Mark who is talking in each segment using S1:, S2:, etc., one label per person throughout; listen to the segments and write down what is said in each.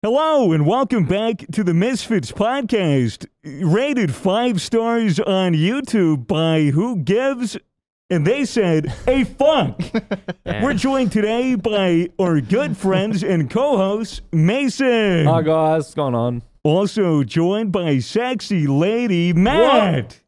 S1: Hello and welcome back to the Misfits podcast, rated five stars on YouTube by Who Gives, and they said, "Hey, fuck." We're joined today by our good friends and co-host Mason,
S2: Hi guys, what's going on?
S1: also joined by sexy lady Matt,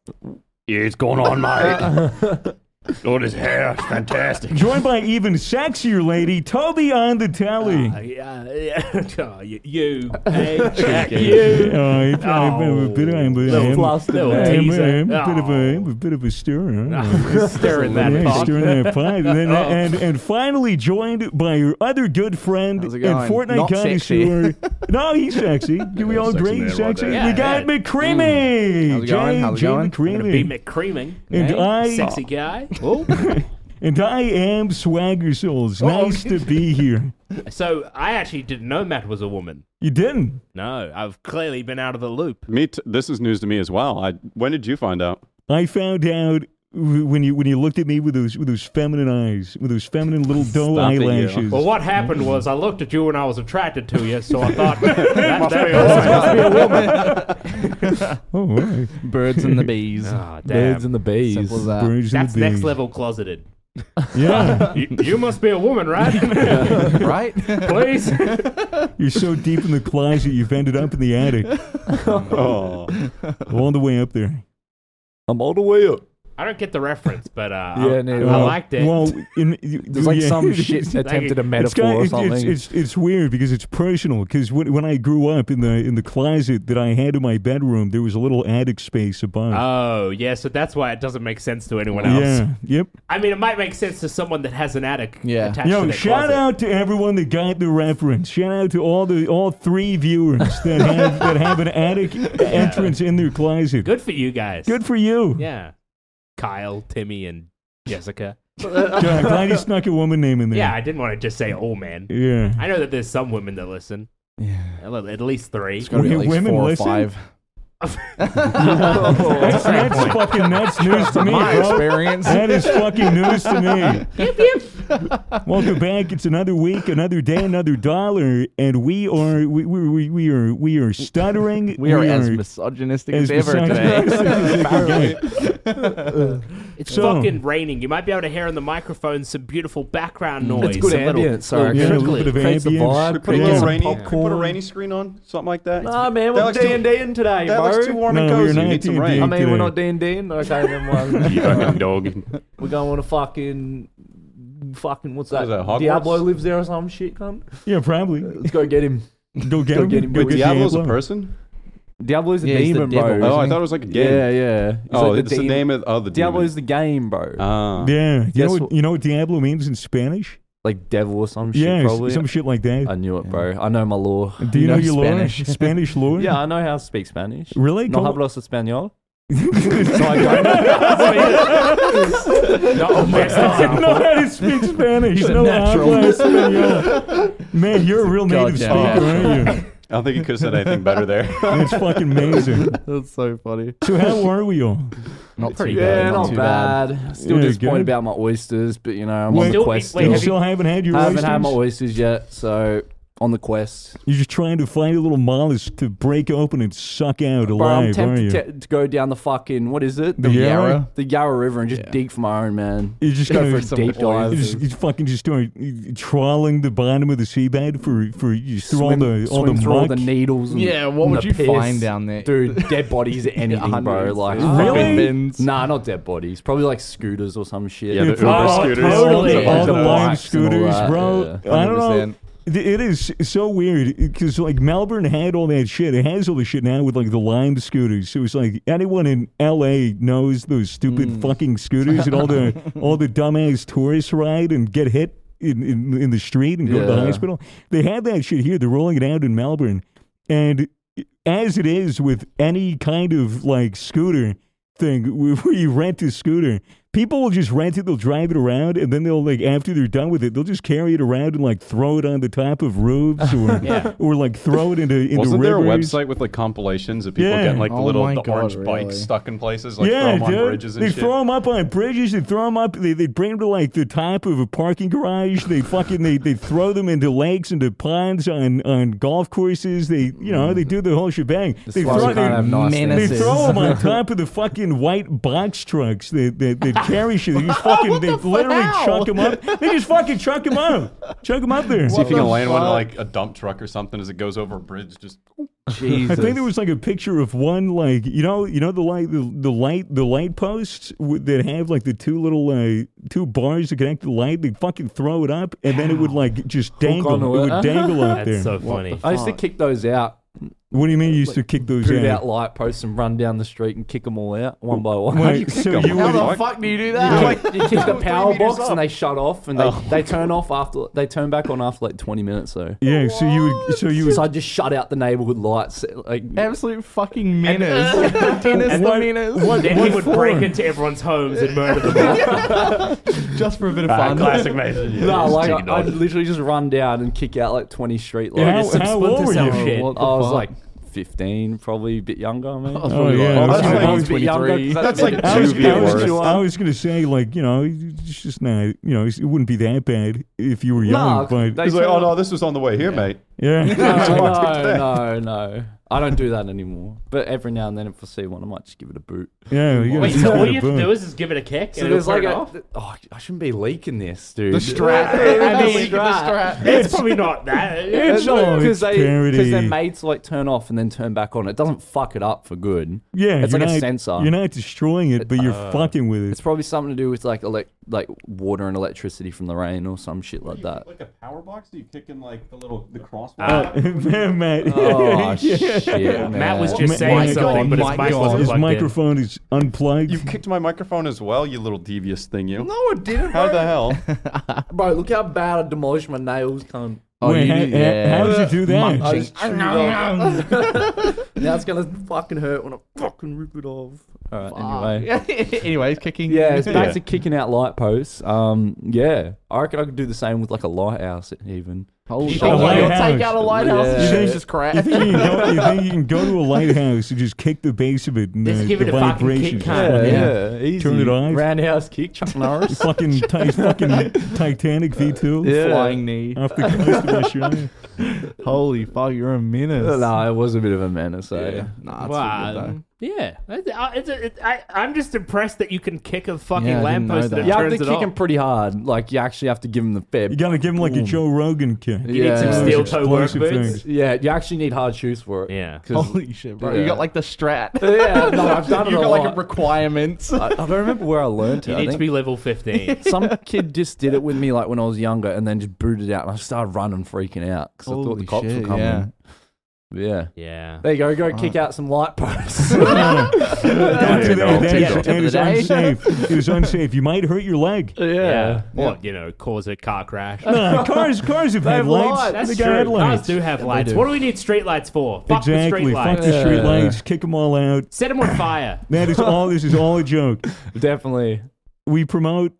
S3: Yeah, it's going on, mate. Lord, his hair is fantastic.
S1: joined by even sexier lady Toby on the telly.
S4: uh, Yeah, yeah. Oh, you, you, hey, Jack, you.
S1: Uh, I'm a bit I'm a-
S2: Little
S1: I'm a-
S2: flustered
S4: little
S2: there.
S4: tea.
S1: I'm a- I'm
S4: teaser.
S1: a bit of a I'm a bit of a stirrer.
S4: Staring that
S1: Yeah,
S4: pot.
S1: he's doing that pot. And, then, and and finally joined by your other good friend
S2: How's it
S1: and
S2: going?
S1: Fortnite
S2: Not
S1: connoisseur. No, he's sexy. Do we all
S3: sexy
S1: agree?
S3: man
S1: he's
S3: right
S1: Sexy.
S3: there.
S1: we
S4: Yeah,
S1: got
S4: yeah.
S1: McCreamy.
S2: How's it going?
S1: Jay-
S2: How's it
S1: Jay
S2: going?
S1: McCreamy.
S4: Be McCreaming.
S1: and
S2: Hey,
S1: I Oh.
S4: Sexy guy.
S1: and I am Swagger Souls. Nice to be here.
S4: So I actually didn't know Matt was a woman.
S1: You didn't.
S4: No, I've clearly been out of the loop.
S5: Me, t- this is news to me as well. I, when did you find out?
S1: I found out w- when you when you looked at me with those with those feminine eyes, with those feminine little dull
S5: Stop it, you.
S1: eyelashes.
S4: Well, what happened was I looked at you and I was attracted to you, so I thought that, must be
S1: Oh, all right.
S6: Birds and the bees.
S4: damn.
S2: Birds and the bees.
S6: Simple as that.
S1: Birds and
S4: That's
S1: the
S4: next
S1: bees.
S4: level closeted.
S1: Yeah,
S4: You, you must be a woman, right?
S6: right?
S4: Please.
S1: you're so deep in the closet, you've ended up in the attic.
S5: Oh,
S1: all the way up there.
S2: I'm all the way up.
S4: I don't get the reference, but uh, I,
S2: Yeah, neither do
S4: I,
S2: I.
S4: liked it.
S1: Well, in,
S2: There's like
S1: yeah.
S2: some shit attempted a
S1: It's,
S2: metaphor
S1: kind it's,
S2: or
S1: it's,
S2: something.
S1: it's, it's weird because it's personal. Because when, when I grew up in the in the closet that I had in my bedroom, there was a little attic space above.
S4: oh, yeah, so that's why it doesn't make sense to anyone else.
S1: yeah. Yep.
S4: I mean, it might make sense to someone that has an attic
S6: Yeah.
S4: attached to
S1: Yo,
S4: their
S1: shout
S4: closet.
S1: out to everyone that got the reference. Shout out to all the all three viewers that have that have an attic entrance in their closet.
S4: Good for you guys.
S1: Good for you.
S4: Yeah. Kyle, Timmy, and Jessica.
S1: Yeah, I'm glad you snuck a woman name in there.
S4: Yeah, I didn't want to just say all man.
S1: Yeah.
S4: I know that there's some women that listen. At le- at least three.
S1: gotta be at least Women four or listen? five. That's, that's fucking that's news to me,
S6: My
S1: bro.
S6: experience.
S1: That is fucking news to me. Welcome back. It's another week, another day, another dollar, and we are we we, we, we are we are stuttering.
S6: We are as misogynistic as,
S1: as
S6: ever
S1: misogynistic
S6: today.
S1: as it can get.
S4: It's
S1: So-
S4: fucking raining. You might be able to hear on the microphone some beautiful background noise.
S2: It's good
S4: some little-
S2: ambience, I
S4: little
S1: Mm. Yeah, a little
S2: reckon.
S4: trickling.
S1: bit of
S2: Creates the
S1: ambience.
S2: vibe,
S5: put a
S2: Yeah.
S5: little
S2: Some
S5: rainy, can we put a
S2: popcorn.
S5: rainy screen on, something like that.
S2: Nah, man,
S5: that
S2: we're
S5: looks too-
S2: D&D'ing today,
S5: that
S2: bro.
S5: looks too warm and
S1: No, we're
S5: cozy.
S1: not
S5: You need some
S1: D&D.
S5: rain.
S2: I mean,
S1: today.
S2: we're not D&D'ing. Okay, then one.
S5: you fucking dog.
S2: we're going on a fucking... Fucking, what's that?
S5: is that, Hogwarts?
S2: Diablo lives there or some shit, cunt.
S1: Yeah, probably.
S2: Let's go get him.
S1: Go get
S2: Go
S1: him.
S2: get him,
S1: Go
S2: go
S1: get
S2: get
S5: Diablo's a
S1: Diablo.
S5: person.
S2: Diablo's a
S6: Yeah, he's the
S2: demon,
S6: devil,
S2: bro.
S5: Oh, I
S6: Isn't
S5: thought it was like a game.
S2: yeah, yeah. He's
S5: Oh,
S2: like
S5: it's the
S2: demon-
S5: name of oh, the
S2: Diablo's the game, bro.
S5: demon. Ah.
S1: Yeah, you know,
S2: Guess
S1: what,
S2: what-
S1: you know what Diablo means in Spanish?
S2: like devil or some
S1: yeah,
S2: shit,
S1: s-
S2: probably.
S1: some shit like that.
S2: I knew it, bro. I know my law.
S1: Do you know,
S6: know
S1: your
S6: Spanish.
S1: lore? Spanish lore?
S2: Yeah, I know how to speak Spanish.
S1: Really?
S2: No
S1: Go-
S2: hablas español.
S4: No, that's not
S1: I know how to speak Spanish. no, habla español. Man, you're a real native speaker,
S6: Goddamn
S1: aren't you?
S5: I don't think you could have said anything better there.
S1: It's fucking amazing.
S6: That's so funny.
S1: So how are we all?
S6: Not
S4: pretty
S6: too
S4: good.
S6: bad.
S2: Yeah, not
S6: too bad.
S2: bad. Still
S1: Yeah,
S2: disappointed
S1: good.
S2: about my oysters, but you know I'm
S1: Wait,
S2: on the
S4: Still-
S2: quest.
S4: wait,
S2: still.
S1: you
S4: have
S1: still haven't had your
S2: I haven't
S1: oysters?
S2: had my oysters yet, so on the quest.
S1: You're just trying to find a little mollusk to break open and suck out
S2: Bro, I'm
S1: alive, aren't you?
S2: tempted to, to go down the fucking what is it?
S1: The Yarra?
S2: the Yarra River, and just
S6: Yeah.
S2: dig for my own man.
S1: you just
S6: Go
S1: gotta
S6: for
S1: just-
S6: some
S2: deep dive.
S1: you just, you fucking just start uh, trawling the bottom of the seabed for for you just through all the all
S2: swim
S1: the
S2: through all
S1: muck.
S2: the needles. And,
S6: Yeah, what
S2: and
S6: would
S2: the
S6: you
S2: piss.
S6: find down there?
S2: Dude, dead bodies, anything, bro.
S6: Hundreds.
S2: Like
S6: Fucking
S1: Really?
S6: bins.
S2: Nah, not dead bodies. Probably like scooters or some shit.
S5: Yeah, the Uber
S1: oh,
S5: scooters.
S1: totally.
S4: Yeah,
S1: all the
S2: the
S1: lime
S2: bikes and all
S1: scooters,
S2: that,
S1: bro. I don't know.
S6: 100%.
S1: Th- It is so weird because like Melbourne had all that shit. It has all the shit now with like the lime scooters. So it's like anyone in L.A. knows those stupid
S5: Mm.
S1: fucking scooters and all the all the dumbass tourists ride and get hit in in, in the street and go to the
S2: Yeah.
S1: hospital. They have that shit here. They're rolling it out in Melbourne, and as it is with any kind of like scooter thing where where you rent a scooter, people will just rent it, they'll drive it around, and then they'll like after they're done with it, they'll just carry it around and like throw it on the top of roofs or
S4: Yeah.
S1: or like throw it into into
S5: Wasn't
S1: rivers.
S5: there a website with like compilations of people
S1: Yeah.
S5: getting like the
S6: Oh
S5: little
S6: my
S5: the
S6: God,
S5: orange
S6: really?
S5: bikes stuck in places, like
S1: yeah,
S5: throw 'em on
S1: dude.
S5: bridges and
S1: they
S5: shit?
S1: throw them up on bridges. They throw them up. They they bring them to like the top of a parking garage. They fucking they, they throw them into lakes, into ponds, on on golf courses. They you know they do the whole shebang. they
S6: Why
S1: throw
S6: we can't have
S1: they,
S6: nice
S1: they
S6: things?
S2: menaces.
S1: throw them on top of the fucking white box trucks that that, that carry shit. They just fucking they literally chunk them up. They just fucking chunk them up. Chunk them up there.
S5: See if you
S6: What
S5: can
S6: the
S5: land one in,
S6: fuck?
S5: like a dump truck or something as it goes over a bridge. Just
S6: Jesus.
S1: I think there was like a picture of one like you know you know the light the, the light the light posts w- that have like the two little uh, two bars that connect the light. They fucking throw it up and then it would like just dangle.
S2: onto
S1: It
S2: it.
S1: would dangle up there.
S4: That's so funny.
S2: I used to kick those out,
S1: what do you mean you used to kick those
S2: boot
S1: out?
S2: out light posts, and run down the street and kick them all out one by one.
S1: Wait,
S5: you kick
S1: so
S5: 'em?
S1: you
S5: How
S1: would
S5: the
S6: fuck do you do
S2: You
S6: that?
S2: kick- you kick the
S5: Three
S2: power
S5: meters
S2: box
S5: up.
S2: and they shut off and they,
S1: Oh.
S2: they turn off after they turn back on after like 20 minutes so
S1: yeah. So you would so you would
S2: so I just shut out the neighborhood lights like
S6: Absolute fucking menace. Dennis the
S1: What-
S6: menace.
S4: Then he would break into everyone's homes and murder them all.
S6: Just for a bit of
S3: Ah,
S6: fun.
S3: classic Mason. Yeah,
S2: no
S3: just
S2: like
S3: take it
S2: I,
S3: all.
S2: I'd literally just run down and kick out like 20 street
S1: Yeah,
S2: lights
S1: how- how old were
S2: Cell
S1: you?
S2: shit. I
S6: What the
S2: was
S6: fuck?
S2: like 15 probably a bit younger I mean
S6: I was
S1: Oh,
S6: probably
S1: yeah.
S6: like-
S1: That's
S6: I was
S1: like-
S6: probably 23.
S2: that's
S5: like
S1: I was,
S5: Juvie
S1: I, was,
S5: worst.
S1: I was gonna say like you know it's just not you know it wouldn't be that bad if you were young,
S2: no,
S1: but
S2: they
S5: he's like,
S2: turn
S5: oh
S2: on-
S5: no, this was on the way here, mate.
S1: yeah.
S2: no, no, no. I don't do that anymore. But every now and then, if I see one, I might just give it a boot.
S1: Yeah, you gotta
S4: Wait,
S1: just
S4: so
S1: get
S4: all
S1: a
S4: you have to
S1: boot.
S4: do is just give it a kick
S2: So
S4: and
S2: there's
S4: it'll
S2: like
S4: turn it
S2: a.
S4: off?
S2: Oh, I shouldn't be leaking this, dude.
S6: The strap.
S2: I mean,
S6: The strap.
S4: It's probably not that.
S1: It's all
S2: because they because they're
S1: parody.
S2: made to like turn off and then turn back on. It doesn't fuck it up for good.
S1: Yeah,
S2: it's
S1: you're
S2: like a
S1: not-
S2: sensor.
S1: You're not destroying it, but you're fucking with
S2: It's
S1: it.
S2: probably something to do with like elect like water and electricity from the rain or some shit like that.
S5: Like a power box? Do you kick in like the little the crossbar?
S1: Man, Matt.
S2: Oh shit, man.
S4: Matt was
S1: Ma-
S4: just saying
S1: my
S4: something,
S6: God,
S4: but
S6: my
S4: his mic
S6: God.
S4: wasn't
S1: His
S4: plugged in.
S1: microphone is unplugged.
S5: you kicked my microphone as well, you little devious thing, you.
S2: no, it didn't.
S5: How the hell?
S2: Bro, look how bad I demolished my nails. Come.
S6: Oh,
S1: Wait,
S6: you
S1: how,
S6: did-
S1: how-
S6: yeah.
S1: how did you do that?
S6: I just chewed up.
S2: Now it's gonna fucking hurt when I fucking rip it off. All right. Anyway.
S6: Anyways, kicking.
S2: Yeah, it's back
S5: Yeah.
S2: to kicking out light posts. Um, yeah, I reckon I could do the same with like a lighthouse even.
S6: Holy shit.
S1: think
S6: Oh,
S1: you
S6: you'll
S1: lighthouse.
S6: take out a lighthouse
S2: Yeah.
S6: and shit. It's just crap.
S1: you, think you, can go, you think you can go to a lighthouse and just kick the base of it and
S4: Just
S1: the,
S4: give
S1: the
S4: it a fucking kick,
S1: vibrations?
S4: cunt.
S1: fucking-
S2: yeah, easy.
S1: Turn it on.
S2: Roundhouse kick, Chuck Norris.
S1: Fucking, ti- fucking Titanic V2
S6: Flying knee.
S1: off the coast of Australia.
S6: Holy fuck, you're a menace.
S2: no, it was a bit of a menace. So.
S6: Yeah. Nah, it's all good, though.
S4: Wow. um, Yeah, That's- uh, it's a- it- I, I'm just impressed that you can kick a fucking
S6: Yeah, I didn't know
S4: lamppost
S6: that.
S4: and it
S2: You have
S4: turns
S2: to
S4: it
S2: kick
S4: off.
S2: him pretty hard. Like you actually have to give him the fib.
S1: You gotta give him like a Joe Rogan kick.
S4: You need some
S6: Yeah.
S4: steel
S1: Those
S4: toe work
S1: explosive
S4: boots.
S1: things.
S2: yeah, you actually need hard shoes for it.
S4: Yeah.
S2: 'Cause-
S6: Holy shit, bro.
S2: Yeah.
S6: You got like the strat.
S2: yeah, no, I've done it
S6: you
S2: a
S6: got
S2: lot.
S6: like a requirements.
S2: I, I don't remember where I learned it.
S4: You
S2: I
S4: need to
S2: think.
S4: be level 15.
S2: Some kid just did it with me like when I was younger, and then just booted out, and I started running, freaking out because I thought the
S6: Holy
S2: cops
S6: shit,
S2: were coming.
S6: yeah.
S2: But yeah.
S4: yeah.
S2: There you go. Go kick out some light posts.
S1: Don't do that.
S5: Take
S1: That
S5: it
S1: is-
S5: off.
S1: that is unsafe. It is unsafe. You might hurt your leg.
S4: Yeah. Well, you know, cause a car crash.
S1: No, cars, cars have headlights.
S2: lights.
S4: That's
S1: they
S4: true.
S1: got headlights.
S4: Cars do have lights. What do we need street lights for? Fuck the
S1: exactly.
S4: street
S1: Fuck
S4: lights.
S1: the street lights. Kick them all out.
S4: Set them on fire.
S1: That is all. This is all a joke.
S2: Definitely.
S1: We promote.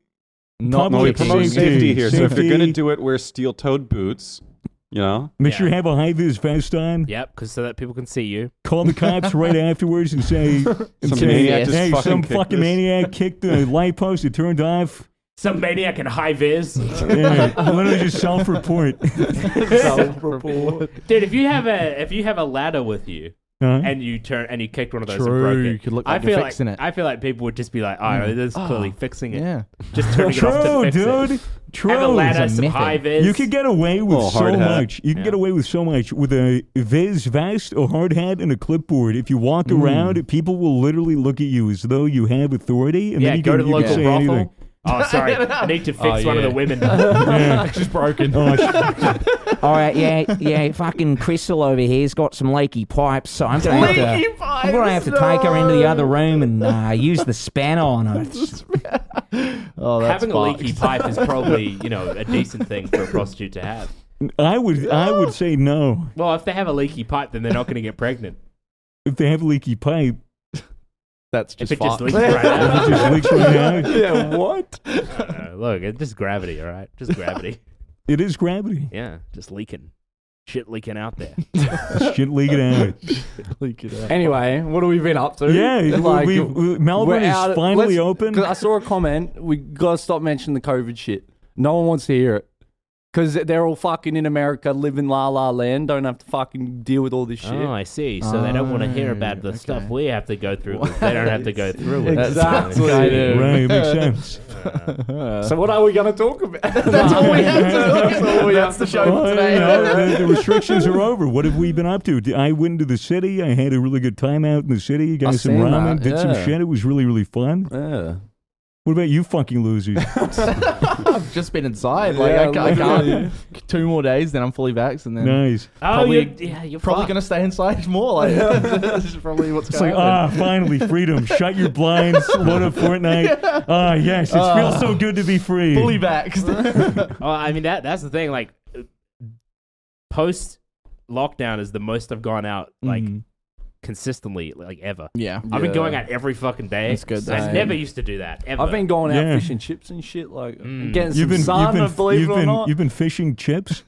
S2: Not
S1: Public
S5: We
S1: Public
S5: promote
S1: safety.
S5: safety here, so if
S1: Safety.
S5: you're gonna do it, wear steel-toed boots. You know,
S1: Make sure you
S4: Yeah.
S1: have a high vis vest on.
S4: Yep, because so that people can see you.
S1: Call the cops right afterwards and say, and
S5: Some
S1: say,
S5: maniac just
S1: "Hey,
S5: fucking
S1: some
S5: kicked
S1: fucking
S5: this."
S1: maniac kicked the light post. It turned off."
S4: Some maniac in high vis.
S1: Yeah, literally just self-report.
S2: Self-report.
S4: Dude, if you have a if you have a ladder with you
S1: Huh?
S4: and you turn and you kicked one of those and
S6: Hmm? True,
S4: broke it,
S6: you could look
S4: I
S6: like you're
S4: feel
S6: fixing
S4: like
S6: it. Hmm. Ah,
S4: I feel like people would just be like, "Oh, this is clearly fixing it."
S6: yeah.
S4: Just turning it off
S1: True,
S4: to fix it.
S1: dude. True.
S4: Have a ladder,
S6: It's a
S4: some
S6: method.
S4: high vis.
S1: You could get away with
S5: Little
S1: so
S5: hard hat.
S1: much. You can get away with so much with a viz vest, a hard hat, and a clipboard. If you walk around, people will literally look at you as though you have authority, and
S4: yeah,
S1: then you
S4: go
S1: can,
S4: to the
S1: you can
S4: local
S1: say
S4: brothel.
S1: anything.
S4: Oh, sorry, I need to fix
S2: Oh,
S4: one of
S2: yeah.
S4: the women.
S1: Yeah. She's broken. Oh, sh-
S7: All right, yeah, yeah. Fucking Crystal over here's got some leaky pipes, so I'm gonna have to. I'm gonna have to take her into the other room and uh, use the spanner on her.
S6: Oh, that's
S4: Having a leaky pipe is probably you know a decent thing for a prostitute to have.
S1: I would, I would say no.
S4: Well, if they have a leaky pipe, then they're not going to get pregnant.
S1: If they have a leaky pipe,
S6: That's
S4: If
S6: just
S4: it just
S6: fine.
S4: leaks right out.
S1: Just leaks right out.
S2: yeah, what?
S4: Uh, look, it's just gravity, all right? Just gravity.
S1: It is gravity.
S4: yeah, just leaking. Shit leaking out there.
S1: It's shit leaking out.
S2: Anyway, what have we been up to?
S1: Yeah, we, we, Melbourne
S2: we're
S1: is
S2: out of-
S1: finally
S2: let's-
S1: open.
S2: 'cause I saw a comment. We gotta stop mentioning the COVID shit. No one wants to hear it because they're all fucking in America, live in la la land, don't have to fucking deal with all this shit.
S4: Oh, I see. So they don't want to hear
S6: Oh,
S4: about the stuff we have to go through. 'cause They don't have to go through with it.
S2: Exactly.
S6: Okay.
S1: Right, it makes sense.
S2: So what are we gonna talk about?
S6: That's all we have to That's all we have to show
S1: Well,
S6: for
S1: you
S6: today.
S1: know, the, the restrictions are over. What have we been up to? I went into the city. I had a really good time out in the city. Got
S2: I've
S1: some
S2: seen
S1: ramen,
S2: that,
S1: did some
S2: yeah.
S1: shit. It was really, really fun.
S2: yeah.
S1: What about you, fucking losers?
S6: I've just been inside. Like, I,
S2: Yeah,
S6: ca- I can't. Two more days, then I'm fully vaxxed, and then
S1: nice.
S4: Oh,
S6: Probably-
S4: you're, yeah, you're
S6: probably
S4: fucked.
S6: going to stay inside more. Like, this is probably what's
S1: It's
S6: going
S1: like,
S6: to happen.
S1: ah, finally, freedom. Shut your blinds. Load up Fortnite. Ah, yes. It feels so good to be free.
S6: fully vaxxed.
S4: Oh, I mean that that's the thing. Like uh, post lockdown is the most I've gone out
S6: Mm.
S4: like consistently like ever.
S6: yeah.
S4: I've been
S2: Yeah.
S4: going out every fucking day.
S6: That's good,
S4: I
S2: same.
S4: never used to do that ever.
S2: I've been going out
S1: Yeah.
S2: fish and chips and shit, like
S4: Mm.
S2: getting some
S1: You've been,
S2: sun,
S1: you've been,
S2: believe
S1: you've
S2: it or
S1: been,
S2: not.
S1: you've been fishing chips.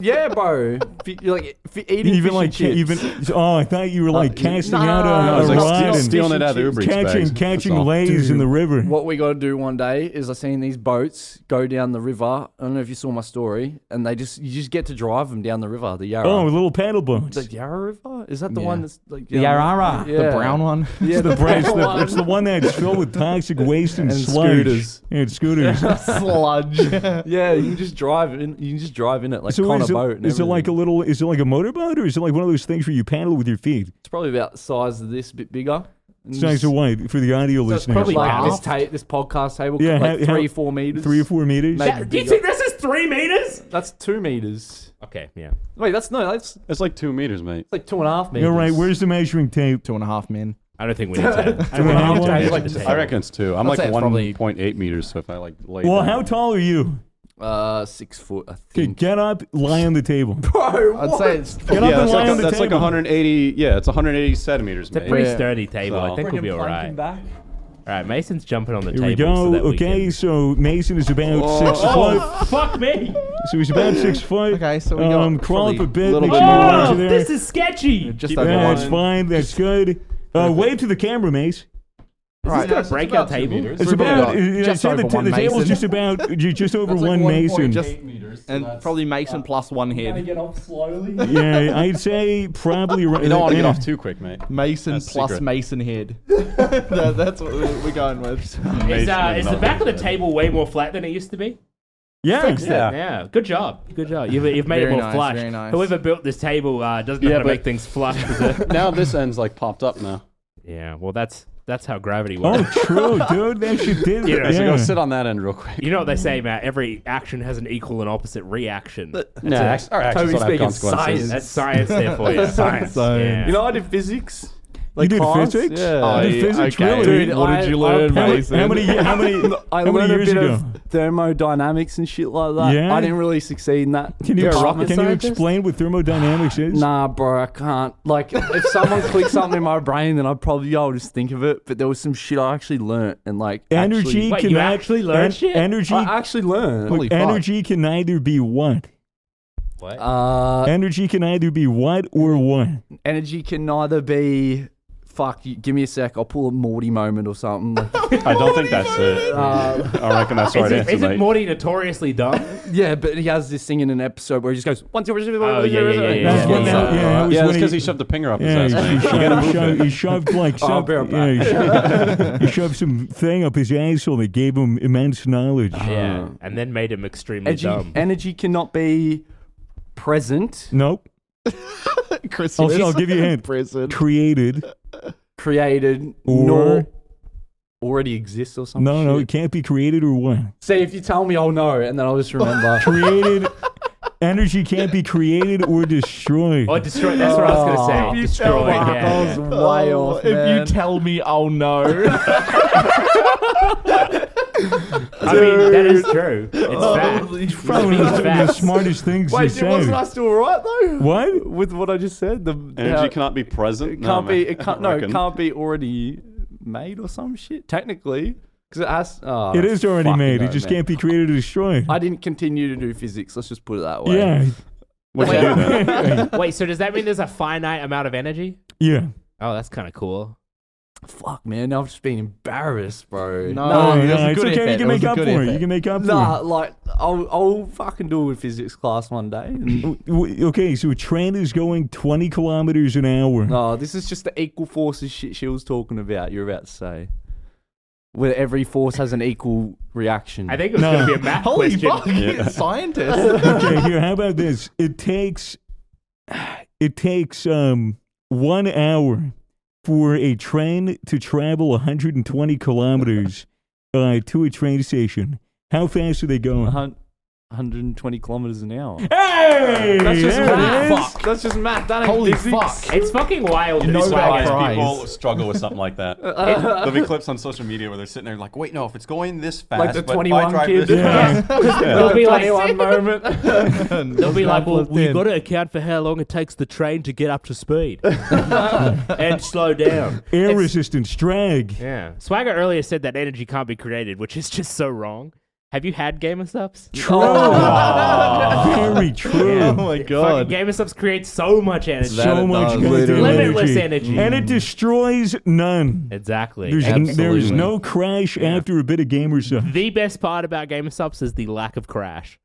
S2: yeah, bro. Fi- like fi- eating
S1: You've
S2: fish
S1: been like,
S2: and chips.
S1: you've been. Oh, I thought you were like
S2: Uh,
S1: casting
S2: nah,
S1: out
S2: I
S1: a,
S5: was
S1: a
S5: like
S1: rod
S5: steal-
S1: and
S5: stealing it out of Uber Eats
S1: catching
S5: bags.
S1: catching
S5: That's all.
S1: lays in the river.
S2: What we got to do one day is I seen these boats go down the river. I don't know if you saw my story, and they just you just get to drive them down the river, the Yarra.
S1: Oh, little paddle boats.
S2: the Yarra River is that the
S6: Yeah.
S2: one that's like
S7: The Yarara.
S2: Yeah.
S6: The brown one.
S2: Yeah, the
S1: Right, it's,
S2: brown
S1: the, it's
S2: one.
S1: the one that's filled with toxic waste and,
S2: And
S1: sludge.
S2: scooters.
S1: And scooters.
S6: Sludge.
S2: Yeah, you can just drive in. You can just drive in it like
S1: So
S2: on
S1: is
S2: a
S1: it,
S2: boat. and
S1: is it like a
S2: everything.
S1: little? Is it like a motorboat, or is it like one of those things where you paddle with your feet?
S2: It's probably about the size of this, bit bigger. And
S1: It's nice
S2: just-
S1: and wide for the audio
S2: it's
S1: listeners.
S2: probably like
S4: half.
S2: this, ta- this podcast table,
S1: Yeah,
S2: like
S1: how- how-
S2: three, four meters.
S1: three or four meters.
S2: Maybe.
S4: Do you think this is three meters?
S2: That's two meters.
S4: Okay, yeah.
S2: Wait, that's no, that's
S5: It's like two meters, mate.
S2: like two and a half meters.
S1: All right, where's the measuring tape?
S6: Two and a half men.
S4: I don't think we need to. I don't
S1: I
S4: think we
S1: want-
S4: need to.
S1: like,
S4: Like,
S5: I reckon it's two. I'm
S6: I'd
S5: like
S6: say it's probably-
S5: 1.8 meters, so if I like lay
S1: Well,
S5: down-
S1: how tall are you?
S2: uh six foot? I
S1: Okay,
S2: think.
S1: get up, lie on the table.
S2: Bro,
S6: I'd
S2: what?
S6: say it's
S1: Get
S5: Yeah,
S1: up and
S5: that's,
S1: lie
S5: like,
S1: on the
S5: that's like
S1: table.
S5: 180. Yeah, it's 180 centimeters,
S4: it's a
S5: mate.
S4: pretty
S6: Yeah.
S4: sturdy table. I
S5: So-
S4: think we'll be all right. All
S2: back.
S4: right, Mason's jumping on the
S1: Here
S4: table.
S1: we go.
S4: So that we
S1: okay,
S4: can-
S1: so Mason is about six foot.
S4: Oh, fuck me!
S1: So he's about six foot.
S6: Okay, so we got
S1: um, crawl up a
S6: probably
S1: bit,
S5: little
S1: make
S5: bit
S1: sure your
S5: more.
S1: legs
S4: Oh,
S1: are there.
S4: this is sketchy.
S6: Just
S5: Keep
S6: over
S5: it
S1: yeah,
S5: on.
S6: one.
S1: that's fine. That's good. Uh, wave to the camera, Mace.
S6: Right.
S4: Gonna break our table.
S1: It's
S6: We've only
S1: about.
S6: got
S1: uh,
S6: just
S1: I said
S6: over
S1: the, t-
S6: one
S1: the table's
S6: Mason.
S1: just about. You're just over
S6: That's like
S1: one
S6: 1.8
S1: Mason.
S6: just-
S5: meters.
S6: And probably Mason plus one head.
S2: get off slowly.
S1: yeah, I'd say probably. Right,
S5: You don't want to get off too quick, mate.
S6: Mason
S5: That's
S6: plus
S5: secret.
S6: Mason head. That- that's what we're we're going with.
S4: Is, uh,
S5: Mason
S4: is the
S5: not
S4: back of the
S5: good.
S4: table way more flat than it used to be?
S1: Yeah,
S5: Yeah.
S4: Yeah, good job. Good job. You've, you've made it
S6: Very
S4: more
S6: nice,
S4: flush.
S6: very nice.
S4: Whoever built this table uh, doesn't know
S5: Yeah,
S4: how to
S5: but-
S4: make things flush. 'cause it-
S5: now this end's like popped up now.
S4: yeah, well, that's that's how gravity works.
S1: Oh, true, dude. That shit did.
S4: You know,
S1: Yeah,
S5: So go sit on that end real quick.
S4: You know what they say, Matt? Every action has an equal and opposite reaction.
S5: Nah, act- our
S2: Toby's
S5: actions don't have
S2: speaking
S5: consequences.
S4: That's science there for you. Science. yeah.
S2: You know, I did physics.
S1: you did
S2: class?
S1: physics.
S2: Yeah.
S1: You did physics,
S6: okay.
S1: really?
S2: Dude,
S6: what
S2: I-
S6: did you
S2: I-
S6: learn,
S1: how, many,
S6: Mason?
S1: how many? How many? how
S2: I
S1: many
S2: learned a
S1: years
S2: bit
S1: ago?
S2: of thermodynamics and shit like that.
S1: Yeah?
S2: I didn't really succeed in that.
S1: Can you,
S2: You're a rocket
S1: can you
S2: scientist?
S1: explain what thermodynamics is?
S2: Nah, bro, I can't. Like, if someone clicks something in my brain, then I'd probably, I'll just think of it. But there was some shit I actually learnt and, like,
S1: Energy
S4: Wait,
S1: can
S4: you actually learned shit?
S1: Energy,
S2: Actually, I actually learned.
S1: look, energy can either be what?
S2: Uh,
S1: Energy can either be what or what?
S2: energy can neither be. Fuck, you, give me a sec. I'll pull a Morty moment or something. Like,
S5: I don't think that's it. I reckon that's right
S4: Is it,
S5: answer,
S4: isn't
S5: mate.
S4: Morty notoriously dumb?
S2: yeah, but he has this thing in an episode where he just goes one, two, three, four,
S4: Oh,
S2: five,
S4: yeah,
S2: six,
S4: yeah,
S2: seven,
S4: yeah,
S2: eight."
S4: yeah,
S1: when
S4: yeah.
S1: that- yeah, it was
S5: yeah,
S1: when
S5: it's because
S1: he-
S5: he shoved the finger up
S1: Yeah,
S5: his
S1: he,
S5: ass, mate.
S1: he
S5: You
S1: shoved,
S5: gotta
S1: he
S5: move
S1: shoved-
S5: it.
S1: he shoved, like
S2: I'll
S1: some,
S2: bear it
S1: yeah, he, shoved, he shoved some thing up his asshole that gave him immense knowledge.
S4: yeah. And then made him extremely
S2: Energy,
S4: dumb.
S2: energy cannot be present,
S1: Nope.
S6: Chris
S1: I'll,
S6: was
S1: I'll give you a hint.
S6: prison.
S1: Created.
S2: created,
S1: Or-
S2: nor already exists or something.
S1: No, no, it can't be created or what?
S2: See, if you tell me, I'll know, and then I'll just remember.
S1: Created. energy can't be created or destroyed.
S4: or destroy. That's what Oh, I was going to say. Destroy. Yeah, yeah.
S2: way off,
S6: If you
S2: man.
S6: tell me, I'll know.
S4: I mean, that is true. It's fact.
S1: It's probably one of the, the
S4: Facts.
S1: smartest things
S2: Wait,
S1: you
S2: dude, wasn't I
S1: say.
S2: still right though?
S1: What?
S2: With what I just said, the
S5: Energy
S2: how-
S5: cannot be present.
S2: it can't be. It
S5: I
S2: can't. No, it
S5: reckon.
S2: can't be already made or some shit, technically. Because it has. Oh,
S1: It
S2: I
S1: is already
S2: fucking
S1: made. It
S2: know,
S1: just
S2: man.
S1: can't be created or destroyed.
S2: I didn't continue to do physics. Let's just put it that way.
S1: yeah,
S4: Wait, wait, so does that mean there's a finite amount of energy?
S1: yeah.
S4: Oh, that's kind of cool.
S2: Fuck, man. I've just been embarrassed, bro.
S6: No,
S1: Oh,
S6: it was
S1: yeah,
S6: a
S1: it's
S6: good
S1: okay.
S6: effort.
S1: You can
S6: It was
S1: make
S6: a
S1: up
S6: good
S1: for it.
S6: effort.
S1: You can make up
S2: Nah,
S1: for
S2: like I'll I'll fucking do it with physics class one day.
S1: it. W- Okay, so a train is going 20 kilometers an hour.
S2: No, Oh, this is just the equal forces shit she was talking about. You're about to say, where every force has an equal reaction.
S4: I think it was
S1: No.
S4: going to be a math
S6: Holy
S4: question.
S6: fuck, scientist.
S1: okay, here. How about this? It takes it takes um one hour for a train to travel 120 kilometers uh, to a train station. How fast are they going?
S2: Uh-huh. 120 kilometers an hour.
S1: Hey,
S2: That's just
S1: there it
S2: math.
S1: is.
S2: Fuck. That's just math. That ain't
S6: Holy
S2: physics.
S6: fuck.
S4: It's fucking wild.
S5: It's
S4: this
S5: why
S4: way.
S5: guys,
S6: Christ.
S5: people struggle with something like that. There'll be clips on social media where they're sitting there like, wait, no, if it's going this fast,
S2: Like the
S5: but if I
S2: 21
S5: drive
S2: kid.
S5: this
S1: Yeah.
S5: fast- Yeah.
S4: They'll be like,
S2: one moment.
S4: they'll be like, well,
S6: we
S4: got to account for how long it takes the train to get up to speed and slow down.
S1: Air
S4: It's-
S1: resistance, drag.
S4: Yeah. Swagger earlier said that energy can't be created, which is just so wrong. Have you had Gamer Subs?
S1: True.
S2: Oh.
S1: Very true.
S6: Oh my
S4: Fucking
S6: god.
S4: Gamer Subs creates so much energy.
S2: That
S1: so
S2: it
S1: much
S2: does,
S1: goddamn
S2: literally.
S4: Limitless energy.
S1: And it destroys none.
S4: Exactly.
S1: There's,
S4: And
S1: n- there is
S2: Absolutely.
S1: no crash after a bit of gamer stuff.
S4: the best part about Gamer Subs is the lack of crash.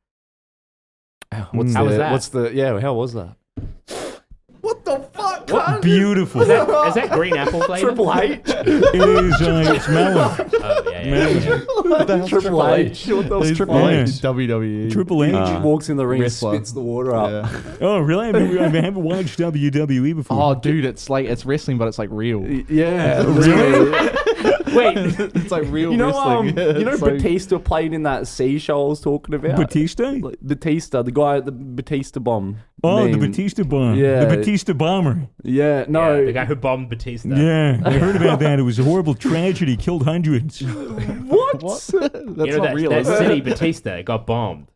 S2: What's
S4: How
S2: the,
S4: was that?
S2: What's the? Yeah, how was that?
S6: What the fuck? cunt?
S1: Beautiful.
S4: Is that, is that green apple flavor?
S2: Triple H.
S1: It is uh, it's mellow.
S4: Oh, yeah, yeah, yeah, yeah.
S2: Triple H. What the hell's
S6: He's
S2: Triple
S1: fine.
S2: H?
S6: playing
S1: H.
S6: WWE.
S1: Triple H.
S5: Uh,
S2: Walks in the ring, and
S6: Wrestler.
S2: spits the water up.
S6: Yeah.
S1: oh, really? I, mean, I haven't watched WWE before.
S6: Oh, dude, it's like it's wrestling, but it's like real.
S2: Y- Yeah.
S4: Wait,
S6: It's like real
S2: You know, um,
S6: wrestling.
S2: you know,
S6: It's like-
S2: Batista played in that seashell I was talking about.
S1: Batista?
S2: Like, Batista, the guy, the Batista bomb.
S1: oh, the
S2: meme.
S1: Batista bomb.
S2: Yeah.
S1: The Batista bomber.
S2: Yeah, no,
S4: yeah, the guy who bombed Batista.
S1: Yeah. I heard about that. It was a horrible tragedy. Killed hundreds.
S2: what?
S6: What?
S2: What?
S6: That's
S4: you know
S6: not
S4: that,
S6: real.
S4: that
S6: is it?
S4: city Batista got bombed.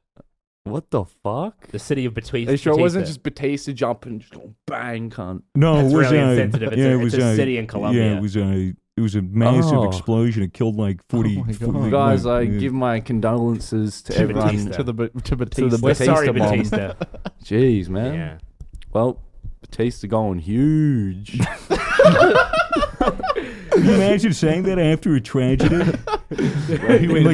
S2: the fuck?
S4: The city of Batista.
S2: It sure wasn't
S4: Batista.
S2: just Batista jumping, just going bang, cunt.
S1: No,
S4: That's
S1: it was
S4: really
S1: uh,
S4: insensitive. It's
S1: yeah,
S4: a-
S1: it
S4: it's
S1: was
S4: a
S1: uh,
S4: city in Colombia.
S1: Yeah, it was a it was a massive
S2: Oh.
S1: explosion. It killed like forty.
S6: Oh my God.
S1: 40
S2: Guys, I
S1: yeah.
S2: give my condolences to,
S4: To
S2: everyone.
S4: Batista.
S6: To the Ba- to
S2: To
S6: Batista.
S2: the
S4: We're
S2: Batista
S4: sorry,
S2: bomb.
S4: Batista.
S2: Jeez, man.
S4: yeah.
S2: Well, Batista going huge.
S1: Can you imagine saying that after a tragedy, like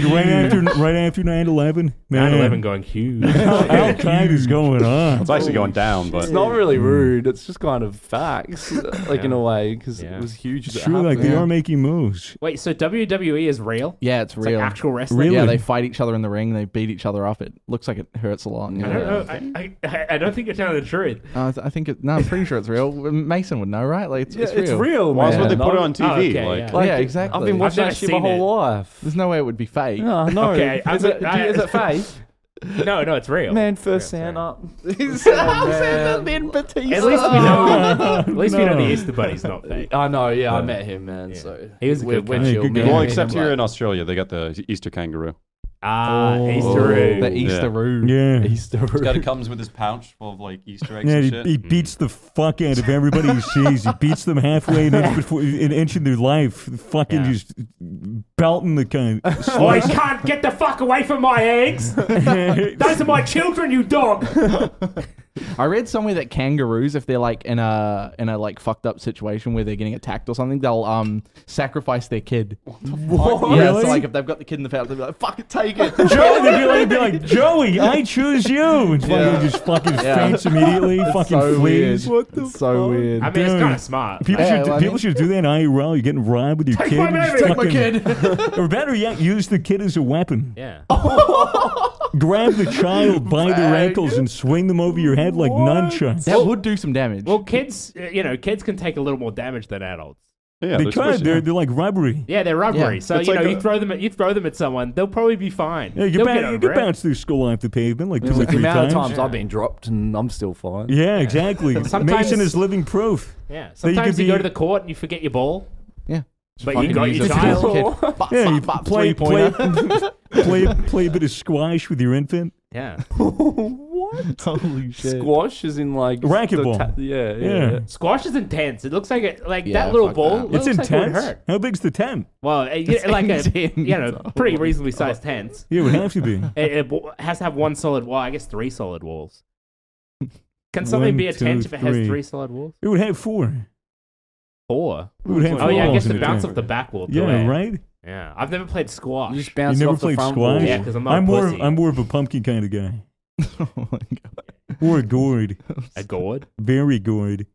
S1: right after right after 9-11?
S4: 9-11
S1: Man,
S4: going huge.
S1: Al Qaeda's going on.
S5: It's actually going down, but
S2: it's not really rude. It's just kind of facts, like in a way, because
S4: Yeah.
S2: it was huge.
S1: It's
S2: that
S1: true, like they
S2: happened.
S1: are making moves.
S4: Wait, so WWE is real?
S6: Yeah, it's
S4: It's
S6: real.
S4: like actual wrestling?
S1: Really?
S6: Yeah, they fight each other in the ring. They beat each other up. It looks like it hurts a lot.
S4: I
S6: Yeah.
S4: don't know. I, I, I don't think you're telling the truth.
S6: Uh, I th- I think it. No, I'm pretty sure it's real. Mason would know, right? Like, it's,
S2: Yeah,
S6: it's real.
S2: it's real,
S5: why else
S2: man.
S5: would they put it on
S4: Oh,
S5: TV?
S4: okay,
S5: like,
S4: yeah.
S6: yeah, exactly.
S2: I've been watching
S4: never
S2: that shit my
S4: seen
S2: whole
S4: it.
S2: life.
S6: There's no way it would be fake.
S2: No, no.
S4: Okay, I'm
S2: is, it,
S4: a-
S2: do you- is
S4: I-
S2: it faith?
S4: No, no, it's real.
S2: Man, first
S4: Yeah,
S2: hand up.
S4: At least we know. At least we know the Easter Bunny's not fake.
S2: I know, yeah, I met him, man.
S4: Yeah.
S2: So
S4: He was a
S2: we're,
S4: good
S2: we're
S4: guy.
S2: chill,
S1: Good guy.
S2: man.
S5: well,
S2: Me
S5: except
S2: and
S5: here
S2: him,
S5: in Australia, they got the Easter kangaroo.
S4: Ah,
S2: Oh,
S4: Easter egg.
S6: The Easter Roo.
S1: Yeah.
S2: like, Easter
S5: This guy
S2: egg.
S5: comes with his pouch full of like Easter eggs
S1: Yeah,
S5: and
S1: he,
S5: shit.
S1: he
S6: Mm.
S1: beats the fuck out of everybody he sees. He beats them halfway an inch, before, an inch in their life, fucking
S4: Yeah.
S1: just belting the kind.
S4: Oh, you can't get the fuck away from my eggs! Those are my children, you dog!
S6: I read somewhere that kangaroos, if they're like in a in a like fucked up situation where they're getting attacked or something, they'll um sacrifice their kid.
S2: What?
S6: Yeah,
S1: Really?
S6: so like if they've got the kid in the family, they'll be like, "Fuck it, take it."
S1: Joey, they'd be like, they'd be like, Joey, I choose you. And fucking
S6: Yeah.
S1: just fucking faints immediately, fucking
S6: so
S1: flees.
S6: weird.
S1: What the
S6: It's so weird.
S4: I mean, it's
S1: Dude.
S4: kind of smart.
S1: People
S6: Yeah,
S1: should
S6: well, I
S1: people
S6: mean-
S1: should do that in IRL. You're getting robbed with your kid.
S4: my
S1: just
S4: baby. Take my
S1: fucking- or better yet, use the kid as a weapon.
S4: yeah.
S1: Grab the child by their ankles and swing them over your head like nunchucks.
S6: That would do some damage.
S4: Well, kids, uh, you know, kids can take a little more damage than adults.
S5: Yeah,
S1: they
S5: they're
S1: kind
S5: supposed to-
S1: they're, they're like rubbery.
S4: Yeah, they're rubbery,
S6: Yeah.
S4: so
S5: It's
S4: you
S5: like
S4: know,
S5: a-
S4: you throw them, at, you throw them at someone, they'll probably be fine.
S1: Yeah, you,
S4: They'll
S1: boun-
S4: get
S1: you
S4: over it.
S1: bounce through school off the pavement like two or
S2: The
S1: three
S2: amount
S1: times.
S2: of times I've been dropped and I'm still fine.
S1: Yeah, exactly.
S4: Sometimes-
S1: Mason is living proof.
S4: Yeah,
S1: you could
S4: sometimes you, go
S1: be-
S4: to the court and you forget your ball,
S6: yeah.
S4: but you
S6: Fucking
S4: got
S6: use
S4: your
S6: it to kill
S4: child.
S6: the kid. Bop,
S1: Yeah, you
S6: bop, bop,
S1: play, play,
S6: three-pointer.
S1: play, play a bit of squash with your infant.
S4: Yeah,
S6: Holy shit.
S2: Squash is in like
S1: Racquetball.
S2: the yeah, yeah,
S1: Yeah.
S2: yeah.
S4: Squash is intense. It looks like it, like
S6: Yeah,
S4: that little
S6: fuck
S4: ball.
S6: that.
S4: it
S1: It's
S4: looks like it would
S1: intense.
S4: hurt.
S1: How big's the tent?
S4: Well, it, yeah, like a
S6: intense.
S4: you know pretty reasonably
S1: Oh.
S4: sized tent.
S1: Yeah, it would have to be.
S4: It, it w- has to have one solid wall. I guess three solid walls. Can something
S1: One,
S4: be a
S1: two,
S4: tent if it has
S1: three.
S4: three solid walls?
S1: It would have four.
S4: Four.
S1: It would have
S4: Oh
S1: four
S4: yeah, I
S1: balls
S4: guess
S1: in
S4: it
S1: the
S4: bounces
S1: tent.
S4: off the back wall.
S1: Yeah,
S4: too, eh?
S1: right.
S4: Yeah, I've never played squash.
S2: You just
S1: You
S2: bounce
S1: never
S2: off the
S1: played
S2: front
S1: squash.
S2: wall.
S4: Yeah, 'cause I'm not a
S1: more.
S4: pussy.
S1: I'm more of a pumpkin kind of guy,
S6: Oh my God.
S1: or a gourd,
S4: a gourd.
S1: very gourd.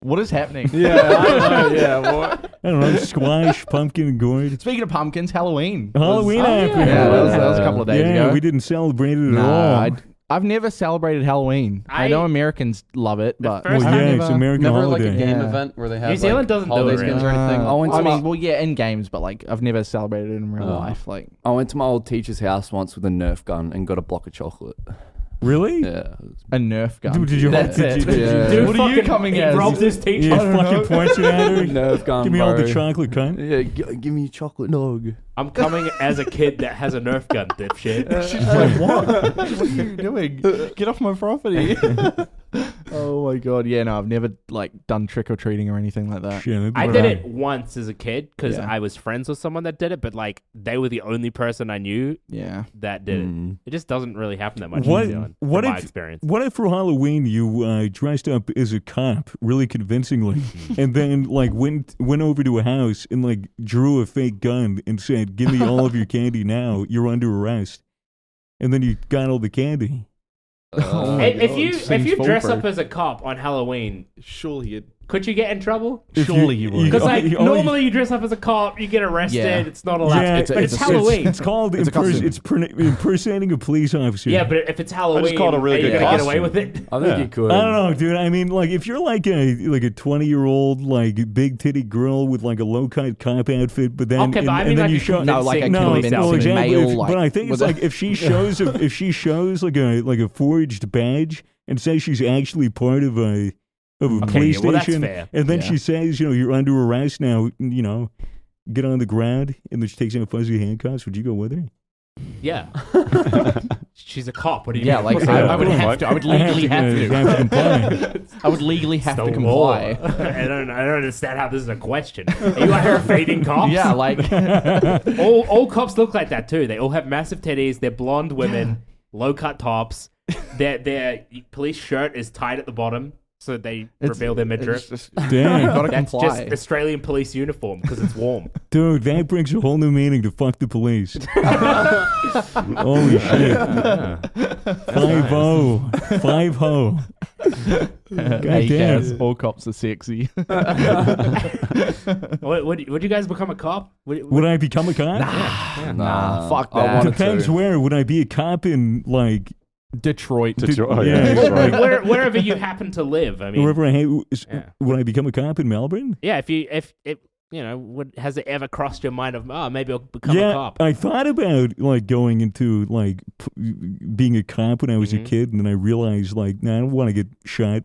S6: What is happening?
S2: Yeah, I know, yeah. What?
S1: I don't know, squash, pumpkin, gourd.
S6: Speaking of pumpkins, Halloween.
S1: Halloween
S4: Oh, yeah.
S1: happened.
S6: Yeah, that was, that was a couple of days
S1: Yeah,
S6: ago.
S1: we didn't celebrate it at
S6: Nah,
S1: all.
S6: I, I've never celebrated Halloween. I,
S4: I-
S6: know Americans love it, but
S4: first
S1: well,
S4: time
S1: yeah, it's
S6: never-
S1: American
S5: Never
S1: holiday.
S5: like a game
S6: Yeah.
S5: event where they have
S4: New Zealand
S5: like,
S4: doesn't do
S5: holiday
S4: it,
S5: skins or
S6: really.
S5: anything.
S6: Uh,
S2: I went to
S6: I
S2: my-
S6: mean, well, yeah, in games, but like I've never celebrated it in real
S1: Uh-huh.
S2: Oh.
S6: life. Like,
S2: I went to my old teacher's house once with a Nerf gun and got a block of chocolate.
S1: Really?
S2: Yeah,
S6: a Nerf gun.
S1: Dude, did you-
S6: That's
S1: did
S6: it.
S1: you- did you-
S6: Yeah.
S4: Dude,
S6: What are you
S4: fucking-
S6: coming
S4: he
S6: as?
S4: robbed his teacher.
S1: Yeah, fucking pointing at her.
S2: Nerf gun.
S1: Give me all the
S2: bro.
S1: chocolate, cunt.
S2: Yeah, g- give me your chocolate dog.
S4: I'm coming as a kid that has a Nerf gun, dipshit.
S6: She's like, what? what are you doing? Get off my property. oh my god. Yeah, no, I've never like done trick or treating or anything like that.
S1: Shit,
S4: I did it once as a kid because
S6: Yeah.
S4: I was friends with someone that did it, but like they were the only person I knew
S6: Yeah.
S4: that did it.
S2: Mm.
S4: It just doesn't really happen that much
S1: What-
S4: in New Zealand.
S1: what
S4: from my
S1: if-
S4: experience?
S1: What if for Halloween you uh, dressed up as a cop really convincingly, and then like went went over to a house and like drew a fake gun and said, "Give me all of your candy now. You're under arrest," and then you got all the candy.
S6: Oh
S2: Uh,
S4: Hey, if you if
S6: seems
S4: you dress
S6: foolproof.
S4: up as a cop on Halloween,
S6: Surely you'd
S4: could you get in trouble?
S1: If
S6: Surely you would.
S4: Because
S1: oh,
S4: like
S1: you- oh, you-
S4: normally you dress up as a cop, you get arrested.
S6: Yeah.
S4: It's not allowed.
S1: Yeah,
S4: but
S1: it's
S4: it's,
S1: a-
S6: it's a-
S4: Halloween.
S1: it's called
S6: It's a
S1: imperson-
S6: costume.
S1: it's pern- impersonating a police officer.
S4: yeah, but if it's Halloween,
S5: called a really
S4: are you
S5: good
S4: gonna get away with
S5: costume.
S4: it?
S2: I think you could.
S1: I don't know, dude. I mean, like, if you're like a like a twenty year old like big titty girl with like a low cut cop outfit, but then
S4: Okay,
S1: and,
S4: but I
S1: and
S4: mean,
S1: then
S4: like
S1: you
S4: a
S1: show
S4: convincing- No, like a
S1: no,
S4: convincing
S1: well, exactly.
S6: male,
S1: if-
S6: like,
S1: but I think it's
S6: with
S1: like
S6: a-
S1: if she shows a, if she shows like a like a forged badge and says she's actually part of a of a
S4: Okay,
S1: police
S4: yeah, well, that's
S1: station,
S4: fair.
S1: and then
S6: Yeah.
S1: she says, you know, you're under arrest now, you know. Get on the ground, and then she takes out fuzzy handcuffs. Would you go with her?
S4: Yeah. She's a cop. What do you
S6: Yeah,
S4: mean?
S6: like I, I would have to. I would legally
S1: I have
S6: have
S1: to,
S6: to.
S1: I have to comply.
S6: I would legally have
S4: The
S6: to
S4: law.
S6: comply.
S4: I don't. I don't understand how this is a question. Are you out here fading cops?
S6: Yeah, like
S4: All all cops look like that too. They all have massive titties. They're blonde women, low cut tops. Their their police shirt is tied at the bottom, so they reveal their midriff.
S6: it's just-
S1: Damn.
S6: gotta
S4: That's just
S6: comply.
S4: Australian police uniform because it's warm.
S1: Dude, that brings a whole new meaning to fuck the police. Holy shit.
S5: Oh,
S1: Five oh. Five oh. ho.
S6: Hey,
S1: damn.
S6: Gaz, all cops are sexy.
S4: would, would, would you guys become a cop? Would,
S1: Would I become a cop?
S2: Nah,
S6: fuck
S2: I
S6: that.
S2: wanted
S1: Depends
S2: to.
S1: where. Would I be a cop in, like,
S6: Detroit.
S1: did-
S3: Detroit, yeah,
S1: yeah,
S3: that's right.
S1: like,
S4: where, wherever you happen to live, I mean,
S1: wherever I hate?
S4: Yeah.
S1: Would I become a cop in Melbourne?
S4: yeah. If you if it you know, would, has it ever crossed your mind of oh maybe I'll become
S1: yeah,
S4: a cop?
S1: I thought about, like, going into, like, p- being a cop when I was
S4: Mm-hmm.
S1: a kid, and then I realized, like, nah, I don't want to get shot.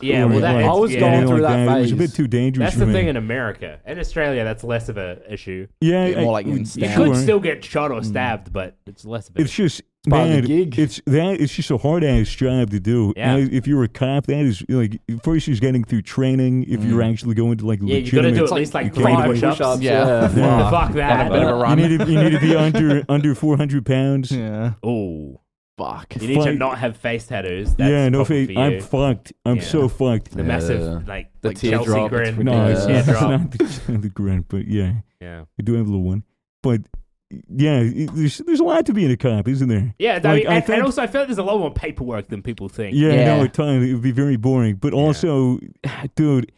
S4: yeah,
S1: or,
S4: well that
S1: like,
S2: I was
S4: yeah.
S1: anything
S2: going through
S1: like
S2: that
S1: It was a
S2: phase.
S1: bit too dangerous
S4: That's
S1: for
S4: the
S1: me.
S4: thing in America. In Australia, that's less of a issue.
S1: yeah,
S6: Yeah,
S1: I-
S6: more like getting
S1: you
S4: You
S6: stabbed. Yeah.
S4: could
S1: sure.
S4: still get shot or stabbed, but it's less of an
S1: It's
S4: issue.
S1: just
S2: part of the
S1: man,
S2: gig.
S1: It's that. It's just a hard ass job to do.
S4: Yeah.
S1: And if you're a cop, that is like first you're getting through training. If you're actually going to like
S4: Mm-hmm. Yeah, you got to
S1: legitimate,
S4: do at least like
S1: you can't
S4: five
S1: wait.
S4: push-ups.
S2: Yeah,
S1: Yeah.
S4: Fuck that.
S6: a bit of a
S1: Uh, you
S6: run.
S1: need to you need to be under under 400 pounds.
S6: yeah.
S4: Oh,
S6: Fuck.
S4: you need to
S1: Fuck.
S4: not have face tattoos. That's
S1: yeah, no, fa-
S4: problem for you.
S1: I'm fucked. I'm
S4: Yeah.
S1: so fucked.
S4: the
S2: Yeah.
S4: massive like
S2: The
S4: like Chelsea
S2: teardrop,
S4: grin.
S2: it's
S1: No, it's,
S2: Yeah.
S1: it's
S4: Teardrop.
S1: not the, the grunt, but yeah,
S4: Yeah.
S1: I do have a little one. But yeah, it- there's there's a lot to being a cop, isn't there?
S4: Yeah, I
S1: Like,
S4: mean,
S1: I
S4: and,
S1: think-
S4: and also I feel like there's a lot more paperwork than people think.
S1: Yeah, no,
S6: Yeah.
S1: at times it would be very boring. But also, dude,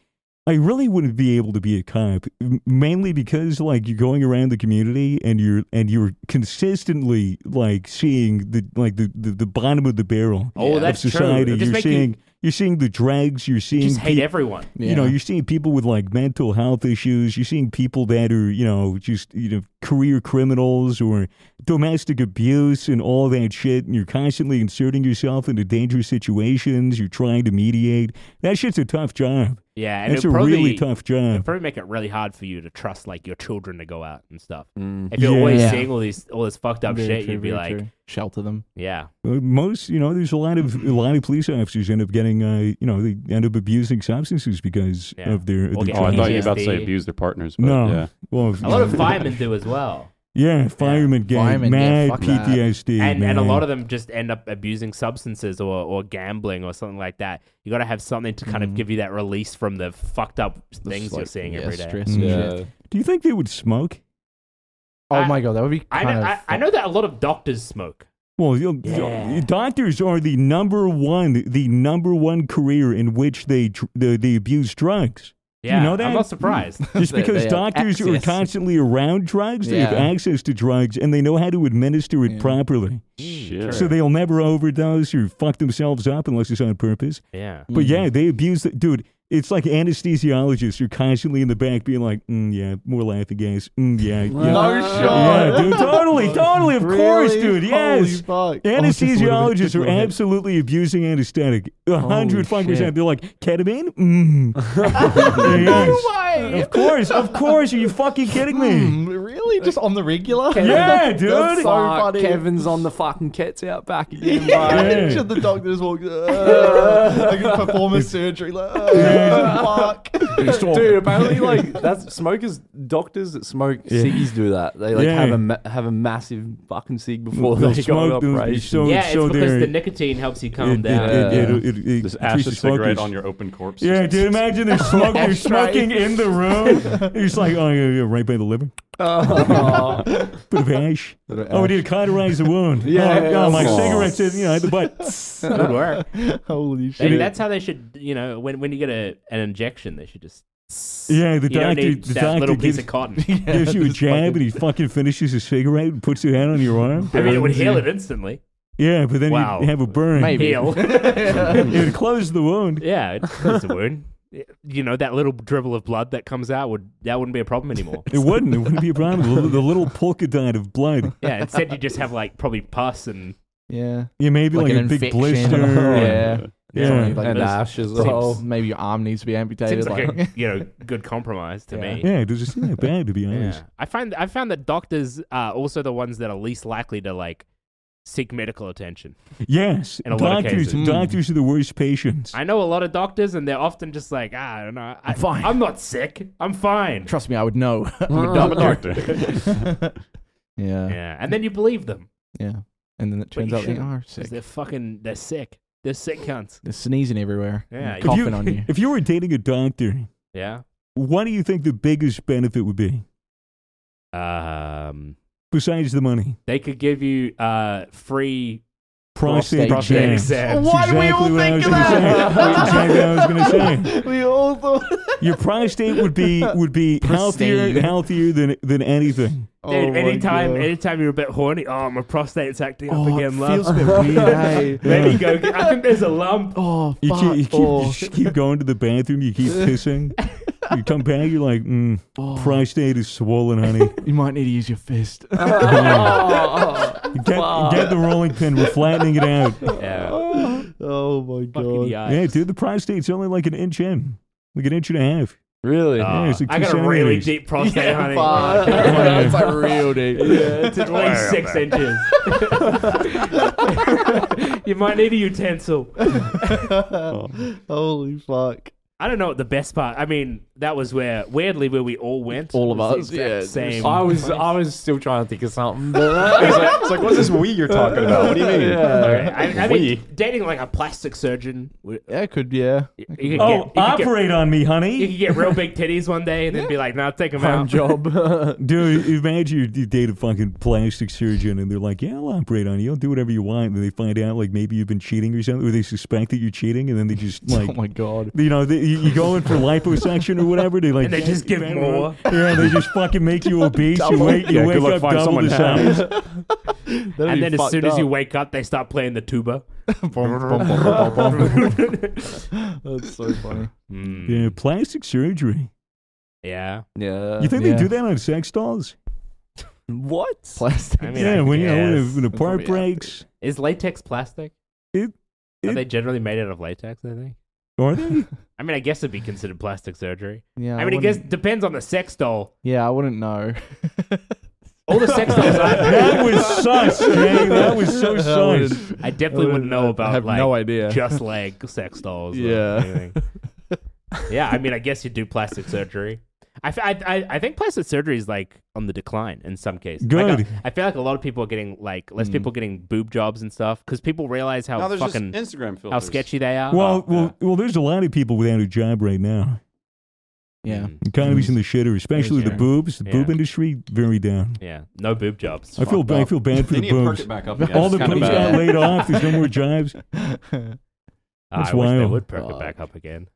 S1: I really wouldn't be able to be a cop, m- mainly because like you're going around the community and you're and you're consistently like seeing the like the the, the bottom of the barrel
S4: Oh,
S1: of
S4: that's
S1: society.
S4: true. It just
S1: You're
S4: make you-
S1: seeing you, are seeing the drags. You're seeing
S4: just hate
S1: pe-
S4: everyone.
S1: You know,
S6: Yeah.
S1: you're seeing people with like mental health issues. You're seeing people that are, you know, just you know, career criminals or domestic abuse and all that shit. And you're constantly inserting yourself into dangerous situations. You're trying to mediate. That shit's a tough job.
S4: Yeah, and
S1: That's a
S4: it'll probably,
S1: really tough
S4: it'll
S1: job.
S4: probably make it really hard for you to trust like your children to go out and stuff. If you're
S1: Yeah.
S4: always
S1: Yeah.
S4: seeing all these all this fucked up
S6: Very
S4: shit,
S6: true,
S4: you'd be
S6: very
S4: like,
S6: true. shelter them.
S4: yeah,
S1: Uh, Most, you know, there's a lot of a lot of police officers end up getting, uh, you know, they end up abusing substances because
S4: Yeah.
S1: of their. of
S4: Or
S1: their
S4: get
S5: Oh, I thought you were
S1: choices.
S5: about to say
S4: PTSD.
S5: abuse their partners. But
S1: No,
S5: Yeah.
S1: well,
S4: a lot of firemen do as well,
S1: yeah, firemen get
S6: Firemen, yeah,
S1: mad
S6: fuck that.
S1: PTSD,
S4: and and a
S1: man.
S4: lot of them just end up abusing substances or or gambling or something like that. You got to have something to
S1: Mm.
S4: kind of give you that release from the fucked up things
S6: Just
S4: you're
S6: like,
S4: seeing
S6: yeah,
S4: every day.
S6: Stress and shit.
S1: Do you think they would smoke?
S6: Oh
S4: I-
S6: my god, that would be
S4: I
S6: kind
S4: know,
S6: of.
S4: I, I know that a lot of doctors smoke.
S1: Well, you
S4: Yeah.
S1: doctors are the number one, the number one career in which they dr- the, they abuse drugs.
S4: Yeah,
S1: know that?
S4: I'm not surprised.
S1: Just
S6: They-
S1: because
S6: they have
S1: doctors are
S6: access.
S1: constantly around drugs, they have
S6: Yeah.
S1: access to drugs, and they know how to administer it
S6: Yeah.
S1: properly.
S5: Shit.
S1: So they'll never overdose or fuck themselves up unless it's on purpose.
S4: yeah,
S1: But yeah, they abuse it. Dude, it's like anesthesiologists are constantly in the back being like, mm, yeah, more laughing gas. Mm, yeah. yeah.
S6: No
S1: Yeah,
S6: shot.
S1: dude, totally, totally, of course, dude, yes.
S6: Holy fuck.
S1: Anesthesiologists are absolutely abusing anesthetic. A hundred fucking percent.
S6: shit.
S1: They're like, ketamine? Mm. yes. Of course, of course. Are you fucking kidding me?
S6: Hmm, Really? Just on the regular?
S1: Yeah, dude.
S6: Mm. That's so
S2: Fuck,
S6: funny.
S2: Kevin's on the fucking cats out back again.
S1: Yeah.
S2: bro.
S6: Should the doctor just walk? Uh, like performance surgery. Like, uh, fuck.
S2: Dude, apparently, like that's smokers, doctors that smoke ciggies do that. They like
S1: Yeah.
S2: have a ma- have a massive fucking cig before
S1: They'll
S2: they go
S1: smoke
S2: to
S1: them,
S2: operation.
S1: so-
S4: yeah, it's
S1: Oh, so
S4: because
S1: they're-
S4: the nicotine helps you calm
S1: It- it-
S4: down.
S1: it- it- it- it
S5: Just ash a
S1: increases
S5: cigarette
S1: focus.
S5: on your open corpse.
S1: Yeah, dude. Imagine they're smoking. they're
S6: Ashtray.
S1: smoking in the room. It's like, oh, yeah, yeah, right by the liver. Bit of ash. Oh, we need to cauterize the wound.
S2: Yeah,
S1: oh,
S2: yeah,
S1: oh, my
S2: yeah.
S1: cigarettes in, you know, the butt.
S4: Good work.
S6: Holy shit.
S4: Maybe that's how they should, you know, when, when you get a, an injection, they should just.
S1: Yeah, the
S4: you don't
S1: doctor-
S4: need
S1: the
S4: that
S1: doctor
S4: little piece
S1: gives-
S4: of cotton.
S1: Gives you a jab, and he fucking finishes his cigarette and puts it out on your arm.
S4: I mean, it would heal it instantly.
S1: Yeah, but then
S4: Wow.
S1: you have a burn.
S4: Heal.
S1: It would close the wound.
S4: yeah, it clears the wound. You know, that little dribble of blood that comes out would that wouldn't be a problem anymore.
S1: It wouldn't. It wouldn't be a problem. The, the little polka dot of blood.
S4: yeah, instead you just have like probably pus and
S6: Yeah.
S1: Yeah, maybe like,
S6: Like
S1: a
S6: an
S1: big
S6: infection.
S1: blister.
S6: Yeah.
S1: Yeah.
S6: Something like
S2: and
S6: that.
S2: ash as
S6: Seems-
S2: well.
S6: maybe your arm needs to be amputated.
S4: seems like
S6: like,
S4: a you know good compromise to
S6: Yeah.
S4: me.
S1: Yeah, it doesn't seem that bad to be honest.
S4: Yeah. I find I found that doctors are also the ones that are least likely to like seek medical attention.
S1: Yes,
S4: In a lot of
S1: doctors.
S4: cases.
S1: Doctors are the worst patients.
S4: I know a lot of doctors, and they're often just like, ah, I don't know, I, am
S6: fine.
S4: I'm not sick. I'm fine.
S6: trust me, I would know. I'm a
S2: I'm a
S6: doctor.
S5: Doctor.
S6: Yeah. yeah.
S4: Yeah, and then you believe them.
S6: And then it turns
S4: you
S6: out they
S4: shouldn't,
S6: are
S4: 'cause
S6: sick.
S4: They're fucking, they're sick. They're sick cunts.
S6: They're sneezing everywhere.
S4: Yeah,
S6: and
S4: you-
S1: if you,
S6: Coughing on you.
S1: if you were dating a doctor,
S4: Yeah.
S1: what do you think the biggest benefit would be
S4: Um,
S1: besides the money?
S4: they could give you uh free
S1: Prostate,
S4: prostate
S1: exam.
S4: exams.
S1: Why do we all think of that? I was going to say.
S6: we all thought.
S1: Your prostate would be would be healthier
S6: Pristine.
S1: healthier than than anything.
S6: Oh,
S4: Dude, anytime, anytime you're a bit horny, oh, my prostate's acting
S1: Oh,
S4: up again, love. Maybe go. Get, I think there's a lump.
S6: Oh,
S1: You
S6: fuck.
S1: keep, you keep, you
S6: oh.
S1: just keep going to the bathroom. You keep pissing. You come back. You're like, mm,
S6: oh.
S1: prostate is swollen, honey.
S6: You might need to use your fist.
S4: Oh.
S1: Get, get the rolling pin. We're flattening it out.
S4: Yeah,
S6: oh my
S4: fucking
S6: god.
S4: yikes.
S1: Yeah, dude, the prostate's only like an inch in, like an inch and a half.
S2: Really?
S4: Ah,
S1: it's like
S4: I
S1: two
S4: got a really
S1: centimeters.
S4: deep prostate, honey.
S6: fuck. That's like real deep.
S4: It's at least six inches. you might need a utensil.
S6: Holy fuck.
S4: I don't know what the best part. I mean, that was where weirdly where we all went.
S6: All of
S4: It was the
S6: us,
S4: exact
S6: yeah.
S4: Same.
S2: I was I was still trying to think of something. But
S5: It's like, it's like, what's this we you're talking about? What do you mean?
S4: I, I
S5: We.
S4: mean, dating like a plastic surgeon. You
S6: Yeah, could yeah.
S4: could get,
S1: Oh,
S4: you could get
S1: operate on me,
S4: You
S1: honey.
S4: could get real big titties one day and then be like, nah, take them out.
S2: job.
S1: Dude, imagine you, you date a fucking plastic surgeon and they're like, yeah, I'll operate on you. I'll do whatever you want. And they find out, like, maybe you've been cheating or something, or they suspect that you're cheating, and then they just, like,
S6: oh my god.
S1: you know, they, you, you go in for liposuction or whatever. They like
S4: And they just give more.
S1: Yeah, they just fucking make you obese. you wake, you
S5: Yeah,
S1: wake
S5: good luck
S1: up double
S5: finding someone
S1: the
S5: now.
S1: size.
S4: And then as soon as you wake up, they start playing the tuba.
S6: That's so funny.
S1: yeah, plastic surgery.
S4: Hmm. Yeah.
S2: yeah.
S1: You think
S6: yeah.
S1: they do that on sex dolls?
S2: what?
S6: Plastic.
S4: I mean,
S1: Yeah,
S4: I
S1: when you know,
S4: guess.
S1: when, when a part
S6: probably out there.
S1: breaks,
S4: is latex plastic?
S1: It-
S4: Are
S1: it-
S4: they generally made out of latex? I think.
S1: are they?
S4: I I mean, I guess it'd be considered plastic surgery.
S6: Yeah,
S4: I mean, I guess
S6: wouldn't-
S4: depends on the sex doll.
S6: Yeah, I wouldn't know.
S4: All the sex dolls I,
S1: That was sus, Jay. That was so sus.
S4: I definitely wouldn't know about.
S2: have
S4: like,
S2: no idea.
S4: Just leg sex dolls. or
S2: Yeah.
S4: anything. yeah. I mean, I guess you do plastic surgery. I, f- I- I- I think plastic surgery is like on the decline in some cases. Like,
S1: Good. Mm.
S4: I, I feel like a lot of people are getting like less people getting boob jobs and stuff because people realize how
S5: Now there's just
S4: fucking
S5: Instagram filters.
S4: how sketchy they are.
S1: Well, well, well, there's a lot of people without a job right now.
S4: Mm.
S6: Yeah.
S1: Economy's in the shitter, especially the
S4: Yeah.
S1: boobs. The boob
S4: Yeah.
S1: industry very down.
S4: yeah, no boob jobs.
S1: I feel
S5: fucked
S1: ba- I
S5: up.
S1: feel bad for the
S5: They need to perk
S1: boobs.
S5: it back up. Again.
S1: All
S5: It's
S1: the
S5: kinda
S1: boobs
S5: bad.
S1: got laid off. There's no more jobs.
S4: Ah, I
S1: That's
S4: wish they
S1: wild.
S4: would perk it
S6: Fuck.
S4: back up again.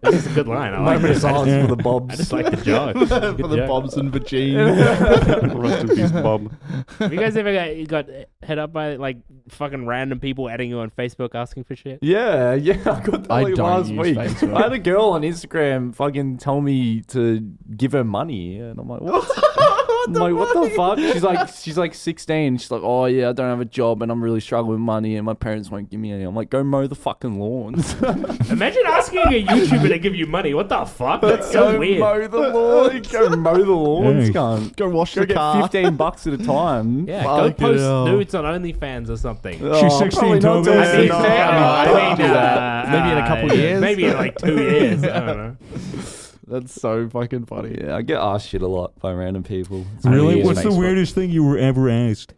S4: this is a good line. I like this. I just,
S1: Yeah.
S2: for the
S4: I
S2: bobs.
S4: just like the joke.
S6: For the bobs and
S5: Rest in peace, Bob.
S4: Have you guys ever got, you got hit up by like fucking random people adding you on Facebook asking for shit?
S2: Yeah, yeah, I got that
S6: I
S2: like
S6: don't
S2: last
S6: use
S2: week.
S6: Facebook.
S2: I had a girl on Instagram fucking tell me to give her money, and I'm like, what? I'm like, what the fuck? She's like, she's like 16. She's like, oh yeah, I don't have a job, and I'm really struggling with money, and my parents won't give me any. I'm like, go mow the fucking lawns.
S4: Imagine asking a YouTuber to give you money. What the fuck? That's so
S2: go
S4: weird.
S2: mow the lawns. go mow the lawns,
S1: Hey.
S2: cunt.
S6: Go wash
S2: Go
S6: your
S2: get 15 bucks at a time.
S4: yeah, go
S6: Fucking
S4: post
S6: hell.
S4: nudes on OnlyFans or something.
S2: Oh,
S1: She's 16,
S2: probably not
S1: Toby.
S2: doing
S1: I mean,
S2: it
S1: no,
S2: now.
S1: no,
S4: I mean,
S2: Don't do that.
S4: uh,
S6: Maybe in a couple
S4: uh,
S6: years.
S4: Maybe in like two years. I don't know.
S6: That's so fucking funny.
S2: Yeah, I get asked shit a lot by random people.
S1: Really?
S2: use
S1: What's the
S2: Facebook.
S1: weirdest thing you were ever asked?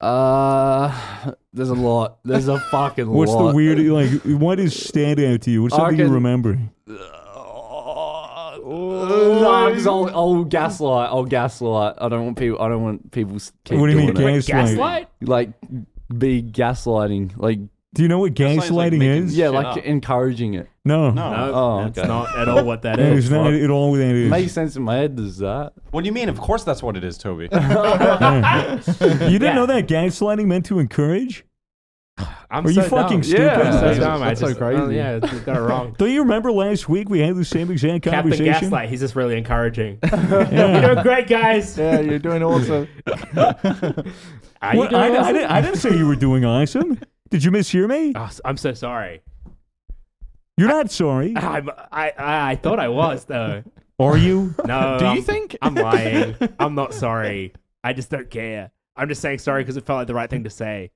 S2: Uh, there's a lot. There's a fucking
S1: What's
S2: lot.
S1: the weird?
S5: uh,
S1: Like, what is stand out to you? What's
S2: I
S1: something you
S2: reckon-
S1: remember?
S2: No, 'cause I'll, I'll gaslight. I'll gaslight. I don't want people. I don't want people. s- Keep
S1: What do you mean,
S2: doing it.
S1: gaslight?
S4: Gaslight?
S2: Like be gaslighting. Like
S1: Do you know what
S5: Gaslight's like
S1: gaslighting
S5: making-
S1: is?
S2: yeah,
S5: Shit
S2: like
S5: up.
S2: encouraging it.
S1: No,
S5: No.
S4: No,
S2: Oh,
S4: that's
S2: okay.
S4: not at all what that
S1: that
S4: is.
S1: is not at all what that is.
S2: Makes sense in my head. Does that?
S5: What do you mean? Of course, that's what it is, Toby.
S1: you didn't
S4: Yeah.
S1: know that gaslighting meant to encourage?
S4: I'm
S1: Are you
S4: so
S1: fucking
S4: dumb.
S1: stupid?
S4: I'm so
S2: That's-
S4: dumb. I
S2: that's so
S4: just-
S2: crazy.
S4: oh, yeah, you got it wrong.
S1: Don't you remember last week we had the same exact
S4: Captain
S1: conversation?
S4: Gaslight. He's just really encouraging.
S1: Yeah.
S4: You're doing great, guys.
S6: Yeah, you're doing awesome.
S4: Are you
S1: What-
S4: doing
S1: I, I
S4: awesome?
S1: didn't, I didn't say you were doing awesome. Did you mishear me?
S4: Oh, s- I'm so sorry.
S1: You're not sorry,
S4: I'm, I, I I thought I was though.
S1: are you?
S4: No.
S6: Do
S4: I'm,
S6: you think?
S4: I'm lying? I'm not sorry. I just don't care. I'm just saying sorry because it felt like the right thing to say.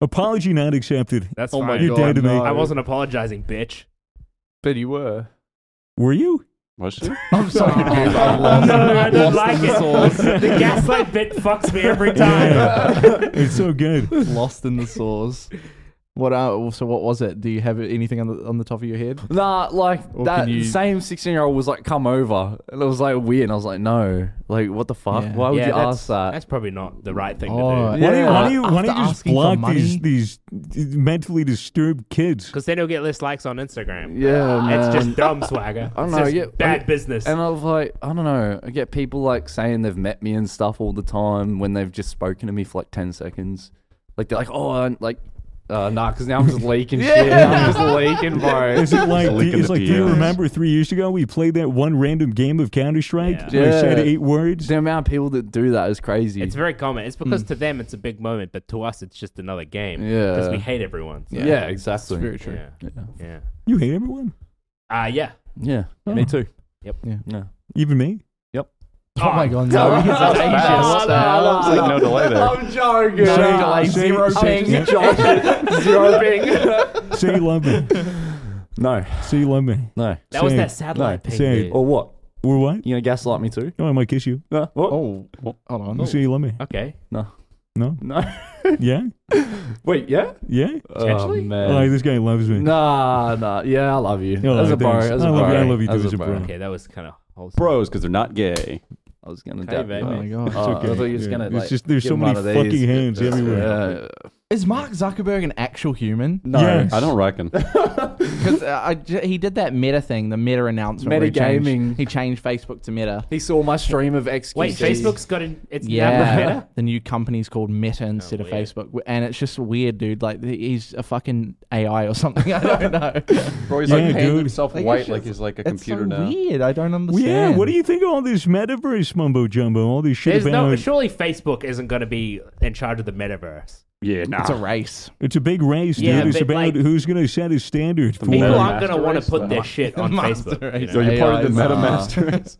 S1: Apology not accepted.
S4: That's
S6: Oh my
S4: fine.
S1: You're dead to me.
S6: no.
S4: I wasn't apologizing, bitch.
S2: But you were.
S1: Were you?
S5: Was she?
S6: I'm sorry, dude. I
S4: No,
S6: lost,
S4: I don't
S6: lost
S4: like
S6: in the
S4: it.
S6: sauce.
S4: The gaslight bit fucks me every time.
S1: Yeah. it's so good.
S6: lost in the sauce. What? Uh, so what was it? Do you have anything on the on the top of your head?
S2: Nah, like
S6: Or
S2: that
S6: can you-
S2: same 16 year old was like, come over. And it was like weird. And I was like, no. Like, what the fuck?
S6: Yeah.
S2: Why would you
S4: that's,
S2: ask that?
S4: That's probably not the right thing
S6: Oh,
S4: to do.
S1: Why do you, why do you, why do you
S6: After
S1: just
S6: asking for
S1: block these,
S6: money?
S1: these mentally disturbed kids?
S4: Because then he'll get less likes on Instagram.
S2: Yeah, man.
S4: It's just dumb swagger.
S2: I don't
S4: It's
S2: know,
S4: just
S2: yeah,
S4: bad
S2: I-
S4: business.
S2: And I was like, I don't know. I get people like saying they've met me and stuff all the time when they've just spoken to me for like 10 seconds. Like, they're like, oh, i like, uh, nah, because now I'm just leaking shit. I'm just leaking, bro.
S1: Is it like, do,
S5: leak in
S1: it's
S5: the
S1: like do you
S5: DMs.
S1: remember three years ago we played that one random game of Counter Strike?
S4: Yeah.
S1: Where I said
S2: Yeah.
S1: eight words?
S2: The amount of people that do that is crazy.
S4: it's very common. It's because
S2: Mm.
S4: to them it's a big moment, but to us it's just another game.
S2: Yeah.
S4: Because we hate everyone. so-
S2: yeah, exactly.
S6: It's very true.
S4: Yeah. Yeah.
S1: You hate everyone?
S4: Ah, yeah.
S2: Yeah,
S6: Oh.
S2: me too.
S4: Yep.
S6: Yeah.
S2: No.
S1: Even me?
S6: Oh, my god, no! He's
S5: Fast. It's like no delay there.
S2: I'm joking.
S1: Say- say-
S2: zero
S1: say-
S2: ping.
S1: yeah.
S2: Josh, zero ping.
S1: Say you love me.
S2: No,
S1: Say you love me.
S2: no.
S4: That was
S1: Same.
S4: that satellite
S1: No,
S4: ping.
S1: same.
S4: dude.
S2: Or what?
S1: Or what?
S2: You gonna gaslight me too?
S1: No, I might kiss you.
S2: No. What?
S6: Oh, hold on.
S1: You say you love me.
S4: Okay.
S1: No?
S2: No.
S1: Yeah?
S2: Wait, yeah?
S1: Yeah?
S4: Potentially?
S2: Oh,
S1: Oh, like,
S2: man.
S1: this guy loves me.
S2: Nah, nah. Yeah, I love you.
S1: Yeah,
S2: as a
S1: thanks.
S2: bro, as a
S1: I
S2: bro.
S1: love you- I love you too,
S2: as
S1: as a bro.
S4: Okay, that was kind of wholesome.
S5: Bros, because they're not gay.
S2: I was gonna
S4: Okay,
S2: dab
S4: baby.
S2: you.
S6: Oh my god.
S2: Oh, I
S1: okay.
S2: thought you was
S1: Yeah.
S2: gonna,
S1: It's
S2: like,
S1: just- there's
S2: give
S1: so
S2: him
S1: many
S2: one of these.
S1: fucking hands everywhere.
S2: Yeah.
S6: Is Mark Zuckerberg an actual human?
S2: No.
S1: Yes.
S5: I don't reckon.
S6: Because uh, I j- he did that meta thing, the meta announcement. where he changed-
S2: Metagaming.
S6: He changed Facebook to meta.
S2: He saw my stream of XQC.
S4: Wait, Facebook's got an, it's now the
S6: Yeah,
S4: meta?
S6: the new company's called Meta instead of
S4: weird.
S6: Facebook, W- and it's just weird, dude. Like th- he's a fucking AI or something. I don't know.
S5: Bro, he's
S1: Yeah,
S5: like painted
S1: dude.
S5: himself
S6: Like,
S5: white
S6: it's
S5: like
S6: just-
S5: he's like a
S6: it's
S5: computer
S6: so
S5: now.
S6: weird. I don't
S1: Well,
S6: understand.
S1: yeah, what do you think of all this metaverse mumbo jumbo? All this shit
S4: There's
S1: about
S4: no, surely Facebook isn't going to be in charge of the metaverse.
S3: Yeah, nah.
S6: It's a race.
S1: It's a big race, dude.
S4: Yeah,
S1: it's
S4: but,
S1: about
S4: like,
S1: who's going to set a standard for.
S4: People
S3: Meta
S4: aren't gonna
S2: Master
S4: want
S2: race,
S4: to put
S2: though.
S4: their shit on
S6: Master
S4: Facebook. you
S6: race.
S4: know?
S5: So you're part of the
S2: AI 's, uh,
S5: MetaMaster.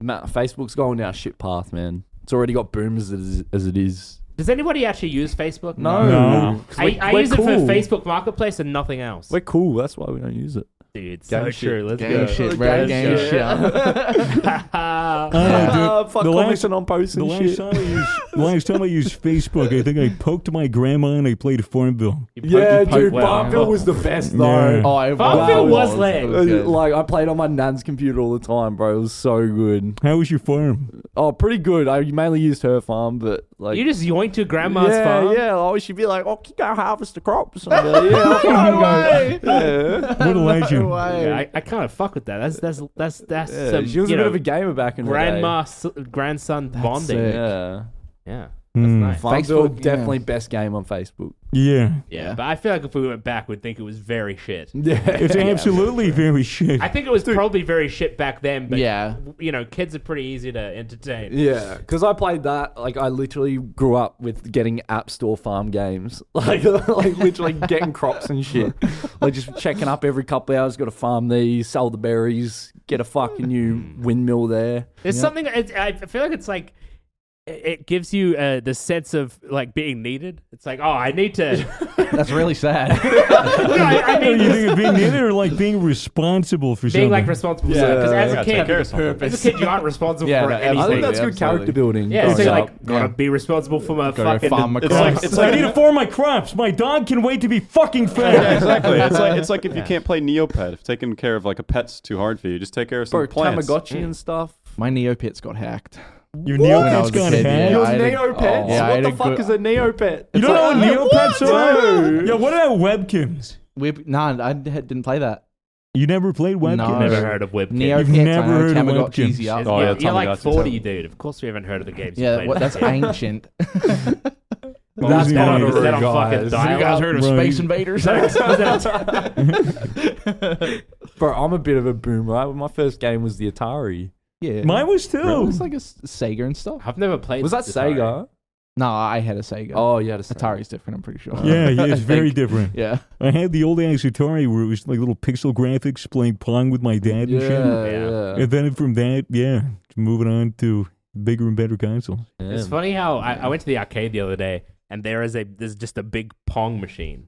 S2: Matt, Facebook's going down a shit path, man. It's already got boom as it is. As it is.
S4: Does anybody actually use Facebook?
S1: No.
S2: 'Cause
S4: I,
S2: we're-
S4: I
S2: we're
S4: use it
S2: cool.
S4: for Facebook Marketplace and nothing else.
S2: We're cool. That's why we don't use it.
S4: Dude,
S2: Gang
S4: so
S2: shit.
S4: true. Let's
S6: Game
S4: go.
S6: shit, bro. Game shit.
S1: I don't know, dude.
S2: Ah, fuck
S1: the
S2: comments
S1: last,
S2: and on posts
S1: the
S2: and
S1: last
S2: shit.
S1: time I used, the last time I used Facebook, I think I poked my grandma and I played Farmville.
S2: Yeah, dude,
S4: Wow.
S2: Barkville was the best
S1: Yeah.
S2: though.
S6: Oh, I
S4: Farmville
S2: was
S4: lit.
S6: It
S2: Uh,
S6: good.
S2: Like I played on my nan's computer all the time, bro. It was so good.
S1: How was your farm?
S2: Oh, pretty good. I mainly used her farm, but like
S4: You just yoinked to grandma's
S2: yeah,
S4: farm.
S2: Yeah, oh, she'd be like, "Oh, you gotta harvest the crops." And I'm like, yeah, I fucking go. Yeah.
S1: What a legend!
S4: Yeah, I, I kind of fuck with that. That's that's that's that's
S2: Yeah,
S4: some,
S2: she was a
S4: you
S2: bit
S4: know,
S2: of a gamer back in
S4: grandma s- grandson bonding.
S2: the day. Yeah,
S4: Yeah, that's
S1: Hmm.
S4: nice.
S2: Farmville
S6: Facebook, yeah.
S2: definitely best game on Facebook.
S1: Yeah,
S4: Yeah, but I feel like if we went back, we'd think it was very shit.
S2: Yeah,
S1: it's absolutely very shit.
S4: I think it was probably very shit back then. But
S6: Yeah.
S4: you know, kids are pretty easy to entertain.
S2: Yeah, because I played that. Like, I literally grew up with getting App Store farm games. Like, like literally getting crops and shit. Like, just checking up every couple hours. Got to farm these, sell the berries, get a fucking new
S4: Hmm.
S2: windmill there.
S4: There's something. It, I feel like it's like it- it gives you uh, the sense of like being needed. It's like, oh, I need to.
S6: That's really sad.
S4: No, I, I
S1: you
S4: need this-
S1: think of being in it or like being responsible for
S4: being
S1: something?
S4: like responsible. Because as
S5: Yeah,
S4: a
S5: take
S4: kid,
S5: care of something.
S4: as a kid, you aren't responsible
S6: Yeah,
S4: for
S6: that- I
S4: anything.
S2: I think that's
S6: Absolutely.
S2: good character building.
S4: Yeah, so
S2: growing
S4: you're
S2: up.
S4: like gotta
S6: Yeah.
S4: be responsible for my
S6: Go to
S4: fucking.
S6: farm
S5: it's like-
S6: across.
S5: it's
S1: I need to farm my crops. My dog can wait to be fucking
S5: yeah,
S1: fed.
S5: exactly. It's like it's like if you can't play Neopet, if taking care of like a pet's too hard for you, just take care of some
S2: Bro,
S5: plants.
S2: Tamagotchi
S4: Hmm.
S2: and stuff.
S6: My Neopets got hacked.
S1: Your
S6: When I was
S1: Neopet's
S6: a
S1: got
S6: kid, yeah.
S1: hacked.
S2: Yours
S6: Yours I had a-
S2: Neopets?
S6: oh. Yeah, I
S2: what
S6: had
S2: the
S6: a
S2: fuck
S6: good-
S2: is a Neopet?
S1: You don't know what Neopets are?
S2: Dude.
S1: Yeah, what about webkins?
S6: We nah, I d- didn't play that.
S1: You never played webkins?
S6: No.
S4: Never heard of Webkit.
S6: Neopets.
S1: You've never
S6: I know
S1: heard of
S6: Tamagotchis.
S1: Webkins.
S6: Yeah,
S5: Oh,
S4: you're,
S5: yeah,
S4: you're
S5: Tommy
S4: like
S5: Gotcha.
S4: 40, dude. Of course we haven't heard of the games.
S6: yeah
S4: you
S6: what, that's ancient.
S4: that's
S1: Those
S4: not
S1: guys.
S4: on, that on fucking
S2: Guys.
S4: dial-up?
S1: of Right. Space
S6: Invaders?
S4: Was that-
S2: Bro, I'm a bit of a boomer. My first game was the Atari.
S6: yeah.
S1: Mine was too.
S6: It was like a S- Sega and stuff.
S4: I've never played.
S2: Was that
S4: this Atari.
S2: Sega?
S6: No, I had a Sega.
S2: Oh, yeah, the
S6: Atari's different. I'm pretty sure.
S1: yeah, yeah, it's
S6: I
S1: very
S6: think-
S1: different.
S6: Yeah.
S1: I had the old ass Atari where it was like little pixel graphics playing Pong with my dad and shit.
S2: yeah.
S1: And then from that, yeah, moving on to bigger and better consoles.
S4: It's funny how I, I went to the arcade the other day and there is a there's just a big pong machine.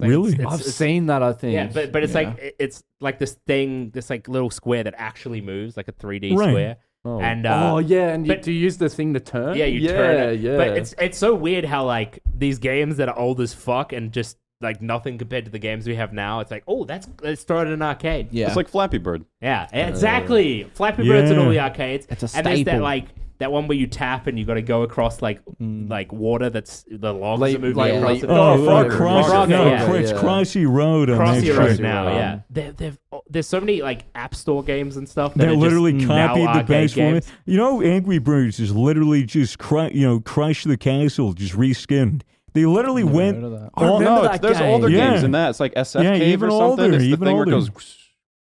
S1: Really?
S4: it's-
S2: I've seen that. I think.
S4: Yeah, but but it's like it- it's like this thing, this like little square that actually moves, like a 3D
S1: Right.
S4: square.
S2: oh.
S4: And uh,
S2: oh yeah, and you,
S4: but-
S2: do you use the thing to turn?
S4: Yeah, you
S2: yeah,
S4: turn it.
S2: Yeah,
S4: But it's it's so weird how like these games that are old as fuck and just like nothing compared to the games we have now. It's like, oh, that's let's throw it in an arcade.
S6: Yeah. Uh,
S5: It's like Flappy Bird.
S4: Yeah, exactly. Flappy Birds and all
S1: Yeah.
S4: the arcades.
S6: It's a
S4: And there's that
S6: staple.
S4: like that one where you tap and you got to go across like
S6: Mm.
S4: like water that's the logs
S2: Like-
S4: are moving
S2: like-
S4: across.
S2: like-
S4: it.
S1: Oh,
S2: Oh,
S1: fuck,
S2: Frogger.
S1: Cross,
S4: Frogger,
S1: no,
S4: yeah.
S1: Cro- it's
S2: Yeah.
S1: Crossy Road on
S4: Crossy
S1: that
S4: Road
S1: shit.
S4: now,
S2: Um,
S4: yeah. There, there've, oh, there's so many like app store games and stuff
S1: They
S4: that are
S1: literally
S4: just Mm,
S1: copied
S4: now
S1: the
S4: arcade
S1: best one.
S4: games.
S1: You know, Angry Birds is literally just cru- you know crush the castle, just reskinned. They literally went.
S6: heard of that.
S1: all-
S5: no,
S2: remember
S5: it's,
S2: that
S5: there's
S2: game.
S5: older
S1: Yeah.
S5: games than that. It's like SF
S1: Yeah,
S5: Cave
S1: even
S5: or something.
S1: older,
S5: it's the
S1: even
S5: thing where
S1: older.
S5: it goes.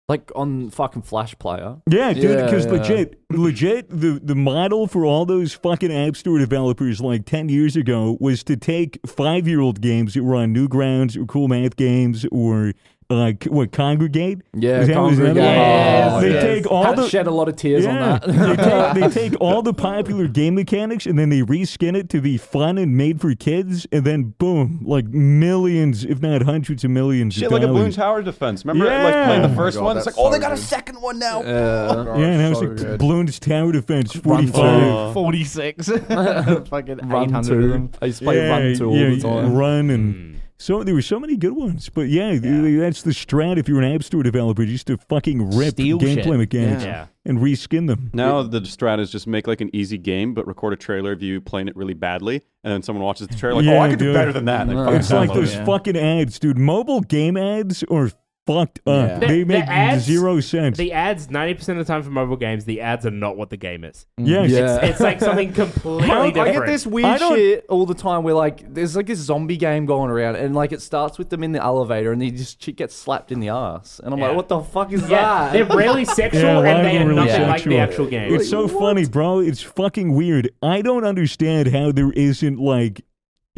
S2: like on fucking Flash Player.
S1: Yeah, dude, because
S2: Yeah, yeah.
S1: legit, legit, the, the model for all those fucking App Store developers like 10 years ago was to take five year old games that were on Newgrounds or Cool Math Games or uh, c- what, Congregate?
S2: Yeah,
S1: Is that what it was
S2: Congregate.
S1: named?
S2: Yes,
S1: they
S2: yes.
S1: take all
S2: Had
S1: the.
S2: shed a lot of tears
S1: yeah,
S2: on that.
S1: they, take, they take all the popular game mechanics and then they reskin it to be fun and made for kids, and then boom, like millions, if not hundreds of millions
S5: Shit,
S1: of
S5: like a Balloon
S1: dollars.
S5: Tower Defense. Remember, like
S1: Yeah.
S5: playing
S1: Oh
S5: the
S1: my
S5: first
S6: God,
S5: one. It's like,
S6: that's
S5: oh,
S6: so
S5: they got a
S6: good.
S5: second one now.
S2: Uh,
S1: yeah, and I was
S6: so
S1: like,
S6: good.
S1: Balloon's Tower Defense,
S2: Run
S1: 45.
S6: 46. Fucking 800
S2: Run
S6: of
S2: two.
S6: them.
S2: I used to play Run two all the time.
S1: Run and so there were so many good ones, but yeah, th- th- that's the strat. If you're an app store developer, just to fucking rip
S6: Steal
S1: gameplay
S6: shit.
S1: mechanics
S4: Yeah.
S1: and reskin them.
S5: Now the strat is just make like an easy game, but record a trailer of you playing it really badly, and then someone watches the trailer like,
S1: Yeah,
S5: oh, I can do
S1: dude.
S5: better than that. and they fucking
S1: It's like
S5: download
S1: those
S5: it.
S1: fucking ads, dude. Mobile game ads are fucked up.
S6: Yeah.
S1: They
S4: The- the
S1: make
S4: ads-
S1: zero sense.
S4: The ads, ninety percent of the time for mobile games, the ads are not what the game is.
S1: yes,
S2: Yeah.
S4: It's like something completely
S2: I,
S4: different.
S2: I get this
S1: I
S2: weird
S1: don't-
S2: shit all the time where like there's like this zombie game going around and like it starts with them in the elevator and they just chick gets slapped in the ass and I'm
S4: Yeah.
S2: like what the fuck is
S4: Yeah,
S2: that?
S4: they're rarely sexual
S1: Yeah, why
S4: and
S1: are
S4: they
S1: they
S4: are
S1: really
S4: nothing like
S1: sexual?
S4: the actual game.
S1: It's so funny, bro. It's fucking weird. I don't understand how there isn't like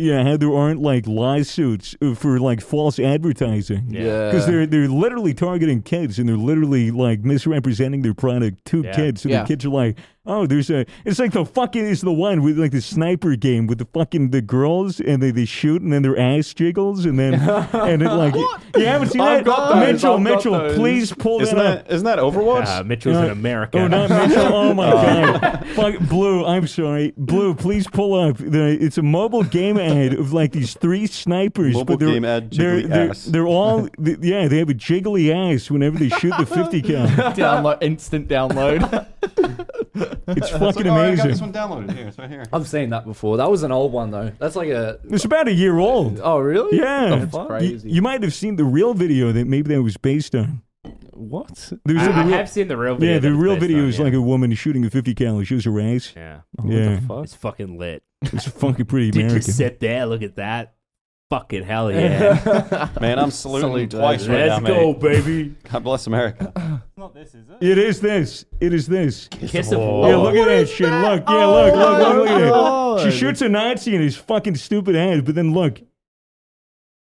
S1: yeah, how there aren't like lawsuits uh, for like false advertising.
S2: Yeah.
S1: Because they're they're literally targeting kids and they're literally like misrepresenting their product to
S4: Yeah.
S1: kids. So
S6: Yeah.
S1: the kids are like, oh, there's a. It's like the fucking is the one with like the sniper game with the fucking the girls and they, they shoot and then their ass jiggles and then and it like you haven't seen
S2: I've
S1: that
S2: got those,
S1: Mitchell
S2: I've got
S1: Mitchell
S2: those.
S1: please pull
S5: Isn't
S1: that up.
S5: that isn't that Overwatch?
S4: Uh, Mitchell's
S1: Uh,
S4: in America.
S1: Oh, not Mitchell. Oh my
S5: Uh,
S1: god. Fuck Blue, I'm sorry. Blue, please pull up. The, it's a mobile game ad of like these three snipers.
S5: Mobile
S1: but they're,
S5: game ad,
S1: they're,
S5: jiggly
S1: they're,
S5: ass.
S1: they're all th- yeah, they have a jiggly ass whenever they shoot the 50 count.
S6: download, instant download.
S1: It's
S5: It's
S1: fucking
S5: like, oh, I got
S1: amazing.
S5: this one downloaded. Here, it's right here.
S2: I've seen that before. That was an old one though. That's like a.
S1: It's about a year old.
S2: Oh really?
S1: Yeah.
S2: The
S1: That's
S2: fuck?
S6: crazy.
S1: You, you might have seen the real video that maybe that was based on.
S2: What?
S1: There's
S4: I,
S1: a
S4: I
S1: real-
S4: have seen the real video.
S1: yeah, the
S4: that it's
S1: real
S4: based
S1: video
S4: on,
S1: is
S4: yeah.
S1: like a woman shooting a 50 cal and she was her ass.
S4: Yeah.
S1: yeah,
S2: What
S4: It's fucking lit.
S1: it's fucking pretty
S4: Did you
S1: American.
S4: sit there? Look at that. Fucking hell yeah.
S5: Man, I'm
S6: Salute,
S5: saluting twice right
S4: Let's
S5: now,
S4: go,
S5: mate.
S4: baby.
S5: God bless America.
S1: It is this. It is this.
S4: Kiss of
S1: Yeah,
S4: war.
S1: look at that shit. Look, yeah, look,
S5: Oh
S1: look, look, look at it. She shoots a Nazi in his fucking stupid ass, but then look.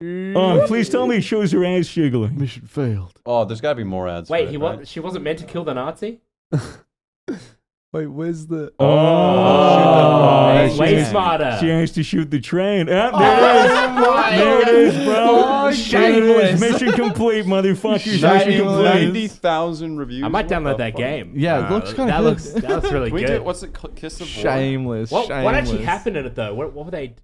S1: Oh, please tell me it shows her ass jiggling.
S6: Mission failed.
S5: Oh, there's got to be more ads. for
S4: Wait,
S5: it,
S4: he
S5: right?
S4: was, she wasn't meant to kill the Nazi?
S2: Wait, where's the?
S1: Oh,
S4: Hey,
S1: she,
S4: way
S1: has,
S4: smarter.
S1: she has to shoot the train. Ah, there it is. There it is, bro. There it is.
S6: shameless.
S1: Mission complete, motherfuckers.
S5: Ninety-
S1: Mission complete.
S5: 90,000 reviews.
S4: I might
S5: What the
S4: download that
S5: fuck?
S4: game. Uh,
S6: Yeah, it looks kinda
S4: that
S6: good.
S4: Looks, that looks really
S5: Can we
S4: good.
S5: do what's it called? Kiss of War?
S6: Shameless.
S4: what,
S6: shameless.
S4: what actually happened in it, though? What, what were they...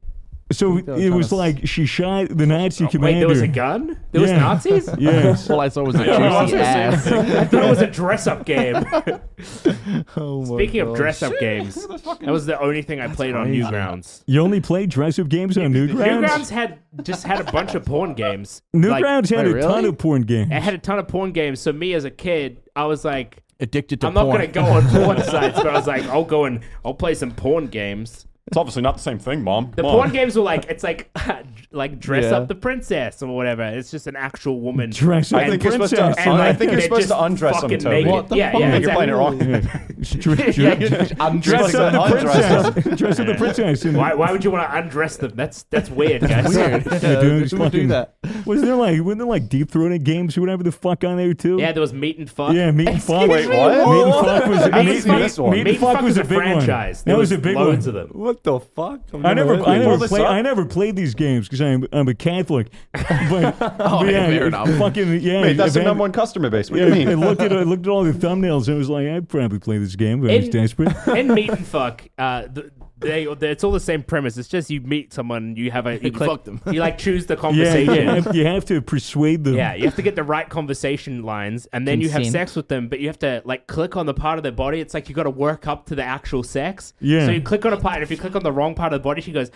S1: So
S6: they were
S1: it
S6: trying
S1: was
S6: to s-
S1: like she shot the Nazi commander.
S4: Oh, Wait, there was a gun? There was
S1: Yeah.
S4: Nazis?
S1: Yes.
S6: All I saw was a
S5: I
S6: juicy
S5: was gonna
S6: ass.
S5: say-
S4: I thought it was a dress-up game.
S6: Oh my
S4: Speaking of
S6: God.
S4: dress-up games, that was the only thing I played on
S6: crazy.
S4: Newgrounds.
S1: You only played dress-up games on
S4: Newgrounds had just had a bunch of porn games. Like,
S1: Newgrounds had
S6: Wait,
S1: a ton
S6: really?
S1: of porn games.
S4: it had a ton of porn games. So me as a kid, I was like,
S6: addicted to
S4: I'm
S6: porn.
S4: not gonna go on porn sites, but I was like, I'll go and I'll play some porn games.
S5: It's obviously not the same thing, Mom.
S4: The
S5: Come
S4: porn
S5: on.
S4: games were like, it's like, like dress
S6: Yeah.
S4: up the princess or whatever. It's just an actual woman.
S1: Dress up
S5: I
S1: the
S5: think you're supposed to-
S1: princess.
S5: I
S4: And like,
S5: think you're
S4: they're
S5: supposed
S4: just
S5: to undress them,
S4: fucking
S5: Toby.
S4: naked.
S5: What
S6: the
S4: yeah,
S6: fuck?
S4: yeah,
S5: You're
S4: exactly.
S5: playing it wrong.
S6: I'm
S1: Dress
S5: Dress
S1: up the
S5: up, undress
S1: princess. Dress up the princess. And
S4: Why, why would you want to undress them? That's that's weird, guys.
S6: Weird. Yeah,
S1: Yeah, dude, it's
S6: people
S1: fucking-
S6: do that.
S1: Was there like, weren't there like deep throating games or whatever the fuck on there too?
S4: Yeah, there was meat and fuck.
S1: Yeah, Meat and Fuck.
S5: Wait, what?
S1: Meat and Fuck was,
S5: haven't
S1: meat,
S5: seen
S1: meat,
S5: this one.
S1: Meat and Fuck was a big
S4: franchise.
S1: one.
S4: There
S1: That
S4: was,
S1: was a big
S4: loads
S1: one.
S4: of them.
S2: What the fuck?
S1: I never, I
S5: Pull
S1: never
S5: this
S1: played,
S5: up.
S1: I never played these games because I'm, I'm a Catholic. But, but yeah,
S6: fair
S1: it-
S6: enough.
S1: fucking yeah.
S5: Mate, that's the
S1: evan-
S5: number one customer base. What
S1: Yeah,
S5: do you
S1: I
S5: mean?
S1: looked at, I looked at all the thumbnails and was like, I'd probably play this game, but I was
S4: In-
S1: desperate.
S4: In meat and fuck, uh, th- they, they it's all the same premise. It's just you meet someone, you have a you click,
S6: fuck them.
S4: you like choose the
S1: Yeah,
S4: conversation.
S1: yeah, you have- you have to persuade them.
S4: Yeah, you have to get the right conversation lines, and then you have
S6: Consent.
S4: sex with them. But you have to like click on the part of their body. It's like you got to work up to the actual sex.
S1: Yeah.
S4: So you click on a part, and if you click on the wrong part of the body, she goes,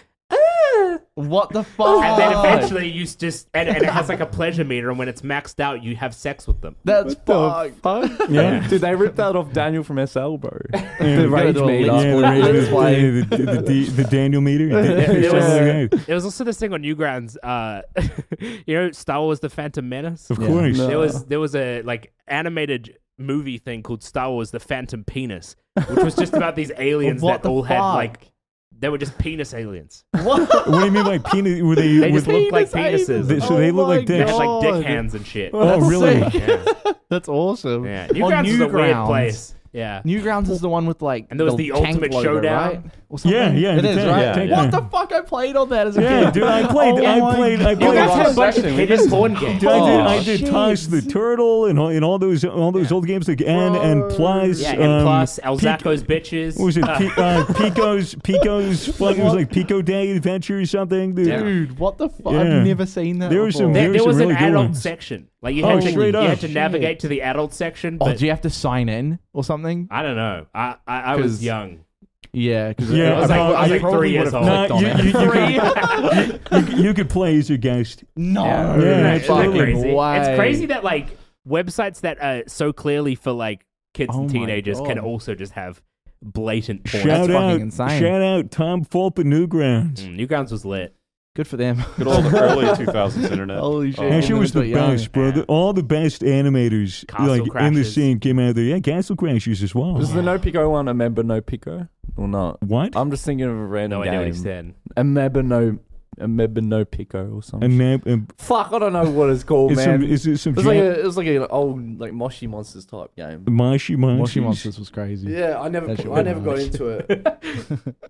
S6: What the fuck?
S4: and then eventually you s- just and, and it has like a pleasure meter, and when it's maxed out, you have sex with them.
S6: That's fucked.
S1: Yeah.
S2: Dude, they ripped that off Daniel from SL, bro.
S1: we
S2: the
S1: gotta
S2: rage
S6: do a
S2: made
S6: link
S2: up.
S1: Yeah, the,
S6: Let's
S1: radio-
S6: play.
S1: yeah, the, the, the, the Daniel meter.
S4: it was-
S1: Something like that.
S4: There was also this thing on Newgrounds. Uh, you know, Star Wars: The Phantom Menace.
S1: Of course.
S2: No.
S4: There was there was a like animated movie thing called Star Wars: The Phantom Penis, which was just about these aliens
S6: What
S4: that
S6: the
S4: all had
S6: fuck?
S4: like they were just penis aliens.
S1: What do you mean by penis? Were they,
S4: They
S1: were
S4: just looked like penises.
S1: they- so they
S6: Oh
S1: look
S6: my
S1: like
S4: They
S1: dicks.
S4: had like dick
S6: God.
S4: hands and shit.
S1: Oh,
S6: That's
S1: really?
S6: sick.
S4: Yeah,
S6: That's awesome.
S4: yeah.
S6: On
S4: Newgrounds is a weird
S6: Newgrounds.
S4: place. Yeah.
S6: Newgrounds is the one with like
S4: And there was the
S6: tank
S4: Ultimate
S6: logo,
S4: Showdown.
S6: right? Or something?
S1: Yeah, yeah,
S6: it
S1: the
S6: is
S1: tank-
S6: right.
S5: yeah,
S1: tank
S6: What
S1: man.
S6: the fuck? I played on that as a
S1: Yeah,
S6: kid.
S1: dude, I played,
S6: Oh
S1: I
S6: my
S1: played, I played.
S4: You guys had a
S5: Last
S4: bunch of
S5: section, we
S4: hidden
S5: just-
S4: porn games.
S1: Dude, I did,
S5: Oh,
S1: I did Toss the Turtle and all, and all those all those old games like N and Plus.
S4: Yeah,
S1: um,
S4: and plus El
S1: Pic-
S4: Zacco's bitches.
S1: What was it?
S4: Uh,
S1: Pi- uh, Pico's Pico's. Fuck, it was like Pico Day Adventure or something. Dude.
S6: Dude, what the fuck?
S1: Yeah.
S6: I've never seen that.
S1: There
S6: There
S1: were some
S4: there,
S1: Here's
S4: there was
S1: some
S4: an
S1: really good
S4: adult
S1: ones.
S4: section. Like you
S1: Oh,
S4: had to,
S1: straight
S4: you
S1: up.
S4: had to navigate to the adult section.
S6: Oh,
S4: But
S6: do you have to sign in or something?
S4: I don't know. I I, I was
S6: 'Cause-
S4: young.
S6: Yeah, because
S1: Yeah,
S4: I was like,
S1: no,
S4: I was
S1: you
S4: like
S6: probably
S4: three
S6: would've
S4: years old.
S1: Nah,
S6: clicked on
S1: you,
S6: it.
S1: you, you,
S4: Three.
S1: could, you, you could play as your guest.
S6: no,
S1: Yeah,
S4: Right, isn't that
S1: absolutely.
S4: crazy?
S6: Way.
S4: It's crazy that like websites that are so clearly for like kids
S6: Oh
S4: and
S6: my
S4: teenagers can
S6: God.
S4: also just have blatant porn.
S1: Shout
S6: fucking
S1: out,
S6: insane.
S1: shout out, Tom Fulp and Newgrounds.
S4: Mm, Newgrounds was lit.
S6: Good for them.
S5: Good old early 2000s internet.
S6: Holy shit.
S5: Oh.
S1: That shit
S6: Even
S1: was
S6: though
S1: the
S6: it's got young.
S1: best, bro. The- all the best animators
S4: Castle
S1: like in the
S4: Crashers.
S1: scene came out of there. Yeah, Castle Crashers as well.
S2: Is the No Pico one a member No Pico or not?
S1: What?
S2: I'm just thinking of a random
S4: No
S2: game.
S4: idea what he said.
S2: A member No a Mebano Pico or
S1: A
S2: something.
S1: nab- a-
S2: Fuck, I don't know what it's called,
S1: is,
S2: man.
S1: some, is it some
S2: it was like
S1: jam-
S2: a, it was like an old like Moshi Monsters type game.
S1: Marshy
S6: Moshi
S1: Monsters?
S6: Monsters was crazy.
S2: Yeah, I never,
S6: That
S2: put-
S6: shit
S2: I
S6: went
S2: never got
S6: hard.
S2: into it,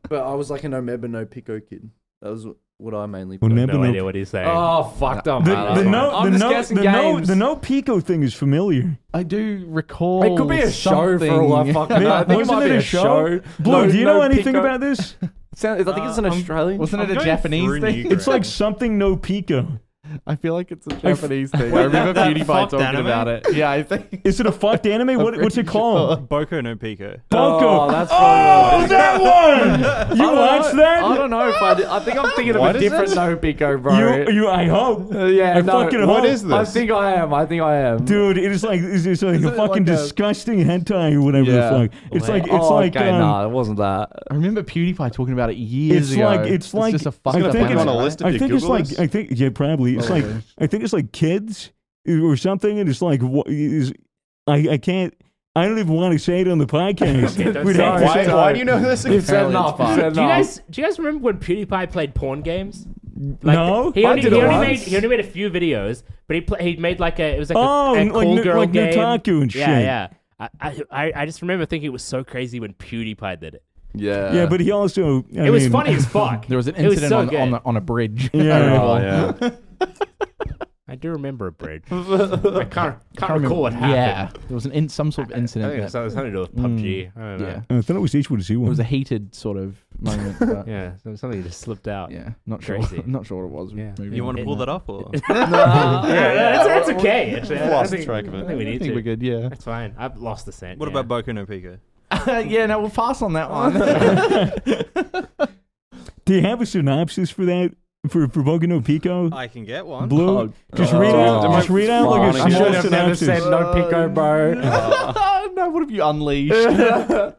S2: but I was like an Omeba no Pico kid. That was what I mainly.
S1: Well,
S2: played.
S1: Neb-
S4: No
S1: Nebano-
S4: idea what he's saying.
S2: Oh fuck, dumb.
S1: The,
S2: man.
S1: the
S2: I'm
S1: no, the
S2: just
S1: no,
S2: guessing
S1: the no,
S2: games.
S1: the no Pico thing is familiar.
S6: I do recall.
S2: It could be a show for all I
S6: something.
S2: fucking know. I think
S1: Wasn't
S2: it might
S1: it
S2: be
S1: a
S2: a
S1: show?
S2: show.
S1: Blue,
S2: No-
S1: do you
S2: no
S1: know anything
S2: Pico.
S1: about this?
S2: Sound- I think it's an
S6: Uh, I'm-
S2: Australian.
S6: Wasn't it
S3: I'm
S6: a
S3: going
S6: Japanese
S3: through
S6: thing?
S3: Negro.
S1: It's like something no Pico.
S6: I feel like it's a Japanese thing. I
S3: Wait,
S6: remember
S3: that- that
S6: PewDiePie
S3: fucked
S6: talking
S3: anime?
S6: about it. Yeah, I think.
S1: Is it a fucked anime? What, what's it
S6: pretty
S1: called?
S3: Boko no Pico.
S1: Bunko.
S2: Oh, that's
S1: Oh, that one! You
S2: I don't
S1: watched
S2: know. I
S1: that?
S2: don't know if I did. I think I'm thinking of
S3: What
S2: a
S3: is it?
S2: different No Pico, bro.
S1: You, you, I hope.
S2: Uh, yeah,
S1: I
S2: no.
S1: fucking
S3: What
S1: hope.
S3: is
S2: I
S3: this?
S2: think I am. I think I am.
S1: Dude, it is like it's, it's like a
S6: it
S1: fucking
S6: like a-
S1: disgusting hentai or whatever
S6: Yeah.
S1: the fuck. It's like it's
S2: oh,
S1: like
S2: okay,
S1: um,
S2: nah, it wasn't that.
S6: I remember PewDiePie talking about it years
S1: it's
S6: ago.
S1: like it's like
S6: just a
S1: I
S6: fucked
S1: think
S6: up
S1: it's-
S5: You
S6: anime.
S5: on a list if
S1: I
S5: you
S1: think it's
S5: Google
S1: like
S5: this?
S1: I think yeah probably it's like
S6: Probably.
S1: I think it's like kids or something and it's like wha- is I I can't I don't even want to say it on the podcast.
S4: Okay, don't
S1: We'd
S4: say
S1: have
S4: it.
S1: to
S5: Why,
S1: say-
S5: why do you know this?
S2: You've said enough.
S6: it's
S2: You've said
S4: Do you
S2: enough.
S4: guys do you guys remember when PewDiePie played porn games?
S1: no.
S4: He only,
S2: did
S4: he
S2: it
S4: only
S2: once.
S4: made he only made a few videos, but he play, he made like a it was like
S1: Oh,
S4: a, a
S1: like
S4: cool
S1: Nu-
S4: girl
S1: like
S4: game.
S1: Nutaku and
S4: yeah,
S1: shit.
S4: Yeah, I- I, I I just remember thinking it was so crazy when PewDiePie did it.
S2: Yeah.
S1: yeah, but he also I
S4: it was
S1: mean,
S4: funny as fuck.
S6: There was an
S4: It
S6: incident
S4: so
S6: on,
S4: good.
S6: on, the, on a bridge.
S1: Yeah.
S5: Oh, yeah.
S4: I do remember a bridge. I can't can't recall what happened.
S6: Yeah, there was an in, some sort of
S4: I
S6: incident.
S4: think it was
S6: that-
S4: something to do with
S1: Mm.
S4: PUBG. I don't know.
S6: yeah,
S1: I thought it was Eastwood
S6: it was
S1: Z1.
S6: a heated sort of moment. But yeah.
S4: Yeah, so- something just slipped out.
S6: not sure.
S4: Crazy.
S6: not sure what it was.
S4: Yeah.
S6: Moving
S3: You want
S6: on
S3: to
S6: from
S3: pull that up or?
S4: yeah, that's, that's okay. Actually,
S5: I've
S4: I
S5: lost
S4: think,
S5: track of it.
S4: I think we
S6: I
S4: need
S6: think
S4: to.
S6: we're good. Yeah.
S4: That's fine. I've lost the scent.
S3: What
S4: yeah.
S3: about Boko no Pico?
S6: yeah. No, we'll pass on that one.
S1: Do you have a synopsis for that for for Boku no Pico?
S3: I can get one.
S1: Blue,
S2: Oh,
S1: just
S2: oh,
S1: read out,
S2: dude.
S1: just read out like a small
S2: I should
S1: synopsis.
S2: have never said no Pico, bro.
S6: no, what have you unleashed?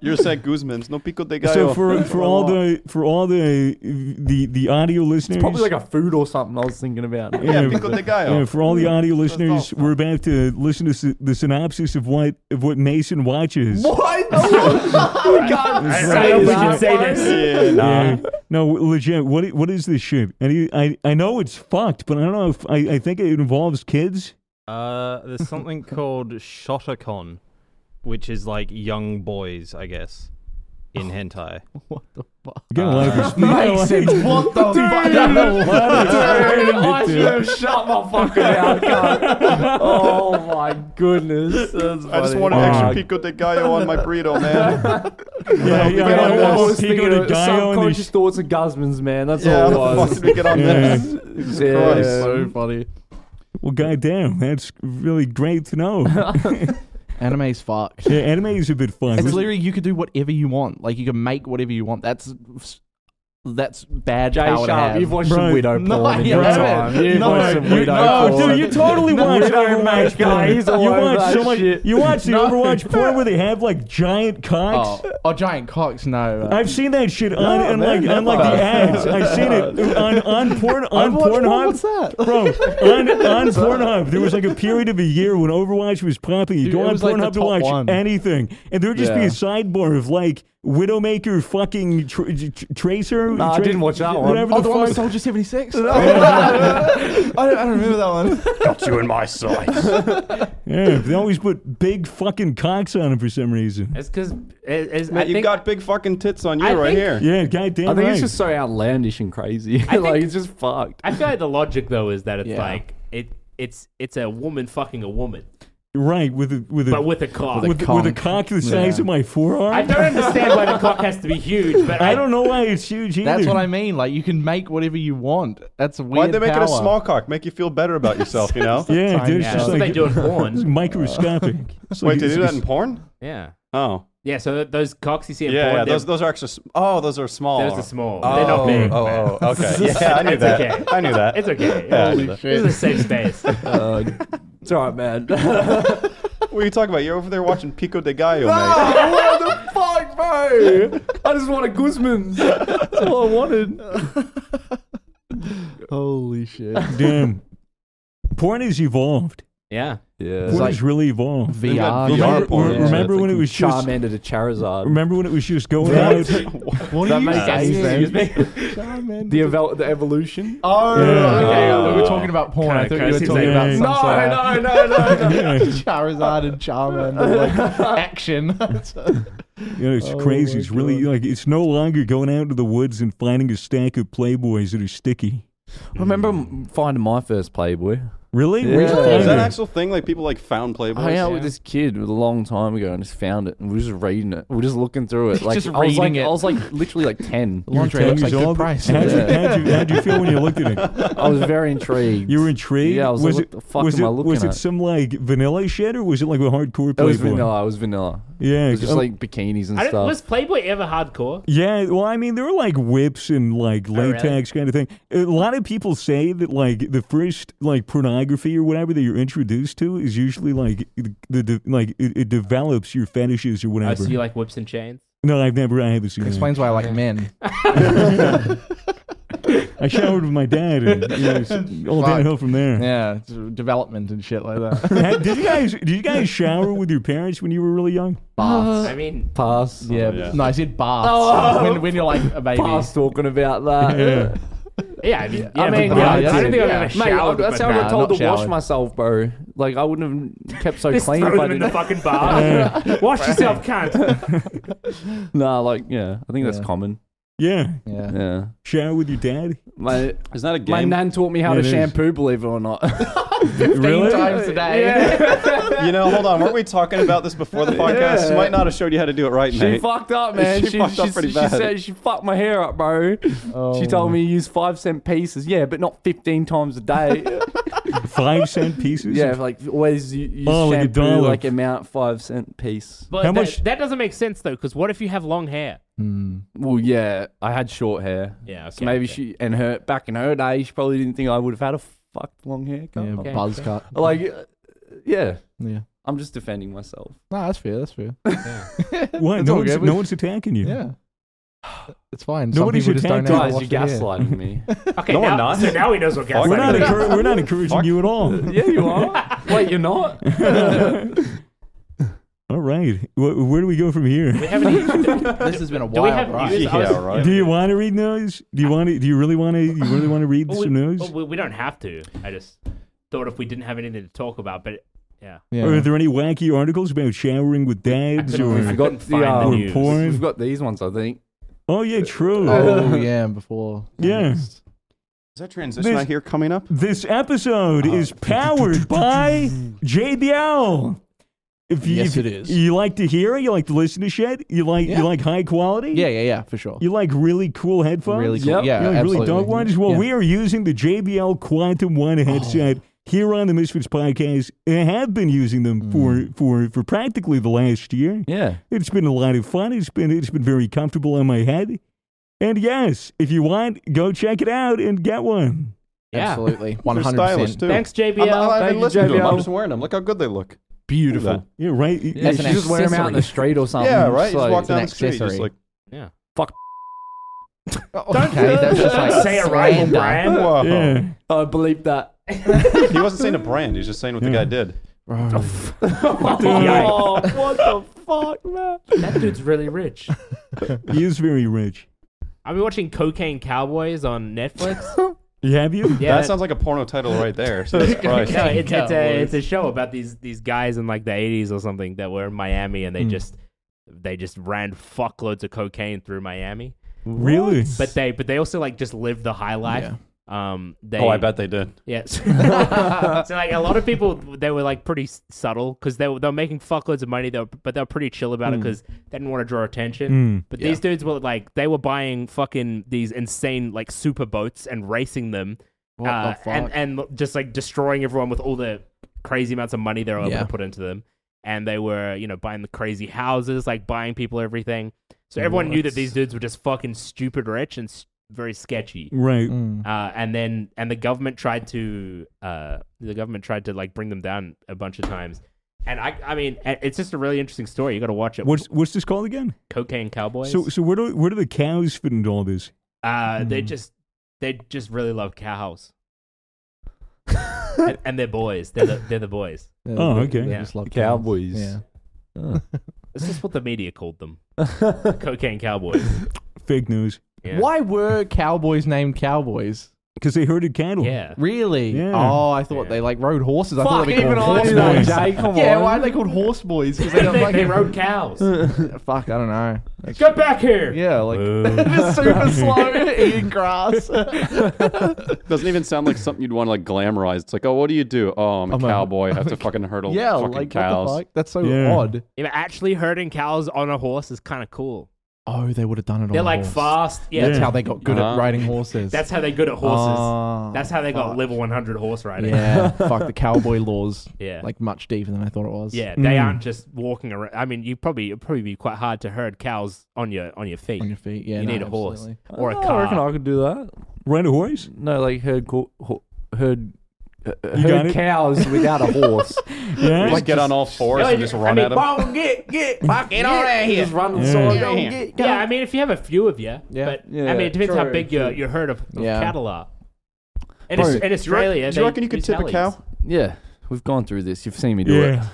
S5: You're saying Guzman's no pico de gallo.
S1: So for for all the for all the the the audio listeners,
S2: Probably like a food or something I was thinking about.
S5: yeah, pico de gallo.
S1: uh, for all the audio listeners, we're about to listen to s- the synopsis of what of what Mason watches.
S4: I don't know if we should say this.
S5: Yeah, nah.
S1: Yeah. No, legit. What i- what is this shit? And he, I I know it's fucked, but I don't know if I, I think it involves kids.
S3: Uh, there's something called Shotacon, which is like young boys, I guess, in hentai.
S6: what the fuck?
S1: Again, a lot
S2: Ah.
S1: of us-
S6: Mason, what the
S2: I should have shut my fucking mouth. cunt. Oh my goodness. That's
S5: I just
S2: funny. Oh
S5: want an
S1: Uh,
S5: extra pico de gallo on my burrito, man.
S1: yeah, yeah,
S2: Man,
S1: yeah,
S2: I was
S1: yeah. Pico
S2: thinking
S1: de
S2: of
S1: Gallo and
S2: subconscious
S1: this-
S2: thoughts of Guzman's, man. That's
S5: yeah,
S2: all it
S5: how the fuck
S2: was.
S5: did we get on
S1: Yeah.
S5: this?
S2: Yeah.
S5: Christ.
S6: So funny.
S1: Well, goddamn, that's really great to know.
S6: Anime's fucked.
S1: yeah, anime is a bit fun.
S6: It's literally you could do whatever you want. Like you can make whatever you want. That's that's bad
S2: Jay
S6: power to
S2: Sharp,
S6: have.
S2: you've watched some
S1: Bro,
S2: widow porn
S6: no,
S2: in
S6: you
S2: your
S6: haven't.
S2: time. You've
S6: No,
S2: watched some
S6: you-
S2: widow
S6: no,
S2: porn.
S1: dude, you totally watch
S2: Widow
S1: Overwatch
S2: Mac guy,
S1: porn.
S2: he's all
S1: You
S2: over
S1: watch
S2: that
S1: so much.
S2: shit.
S1: You watch the
S6: No.
S1: Overwatch porn where they have like giant
S6: oh,
S1: cocks.
S6: oh, giant cocks. No, uh,
S1: I've seen that shit on and like
S2: man,
S1: on like the
S2: never.
S1: ads. I've seen it on on porn on
S6: I've watched porn,
S1: Pornhub.
S6: What's that?
S1: Bro, on, on Pornhub, there was like a period of a year when Overwatch was popping. You
S6: Dude,
S1: go
S6: it
S1: on
S6: was like the
S1: Pornhub to
S6: top
S1: watch
S6: one.
S1: anything, and there would just be
S2: Yeah.
S1: a sidebar of like Widowmaker, fucking tr- tr- Tracer.
S2: Nah, I
S1: Tra-
S2: didn't watch that one.
S1: Whatever
S6: Oh,
S1: the
S6: the one with
S1: fuck.
S6: Soldier 76? I, don't, I don't remember that one.
S3: Got you in my sight.
S1: Yeah, they always put big fucking cocks on them for some reason.
S4: It's because it's, I
S5: Matt, you
S4: think
S5: got big fucking tits on you
S4: I
S5: right
S4: think-
S5: here.
S1: Yeah, goddamn
S2: I think
S1: right.
S2: it's just so outlandish and crazy.
S4: I
S2: like
S4: think-
S2: it's just fucked.
S4: I feel like the logic though is that it's
S6: Yeah.
S4: like it it's it's a woman fucking a woman,
S1: right with a with a
S4: but with a cock.
S1: with, a, with a cock the size
S6: Yeah.
S1: of my forearm.
S4: I don't understand why the cock has to be huge, but I,
S1: I don't know why it's huge either.
S6: That's what I mean. Like, you can make whatever you want. That's a weird
S5: Why'd they make
S6: power.
S5: it a small cock? Make you feel better about yourself, you know?
S1: Yeah, dude, it's just
S4: Yeah, that's what they
S1: like
S4: do in
S1: it's
S4: porn.
S1: microscopic. It's
S5: Wait,
S1: like-
S5: they do
S1: it's-
S5: that in porn?
S4: Yeah,
S5: Oh.
S4: yeah. So th- those cocks you see in
S5: Yeah,
S4: porn,
S5: yeah
S4: they're-
S5: those, those are extra. s- Oh, those are small.
S4: those are small. They're not big.
S5: Oh,
S4: man.
S5: oh, oh, okay. Yeah, I knew
S4: It's
S5: that.
S4: okay.
S5: I knew that.
S4: It's okay.
S5: Yeah, I knew
S4: Holy
S5: that.
S4: shit. This is a safe space.
S2: Uh, it's alright, man.
S5: What are you talking about? You're over there watching Pico de Gallo, mate.
S2: what the fuck, bro? I just wanted Guzman's. That's all I wanted.
S6: Holy shit.
S1: Damn. Porn has evolved.
S4: Yeah.
S2: Yeah.
S1: What
S6: like-
S1: has really evolved?
S6: VR.
S1: Remember,
S5: VR porn, yeah,
S1: remember when it was just
S2: Charmander to Charizard.
S1: remember when it was just going out?
S2: What that makes sense. Excuse me.
S6: Charmander.
S2: The, evo- the evolution.
S6: Oh,
S1: Yeah.
S6: okay.
S2: Oh.
S6: we were talking about porn. I
S4: Kinda-
S6: thought you were
S4: kinda
S6: talking
S1: seems
S6: about
S1: like-
S6: some sort of-
S2: no, no, no.
S1: Yeah.
S6: Charizard and Charmander, like action.
S1: You know, it's
S6: Oh
S1: crazy.
S6: my
S1: It's really like it's no longer going out into the woods and finding a stack of Playboys that are sticky.
S2: I remember m- finding my first Playboy.
S1: Really?
S2: Yeah.
S1: Where'd you
S2: Really?
S1: find
S5: Is that an
S1: it?
S5: actual thing? Like people like found Playboys?
S2: I hung out with this kid a long time ago and just found it and we were just reading it. We were just looking through it. Like
S6: Just
S2: I was like
S6: reading it.
S2: I was like literally like ten.
S1: You were
S6: Laundry looks
S1: 10
S6: like
S1: years
S6: good
S1: old?
S6: price.
S1: How'd you,
S2: Yeah.
S1: how'd, you, how'd you feel when you looked at it?
S2: I was very intrigued.
S1: You were intrigued.
S2: Yeah, I was like, what the fuck
S1: was
S2: am
S1: it,
S2: I looking
S1: was it
S2: at?
S1: some like vanilla shit or was it like a hardcore
S2: it
S1: Playboy?
S2: was vanilla. It was vanilla.
S1: Yeah,
S2: It was
S5: um,
S2: just
S1: oh,
S2: like bikinis and
S4: I don't,
S2: stuff.
S4: was Playboy ever hardcore?
S1: Yeah, well, I mean, there were like whips and like
S4: Oh, really?
S1: latex kind of thing. A lot of people say that like the first like pornography or whatever that you're introduced to is usually like the, the, like it, it develops your fetishes or
S4: I
S1: whatever.
S4: see you like whips and chains.
S1: no, I've never, I haven't seen. That.
S6: Explains why I like men.
S1: I showered with my dad and you know, it's all
S6: Fuck.
S1: downhill from there.
S6: Yeah, it's development and shit like that.
S1: Hey, did you guys did you guys shower with your parents when you were really young?
S6: Uh,
S1: Uh,
S4: I mean,
S2: Pass.
S6: Yeah,
S1: Oh,
S5: yeah.
S6: no, I said baths. when, when you're like a baby.
S2: Pass talking about that.
S1: Yeah.
S4: yeah, I mean, yeah,
S2: I mean,
S4: but-
S6: yeah,
S4: I
S6: that's
S4: don't
S6: it.
S4: think I've
S6: Yeah.
S4: ever
S2: Mate,
S4: showered.
S2: that's
S4: but
S2: how I
S4: nah.
S2: got told
S6: not
S2: to wash
S6: showered.
S2: myself, bro. Like I wouldn't have kept so
S4: Just
S2: clean
S4: throw
S2: if I
S4: them in the
S2: didn't.
S4: fucking bath. Wash yourself, cunt.
S2: Nah, like yeah, I think that's
S6: Yeah.
S2: common.
S1: Yeah,
S6: Yeah.
S2: Yeah,
S1: shower with your dad.
S2: my
S5: Is that a game?
S2: my nan taught me
S1: Yeah,
S2: how to
S1: it is.
S2: shampoo, believe it or not.
S1: really?
S6: Times a day.
S5: You know, hold on. Weren't we talking about this before the podcast? She might not have showed you how to do it right,
S2: She
S5: mate.
S2: fucked up, man.
S5: She
S2: She,
S5: fucked up
S2: she-
S5: pretty
S2: she
S5: bad. Oh.
S2: said she fucked my hair up, bro. She
S6: Oh.
S2: told me use five cent pieces. Yeah, but not fifteen times a day.
S1: Five cent pieces.
S2: yeah, like always u- use
S1: Oh, like a
S2: shampoo
S1: dollar.
S2: like amount five cent piece.
S4: But
S1: How
S4: that,
S1: much-
S4: that doesn't make sense though, because what if you have long hair?
S6: Hmm.
S2: Well, yeah, I had short hair.
S4: Yeah,
S2: So maybe she and her back in her day, she probably didn't think I would have had a fucked long haircut.
S6: Yeah,
S4: Okay.
S6: buzz cut.
S2: Oh, Like, uh, yeah,
S6: Yeah.
S2: I'm just defending myself.
S6: No, that's fair. That's fair.
S1: What?
S6: It's
S1: No
S6: all
S1: one's,
S6: good.
S1: no one's attacking you.
S6: Yeah. It's fine.
S1: Nobody
S6: Some people
S1: should
S6: just don't
S1: tag
S6: know how
S2: Guys,
S6: to
S2: you're
S6: wash their hair.
S2: gaslighting me.
S4: Okay,
S5: No,
S4: now,
S5: I'm not.
S4: so now he knows what gas.
S5: Fuck.
S1: We're not,
S5: Exactly.
S1: encour- we're not encouraging you at all.
S2: yeah, you are. Wait, you're not.
S1: All right. Wh- where do we go from here?
S4: We have any,
S6: This has been a
S4: do
S6: while.
S4: we have news? I was-
S5: Yeah, right.
S1: Do you want to read news? Do you want to? Do you really want to? You really want to read
S4: well, oh, we,
S1: some news?
S4: well, we, we don't have to. I just thought if we didn't have anything to talk about, but yeah,
S1: Or are
S6: Yeah.
S1: there any wacky articles about showering with dads
S4: couldn't
S1: or,
S4: really-
S2: We've got um,
S4: couldn't find the
S1: or
S4: news.
S2: We've
S1: porn?
S2: got these ones, I think.
S1: Oh yeah, true.
S6: Oh yeah, before.
S1: Yeah.
S6: next.
S5: Is that transition
S1: This-
S5: I hear coming up?
S1: This episode
S6: Uh,
S1: is powered by JBL. If you,
S6: Yes,
S1: if
S6: it is.
S1: You like to hear it? You like to listen to shit? You like
S6: Yeah.
S1: you like high quality?
S6: Yeah, yeah, yeah, for sure.
S1: You like really cool headphones?
S6: Really cool.
S2: Yep.
S6: Yeah,
S1: You like really
S6: absolutely.
S1: dog ones? Well,
S6: Yeah. Oh.
S1: we are using the JBL Quantum One headset here on the Misfits podcast and have been using them
S6: Mm.
S1: for, for, for practically the last year.
S2: Yeah.
S1: It's been a lot of fun. It's been it's been very comfortable on my head. And yes, if you want, go check it out and get one.
S4: yeah.
S6: Absolutely.
S5: They're
S6: 100%.
S5: stylish too.
S4: Thanks,
S5: I'm,
S4: JBL.
S5: I'm, I've
S2: Thank
S5: been
S2: you,
S5: listening to them.
S2: JBL.
S5: I'm just wearing them. Look how good they look.
S2: Beautiful.
S1: Yeah, right.
S2: Yeah,
S6: That's
S2: you
S6: an
S2: just wear them out in the
S6: accessory.
S2: street or something.
S5: Yeah, right. You just
S2: Like-
S5: walk down the
S6: It's an
S5: street, just
S6: accessory.
S5: like
S6: Okay, that's just like
S4: say a rival
S6: slander.
S4: brand.
S5: whoa.
S1: Yeah.
S2: I believe that.
S5: He wasn't saying a brand. He's just saying what the
S1: Yeah.
S5: guy did.
S2: Oh, what the fuck, man?
S4: That dude's really rich.
S1: He is very rich.
S4: I've been watching Cocaine Cowboys on Netflix.
S1: You have you?
S4: Yeah,
S5: That sounds like a porno title right there. So that's Christ.
S4: no, it's, it's, a, it's a show about these these guys in like the 80s or something that were in Miami and they
S5: Hmm.
S4: just they just ran fuckloads of cocaine through Miami.
S1: Really?
S4: But they but they also like just lived the high life. Um, they,
S5: Oh, I bet they did.
S4: Yes. so like a lot of people, they were like pretty s- subtle because they were they were making fuckloads of money though, but they were pretty chill about it
S5: Hmm.
S4: 'cause it because they didn't want to draw attention. But these dudes were like they were buying fucking these insane like super boats and racing them,
S6: What
S4: uh,
S6: the
S4: and
S6: fuck?
S4: and just like destroying everyone with all the crazy amounts of money they were able
S6: Yeah.
S4: to put into them. And they were you know buying the crazy houses, like buying people everything. So everyone knew that these dudes were just fucking stupid rich and s- very
S6: Mm.
S4: sketchy
S1: Hmm. right.
S4: uh, and then and the government tried to uh, the government tried to like bring them down a bunch of times. And I, I mean, a- it's just a really interesting story. You got to watch it.
S1: What's what's this called again?
S4: Cocaine Cowboys?
S1: So so where do where do the cows fit into all this?
S6: Hmm.
S4: uh, they just they just really love cows. and, and they're boys. They're the, they're the boys.
S1: Oh, okay.
S6: They
S4: Yeah.
S6: just love
S2: Cowboys.
S6: Yeah.
S4: This is what the media called them. Cocaine cowboys.
S1: Fake news.
S4: Yeah.
S6: Why were cowboys named cowboys?
S1: Because they herded cattle.
S4: Yeah.
S6: Really?
S1: Yeah.
S6: Oh, I thought
S4: Yeah.
S6: they like rode horses. I
S2: Fuck,
S6: thought they were
S2: even
S6: called
S2: I
S6: horse
S2: know,
S6: boys.
S2: Jay. Come
S6: Yeah,
S2: on.
S6: why are they called horse boys? Because they
S4: They,
S6: don't
S4: they,
S6: like
S4: they rode cows.
S6: Fuck, I don't know. That's-
S4: Get back here.
S6: Yeah, like
S1: Uh,
S6: they're super slow eating grass.
S5: Doesn't even sound like something you'd want to like glamorize. It's like, oh, what do you do? Oh, I'm a
S6: I'm a-
S5: cowboy. I have to fucking hurdle
S6: yeah,
S5: fucking
S6: like what
S5: cows.
S6: the fuck? That's so
S1: Yeah.
S6: odd.
S4: Yeah, but actually herding cows on a horse is kind of cool.
S6: Oh, they would have done it.
S4: They're
S6: on a
S4: like
S6: horse.
S4: fast. Yeah.
S6: That's how they got good
S5: Ah.
S6: at riding horses.
S4: That's how they're good at horses.
S6: Ah,
S4: That's how they got level 100 horse riding.
S6: yeah. fuck the cowboy laws.
S4: Yeah.
S6: like Mm. much deeper than I thought it was.
S4: Yeah, they aren't just walking around. I mean, you probably it'd probably be quite hard to herd cows on your on your feet.
S6: on your feet. Yeah,
S4: you
S6: no,
S4: need a horse
S6: absolutely.
S4: or a
S2: Oh, I reckon
S4: car.
S2: I could do that.
S1: Ride a horse?
S2: No, like herd co- ho- herd, uh,
S1: got
S2: herd
S1: it?
S2: cows without a horse.
S1: Yeah.
S5: Just get on all fours and just run at 'em. at
S7: get, get, fuck, get on out of here.
S2: Just run
S1: Yeah.
S2: inside.
S1: Yeah.
S2: Go, get- go.
S4: Yeah, I mean, if you have a few of you,
S6: Yeah.
S4: but
S2: Yeah,
S4: I mean, it depends how
S2: true,
S4: big your your herd of, of
S6: Yeah.
S4: cattle are. In,
S2: Bro,
S4: Aus-
S2: do
S4: in Australia,
S5: do you reckon you could tip a cow?
S2: Yeah, we've gone through this. You've seen me do
S1: Yeah.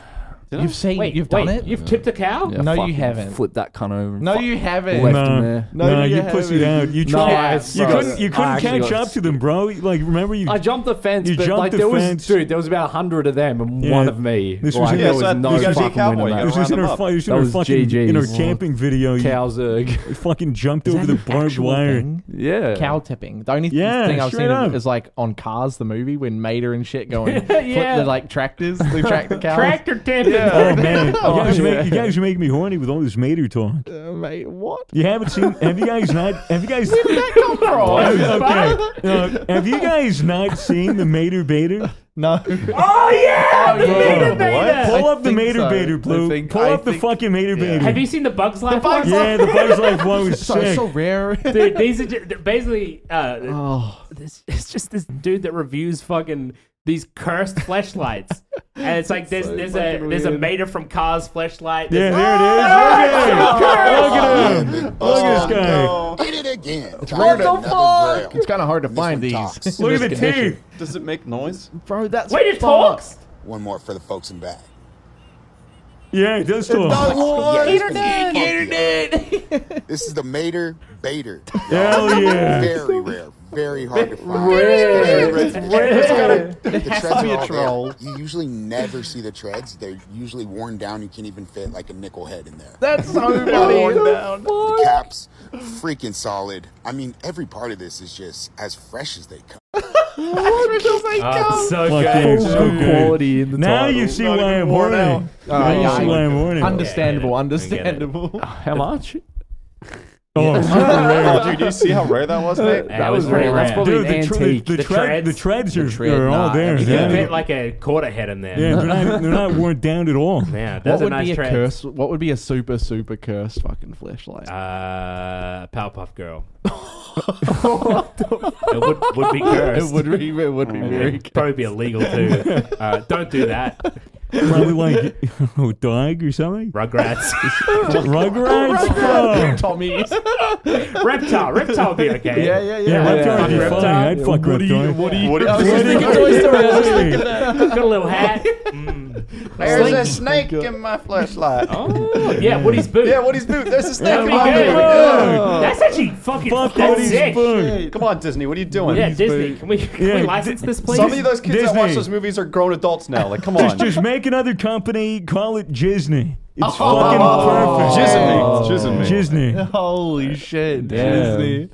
S5: Did I?
S6: You've seen,
S4: Wait,
S6: you've
S4: wait,
S6: done it.
S4: You've tipped a cow?
S2: it. Yeah,
S6: No, you
S2: fucking
S6: haven't.
S2: Flip that cunt over.
S6: no,
S2: Fuck.
S6: you haven't.
S2: Left
S1: No.
S2: him there.
S1: No,
S6: No, you
S1: you
S6: haven't.
S1: pussied out. You
S2: No,
S1: tried.
S2: I-
S1: you
S2: bro.
S1: couldn't. You
S2: I
S1: couldn't
S2: actually
S1: catch
S2: got-
S1: up to them, bro. Like, remember you?
S2: I jumped the fence,
S1: You
S2: but
S1: jumped
S2: like
S1: the
S2: there was,
S1: fence.
S2: dude, there was about a hundred of them and
S1: Yeah.
S2: one of me.
S1: This was
S2: like,
S1: in-
S2: there
S1: Yeah,
S2: was
S5: so
S2: no
S5: you gotta be a
S2: fucking
S5: cowboy,
S2: winner,
S5: you
S2: mate.
S1: it was just
S5: round
S1: in her,
S5: them up.
S1: fu- it was in
S2: That
S1: her
S2: was
S1: fucking
S2: GGs.
S1: in her camping video. You
S2: Cows egg.
S1: fucking jumped
S6: Is
S1: over
S6: that
S1: the
S6: an
S1: barbed
S6: actual
S1: wire.
S6: thing?
S2: Yeah.
S6: Cow tipping. The only
S1: Yeah,
S6: thing I've
S1: straight
S6: seen of
S1: up.
S6: it is like on Cars, the movie, when Mater and shit going,
S4: Yeah.
S6: flip the like tractors, they track the cows.
S4: Tractor tipping.
S1: Oh man, you guys, make, you guys make me horny with all this mater talk.
S6: Uh, mate, what?
S1: You haven't seen? Have you guys not? Have you guys? Oh,
S6: Bro.
S1: okay. No, have you guys not seen the Mater Bater?
S6: no.
S4: Oh yeah, the
S1: yeah.
S4: Mater
S1: What?
S4: Bater.
S1: Pull
S6: I
S1: up the
S6: think
S1: Mater
S6: so.
S1: Bater,
S6: I
S1: Blue.
S6: think-
S1: Pull
S6: I
S1: up the
S6: think-
S1: fucking Mater Bater.
S4: Have you seen the Bugs Life? one?
S1: yeah, the Bugs Life one was
S6: so,
S1: sick.
S6: so rare.
S4: Dude, these are just, basically uh,
S6: oh.
S4: this, it's just this dude that reviews fucking these cursed flashlights. And it's like there's there's a there's a mater from Cars flashlight.
S1: yeah,
S4: there's-
S1: there it is. Look at him. Ah, Look at him. Look at this guy.
S8: Did it again. What the fuck?
S6: It's kind of hard to find these.
S8: talks.
S6: in
S1: Look at
S6: this
S1: the
S6: condition.
S1: teeth.
S5: Does it make noise?
S6: Bro, that's
S4: Wait, it
S6: fucked.
S4: talks.
S8: One more for the folks in back.
S1: Yeah, it does talk.
S8: Internet, This is the Mater Bader.
S1: Hell Oh, yeah.
S8: Very rare, very hard to find. Rare. It's The treads are
S6: be a
S8: all
S6: troll.
S8: there. You usually never see the treads. They're usually worn down. You can't even fit like a nickel head in there.
S6: That's so funny.
S8: The caps, freaking solid. I mean, every part of this is just as fresh as they come.
S4: Oh, it's so
S1: Fuck
S4: good.
S1: yeah, it's so
S2: Full
S1: good.
S2: quality in the
S1: Now
S2: title.
S1: you see
S5: Not
S1: why
S5: even
S1: I'm
S5: worn
S1: horny.
S5: out.
S1: Now you
S6: yeah,
S1: see
S6: I-
S1: why I'm horny.
S6: Understandable,
S4: get it.
S6: understandable.
S2: How much?
S1: Oh, it's fucking rare.
S5: Oh, dude, you see how rare that was, mate?
S4: That was very
S2: That's
S4: rare.
S2: probably
S1: Dude,
S2: an
S1: the, tre-
S2: antique.
S1: the, the,
S4: The
S1: tre- the treads are, are all
S6: nah,
S1: there.
S6: I
S4: You
S6: mean,
S4: could
S1: Yeah,
S4: fit like a quarter head in there.
S1: yeah they're, not, they're not worn down at all.
S4: Yeah, that's
S6: What
S4: a
S6: would
S4: nice
S6: be a
S4: trend.
S6: curse? What would be a super super cursed fucking flashlight?
S4: Uh, Powerpuff Girl. it would, would be
S6: it
S4: cursed.
S6: would be. It would be very.
S4: It'd probably be illegal too. Uh, don't do that.
S1: Probably like a dog or something.
S4: Rugrats.
S1: Rugrats, bro.
S6: Tommy. yeah,
S4: reptile. Reptile would be okay.
S6: yeah, yeah.
S1: Yeah, Reptar would be
S4: Reptar.
S1: fine. I'd fuck Reptar.
S5: What do you-
S1: What do you-
S6: thinking
S1: what do you-
S4: Got a little hat.
S5: There's a snake in my flashlight.
S4: Oh, Yeah, Woody's boot.
S5: Yeah, Woody's boot. There's a snake
S4: That'd
S5: in
S4: be
S5: my
S4: good.
S5: boot.
S4: That's actually fucking
S1: Fuck
S4: that's
S1: Woody's
S4: sick.
S1: boot.
S5: Come on, Disney. What are you doing?
S4: Yeah, Disney. Can we can
S1: Yeah,
S4: we license this, please?
S5: Some of those kids that watch
S1: Disney.
S5: those movies are grown adults now. Like, come on.
S1: Just make another company, call it Disney. It's
S4: Oh.
S1: fucking perfect. Oh.
S5: Jizzing me. Jizzing me.
S1: Disney.
S6: Holy shit,
S2: Yeah.
S6: Disney.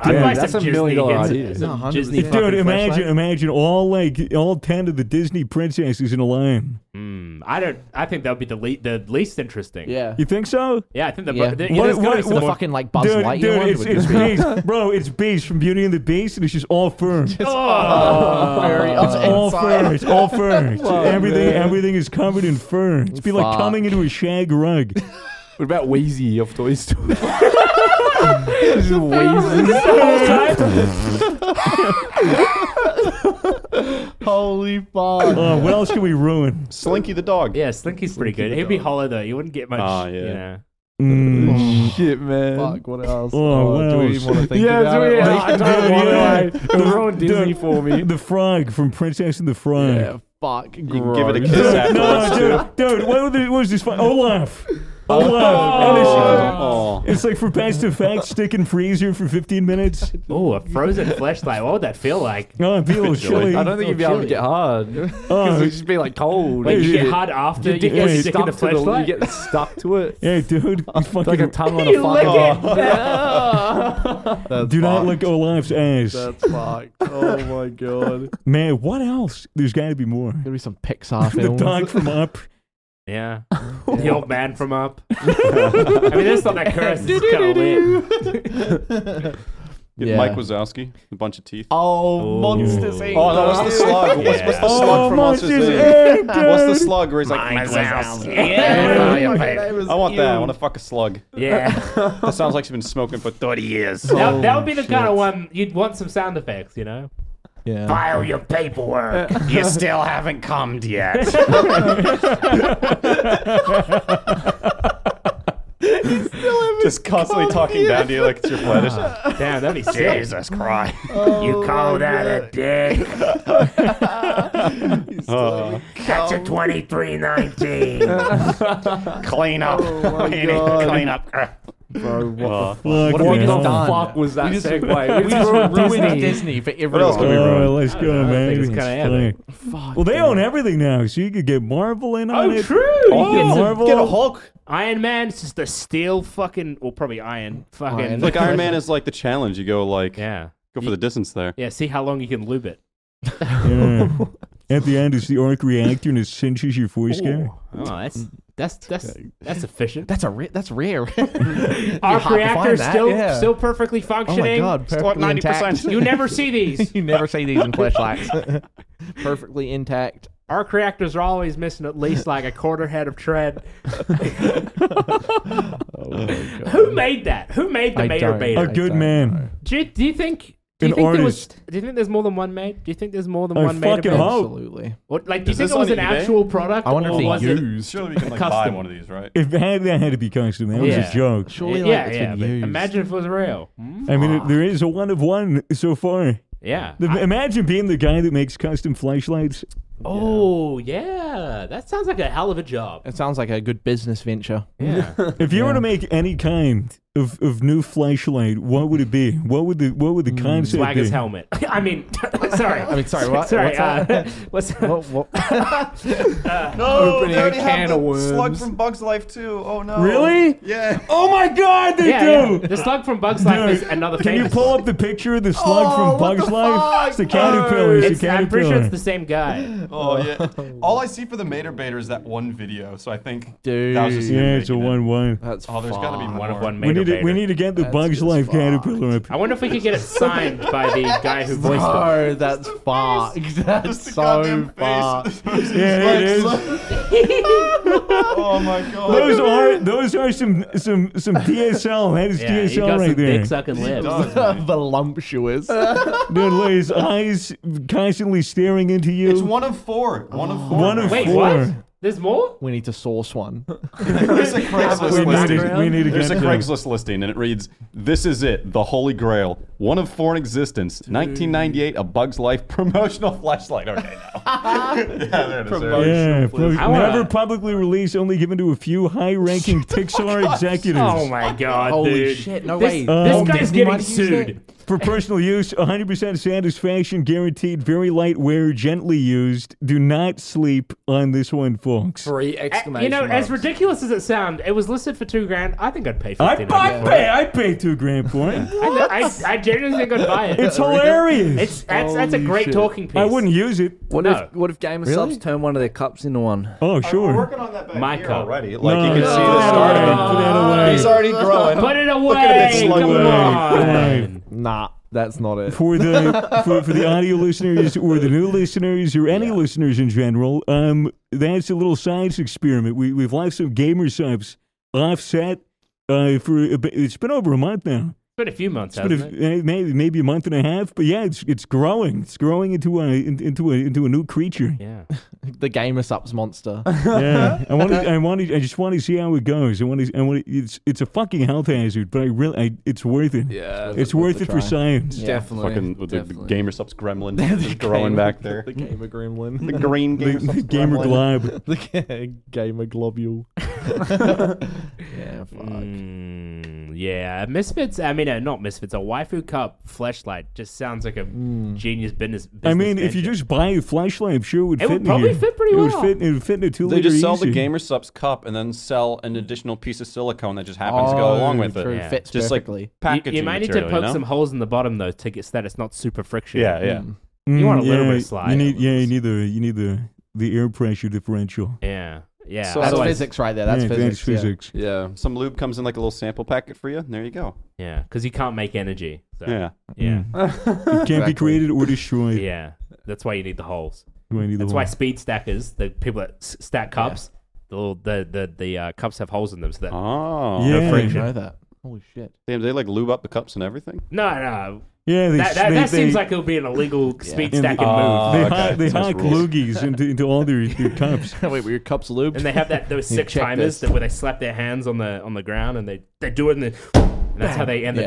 S4: I'd
S2: Damn,
S4: like
S2: that's
S4: some
S2: a million
S4: Disney
S2: dollar
S4: hits.
S2: idea.
S4: Some
S6: No,
S4: Disney
S6: 100%.
S4: fucking
S1: Dude, imagine,
S4: flashlight.
S1: imagine all like all ten of the Disney princesses in a line.
S4: Mm, I don't. I think that would be the le- the least interesting.
S6: Yeah.
S1: You think so?
S4: Yeah, I think the.
S6: Yeah.
S4: the,
S6: What-
S4: there's gotta
S1: what-
S4: be some
S1: what-
S6: The
S4: more-
S6: fucking like Buzz
S1: dude,
S6: Lightyear
S1: dude,
S6: one
S1: it's,
S6: would
S1: it's
S6: just be
S1: Beast, bro. It's Beast from Beauty and the Beast, and it's just all fur. It's
S4: Oh.
S6: very
S1: all fur. It's all fur. It's everything,
S2: man.
S1: everything is covered in fur. It's be like
S6: Fuck.
S1: coming into a shag rug.
S2: What about Wheezy of Toy Story? This is Wheezy.
S6: Holy fuck.
S1: Uh, what else can we ruin?
S5: Slinky the dog.
S4: Yeah, Slinky's pretty good. He'd be hollow though. You wouldn't get much.
S5: Ah,
S4: yeah.
S5: yeah.
S4: You know.
S2: Shit, man.
S6: Fuck, what else?
S1: Mm. Oh,
S6: do we
S1: well.
S6: even want to think
S2: Yeah,
S6: about
S2: do we-
S4: Oh,
S6: it?
S2: yeah,
S6: Like,
S2: I don't
S1: Dude,
S2: want to.
S1: yeah.
S2: Like, it ruined
S1: Dude.
S2: Disney for me.
S1: The frog from Princess and the Frog.
S6: yeah, fuck.
S5: You can give it a
S6: gross.
S5: kiss
S1: Dude,
S5: afterwards, too.
S1: no, dude, dude, what was, the, what was this? fi- Olaf. Olaf. And it's-
S5: Oh.
S1: It's like for best effect, stick in freezer for 15 minutes.
S4: Oh, a frozen fleshlight. What would that feel like?
S1: Oh, it'd be a little chilly.
S2: I don't think you'd be able to
S4: Oh, chilly.
S2: get hard. Because
S1: Oh,
S2: it'd just be like cold.
S4: Wait,
S2: and
S4: you
S2: shit.
S4: get hard after
S2: Your
S4: you
S2: dick
S4: get
S1: wait.
S2: gets
S4: stick in
S2: stuck
S4: the
S2: to the You
S4: fleshlight.
S2: get stuck to it.
S1: yeah, dude. It's fucking,
S2: Like a tongue on a
S4: You lick
S2: fucking.
S4: it.
S6: That's
S1: do not
S6: fucked.
S1: lick Olaf's ass.
S6: That's fucked. Oh my god.
S1: Man, what else? There's got to be more.
S6: Gonna be some Pixar
S1: The
S6: films.
S1: dog from Up.
S4: Yeah. the old man from up. I mean, that's not that curse. It's kind of lit.
S6: Yeah.
S5: Mike Wazowski, a bunch of teeth.
S6: Oh, Monsters Inc.
S5: Oh no, what's the slug? What's, what's the slug from Monsters Inc? What's the slug where he's like,
S4: Yeah.
S5: I want that. I want to fuck a slug.
S4: Yeah.
S5: That sounds like she's been smoking for 30 years.
S4: that, that would be the kind of one you'd want some sound effects, you know?
S6: Yeah.
S9: your paperwork. you still haven't cummed yet.
S5: Just constantly talking down to you like it's your fetish.
S4: Damn, that'd be sick.
S9: Jesus Christ.
S6: Oh
S9: you call that a dick?
S4: Oh.
S5: Uh,
S9: That's a 2319. clean up.
S6: Oh
S9: We need to clean up.
S1: Look,
S6: What have we
S1: man.
S6: just done?
S2: Fuck was that segue?
S6: We
S2: We
S6: just ruined Disney,
S2: Disney.
S6: for
S5: what else
S6: everyone.
S5: could we
S1: Oh,
S5: ruin?
S1: let's go, man.
S4: think it's
S1: It's
S4: kinda
S1: funny.
S4: epic.
S1: Well, they own everything now, so you could get Marvel in on it.
S4: You get
S1: Oh,
S4: some-
S1: Marvel.
S5: Get a Hulk.
S4: Iron Man, it's just a steel fucking, well, probably iron. Fucking.
S6: Iron.
S5: Like Iron Man is like the challenge. You go like
S4: Yeah.
S5: go for the distance there.
S4: Yeah, see how long you can lube it.
S1: Yeah. At the end, it's the arc reactor and it cinches your foreskin.
S4: Oh, that's that's that's that's efficient.
S6: That's a ra- that's rare.
S4: Arc
S6: hard to find
S4: reactors
S6: that,
S4: still
S6: yeah.
S4: still perfectly
S6: oh my
S4: functioning.
S6: god, perfectly intact.
S4: You never see these.
S6: you never see these in flashlights. perfectly intact.
S4: Arc reactors are always missing at least like a quarter head of tread.
S6: Oh
S4: Who made that? Who made the
S6: I
S4: Mater
S6: don't-
S1: A
S4: Beta?
S6: I
S1: good
S6: don't
S1: man.
S4: Do you, do you think? Do you
S1: An
S4: think there was?
S1: artist.
S4: Do you think there's more than one made? Do you think there's more than
S1: I
S4: one made?
S1: fucking hope.
S6: Absolutely.
S4: like, do you
S5: Is
S4: think
S5: this
S4: it was
S5: on
S4: an
S5: eBay?
S4: actual product?
S6: I wonder if
S4: or
S6: they
S4: was it-
S6: used.
S5: Surely we can like buy
S4: Custom.
S5: one of these, right?
S1: If had that had to be custom, that was
S4: Yeah.
S1: a joke.
S6: Surely, like,
S4: yeah,
S6: it's
S4: yeah.
S6: been
S4: but
S6: used.
S4: Imagine if it was real. Mm,
S1: I mean, it- there is a one of one so far.
S4: Yeah.
S1: The,
S4: I-
S1: imagine being the guy that makes custom flashlights.
S4: oh yeah, that sounds like a hell of a job.
S6: It sounds like a good business venture.
S4: Yeah.
S1: If you were to make any kind of, of new flashlight, what would it be? What would the what would the
S4: Hmm.
S1: concept
S4: Swagger's
S1: be?
S4: helmet. I mean, sorry. I mean,
S6: sorry, what-
S4: sorry.
S6: what's
S4: uh,
S6: that?
S4: what's
S6: What, what?
S5: No,
S2: Opening a can of worms.
S5: slug from Bugs Life too. Oh no.
S1: Really?
S5: Yeah.
S1: Oh my God, they
S4: Yeah, yeah.
S1: do.
S4: The slug from Bugs Life is
S1: Dude,
S4: another
S1: Can you
S4: famous
S1: pull
S4: one.
S1: up the picture of the slug from Bugs Life? It's the
S4: Oh,
S1: caterpillar. It's,
S4: it's-
S1: the
S4: I'm pretty
S1: caterpillar.
S4: sure it's the same guy.
S5: Oh yeah. All I see for the Mater Bater is that one video, so I think
S6: Dude.
S5: that was just him
S1: yeah, it's a
S5: making it.
S1: one-one.
S6: That's
S5: Oh, there's gotta be
S6: fucked.
S5: one of
S4: One
S1: We
S4: Mater
S1: need to, we
S4: Bater.
S1: need to get the
S6: That's
S1: Bugs
S6: just
S1: Life
S6: fucked.
S1: caterpillar up.
S4: I wonder if we could get it signed by the guy who voiced it.
S6: Bro, that's fucked. That's
S5: Just the
S6: so
S5: goddamn
S6: fucked.
S5: face. It's
S1: Yeah, it is.
S5: like- Oh my
S1: Those
S5: god.
S1: are those are some some some DSL. That is
S4: Yeah, he
S1: DSL
S4: got
S1: right
S4: some
S1: there.
S4: dick sucking lips.
S5: does, man.
S6: Voluptuous.
S1: Dude, look, his eyes constantly staring into you.
S5: It's one of four. One of four.
S1: One of
S5: man.
S4: Wait,
S1: four.
S4: what? There's more?
S6: we need to source one.
S5: There's a Craigslist
S1: We need,
S5: listing.
S1: to, we need to
S5: There's
S1: get
S5: a
S1: to-
S5: Craigslist listing, and it reads, "This is it, the Holy Grail, one of four in existence, 1998, a Bug's Life promotional flashlight." Okay, now. yeah, there it is. there it is.
S1: Yeah, public-
S4: I wanna-
S1: never publicly released, only given to a few high-ranking
S5: Oh
S1: Pixar executives
S4: Oh my god,
S6: Holy
S4: dude.
S6: shit, no
S4: this,
S6: way.
S4: This
S1: Um,
S4: guy's
S6: Disney
S4: getting
S6: might use
S4: sued. Eh,
S1: for personal use. 100% satisfaction guaranteed. Very light wear, gently used. Do not sleep on this one, folks.
S2: Three
S4: Uh, You know, as ridiculous as it sounds, it was listed for two grand. I think I'd pay
S1: I,
S4: fifteen.
S1: I pay, I pay two grand for it.
S4: I, I, I genuinely think I'd buy it.
S1: It's hilarious.
S4: It's that's, that's a great talking piece.
S1: I wouldn't use it.
S2: What
S4: No.
S2: if what if Gamer Subs turn one of their cups into one?
S1: Oh, sure. Uh,
S5: on that back
S4: My
S5: here
S4: cup.
S5: already. Like
S1: No,
S5: you can
S1: no,
S5: see
S1: put
S5: the
S1: that
S5: start of
S1: away,
S5: it.
S1: Put that away.
S5: He's already growing.
S4: Put it away.
S5: at this slug
S4: Come
S5: leg.
S4: on.
S6: Nah, that's not it.
S1: for the for, for the audio listeners or the new listeners or any listeners in general, um, that's a little science experiment. We we've left some gamer subs offset uh, for a bit. it's been over a month now.
S4: been a few months,
S1: But
S4: hasn't
S1: if,
S4: it?
S1: eh, maybe maybe a month and a half, but yeah, it's it's growing. It's growing into a in- into a into a new creature.
S4: Yeah.
S6: The Gamer Subs monster.
S1: Yeah, I want to, I want to, I just want to see how it goes. I want to, I want to, it's it's a fucking health hazard, but I really, I, it's worth it.
S2: Yeah,
S1: it's, worth it for
S6: try.
S1: science.
S2: Definitely.
S5: Fucking with the
S2: definitely.
S5: gamer subs gremlin just growing back there.
S6: the Gamer Gremlin.
S5: The green
S1: The,
S5: gamer
S1: the
S5: subs
S1: gamer
S5: gremlin.
S1: glob.
S6: the ga- Gamer Globule. yeah, fuck.
S4: Mm, yeah, Misfits. I mean, uh, not Misfits. A waifu cup flashlight just sounds like a genius business. business
S1: Hmm. I mean, if you
S4: venture.
S1: just buy a flashlight, I'm sure it would
S4: It
S1: fit
S4: would
S1: in
S4: probably
S1: here.
S4: fit pretty
S1: it Would
S4: well.
S1: fit, it would fit in a two
S5: They
S1: liter
S5: just sell
S1: easy.
S5: the gamer subs cup and then sell an additional piece of silicone that just happens to go along with
S6: true,
S5: it.
S6: Fits
S5: Just like
S6: perfectly.
S4: You-
S5: packaging
S4: you, may need to
S5: material,
S4: poke
S5: know?
S4: some holes in the bottom though to get so that it's not super friction.
S5: Yeah, yeah.
S4: You want a
S1: Mm,
S4: little
S1: yeah,
S4: bit of slide,
S1: You
S4: a
S1: need,
S4: little
S1: yeah, you
S4: bit.
S1: need the, you need the the air pressure differential.
S4: yeah, yeah.
S5: So
S6: That's
S5: Otherwise-
S6: physics right there. That's
S1: yeah,
S6: physics.
S1: That's physics.
S5: Yeah, some lube comes in like a little sample packet for you. And there you go.
S4: yeah, because you can't make energy. So,
S5: Yeah.
S4: yeah,
S1: Hmm. Mm. It can't be created or destroyed.
S4: yeah. That's why you need the holes.
S1: Do I need the
S4: That's
S1: whole-
S4: why speed stackers, the people that s- stack cups, the little the the the uh, cups have holes in them. So that
S5: Oh.
S1: Yeah.
S6: Yeah. I didn't know that. Holy shit.
S5: Damn, they like lube up the cups and everything?
S4: no no
S1: Yeah, they,
S4: that that,
S1: they,
S4: that
S1: they,
S4: seems like it would be an illegal speed
S1: Yeah, they-
S4: stacking move.
S5: Oh,
S1: they,
S5: okay.
S1: hide, they
S5: That's
S1: hike
S5: rules.
S1: loogies into, into all their, their cups.
S6: Wait, were your cups lubed?
S4: And they have that those sick
S6: check this.
S4: timers that where they slap their hands on the on the ground and they they do it and, they, and that's how they end
S6: Yeah. Mm.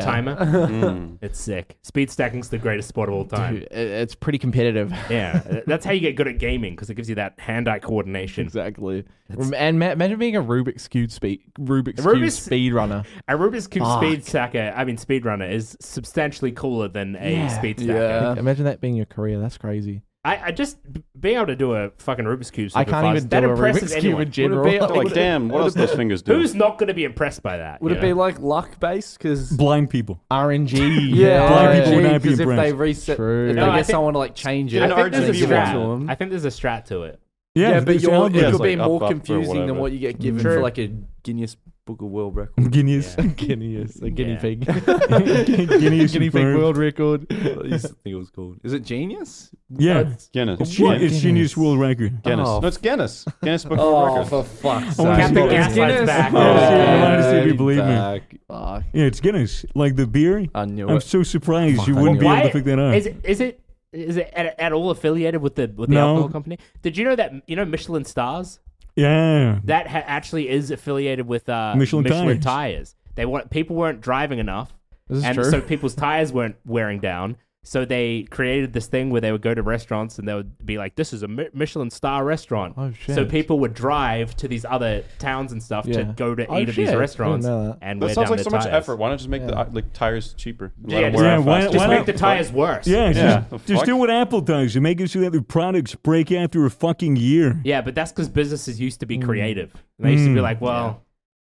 S4: the timer. it's sick. Speed stacking's the greatest sport of all time.
S6: Dude, it- it's pretty competitive.
S4: Yeah, that's how you get good at gaming because it gives you that hand-eye coordination.
S6: Exactly. And ma- imagine being a Rubik's Cube speed Rubik's,
S4: Rubik's-
S6: Cube speedrunner.
S4: A Rubik's Cube
S6: Fuck.
S4: speed stacker, I mean speedrunner, is substantially cooler than a speed stacker.
S2: Yeah.
S6: Imagine that being your career. That's crazy.
S4: I, I just b- being able to do a fucking Rubik's Cube.
S6: I
S4: super
S6: can't
S4: fast,
S6: even
S4: that
S6: do a
S4: impresses
S6: Rubik's Cube
S4: anyone.
S6: in general.
S2: be-
S5: They're like, damn, what else those fingers do?
S4: Who's not going to be impressed by that?
S2: Would
S4: you
S2: it
S4: know?
S2: be like luck based? Because
S1: Blind people.
S6: RNG.
S2: yeah,
S1: blind people would
S2: RNG,
S1: not be
S2: 'cause if they
S1: impressed.
S2: reset,
S6: True.
S2: if they
S6: No,
S2: get
S4: I think-
S2: someone to like change it,
S5: An
S4: I think there's a
S5: RGB
S2: give it to
S4: strat.
S2: 'em.
S4: I think there's a strat to it.
S1: Yeah,
S2: Yeah, but
S1: it's
S2: you're,
S1: all- yeah,
S5: it's
S2: it'll
S1: it's
S5: like
S2: be more
S5: up, up or
S2: confusing than
S5: whatever.
S2: what you get given
S4: True.
S2: for like a Guinness Book of World Record.
S1: like Guineas.
S6: Guineas.
S1: uh,
S6: A guinea
S4: Yeah.
S6: pig.
S1: Guineas
S6: guinea pig
S1: confirmed.
S6: world record.
S2: I used to think it was called. Is it Genius?
S1: Yeah.
S5: Guinness.
S1: It's, Gen- it's Genius World Record.
S5: Guinness.
S2: Oh.
S5: No, it's Guinness. Guinness Book of
S2: Oh,
S5: Records.
S2: for fuck's
S1: wanna
S2: sake.
S1: see Captain
S4: Gaslight's
S2: Guinness.
S4: back.
S1: I wanna see- I wanna see if you
S2: Oh,
S1: believe me.
S2: back.
S6: Fuck.
S1: Yeah, it's Guinness. Like the beer.
S2: I knew
S1: I'm
S2: it.
S1: so surprised you
S2: Fuck, I
S1: wouldn't be
S2: knew
S1: able
S4: Why-
S1: to pick that up.
S4: Is it? Is it? Is it at, at all affiliated with the with the
S1: No.
S4: alcohol company? Did you know that you know Michelin stars
S1: yeah.
S4: that ha- actually is affiliated with uh,
S1: Michelin
S4: Michelin
S1: tires.
S4: tires. They want people weren't driving enough,
S6: This is
S4: and
S6: true.
S4: so people's tires weren't wearing down. So they created this thing where they would go to restaurants and they would be like, "This is a Mi- Michelin star restaurant."
S6: Oh, shit.
S4: So people would drive to these other towns and stuff
S6: Yeah.
S4: to go to
S6: Oh,
S4: eat
S6: shit. I
S4: at these
S6: didn't
S4: restaurants
S6: know that.
S4: and
S5: That
S4: wear
S5: sounds
S4: down
S5: like so
S4: their
S5: much
S4: tires.
S5: effort. Why not just make the uh, like tires cheaper? and
S4: Yeah,
S5: let 'em
S4: just-
S5: wear
S1: Yeah,
S5: out
S1: why-
S5: faster?
S1: why
S4: Just
S1: not-
S4: make the tires worse.
S1: Yeah, just,
S5: Yeah. The
S1: just
S5: fuck?
S1: do what Apple does. You make it so that their products break after a fucking year.
S4: Yeah, but that's because businesses used to be creative. They used to be like, well,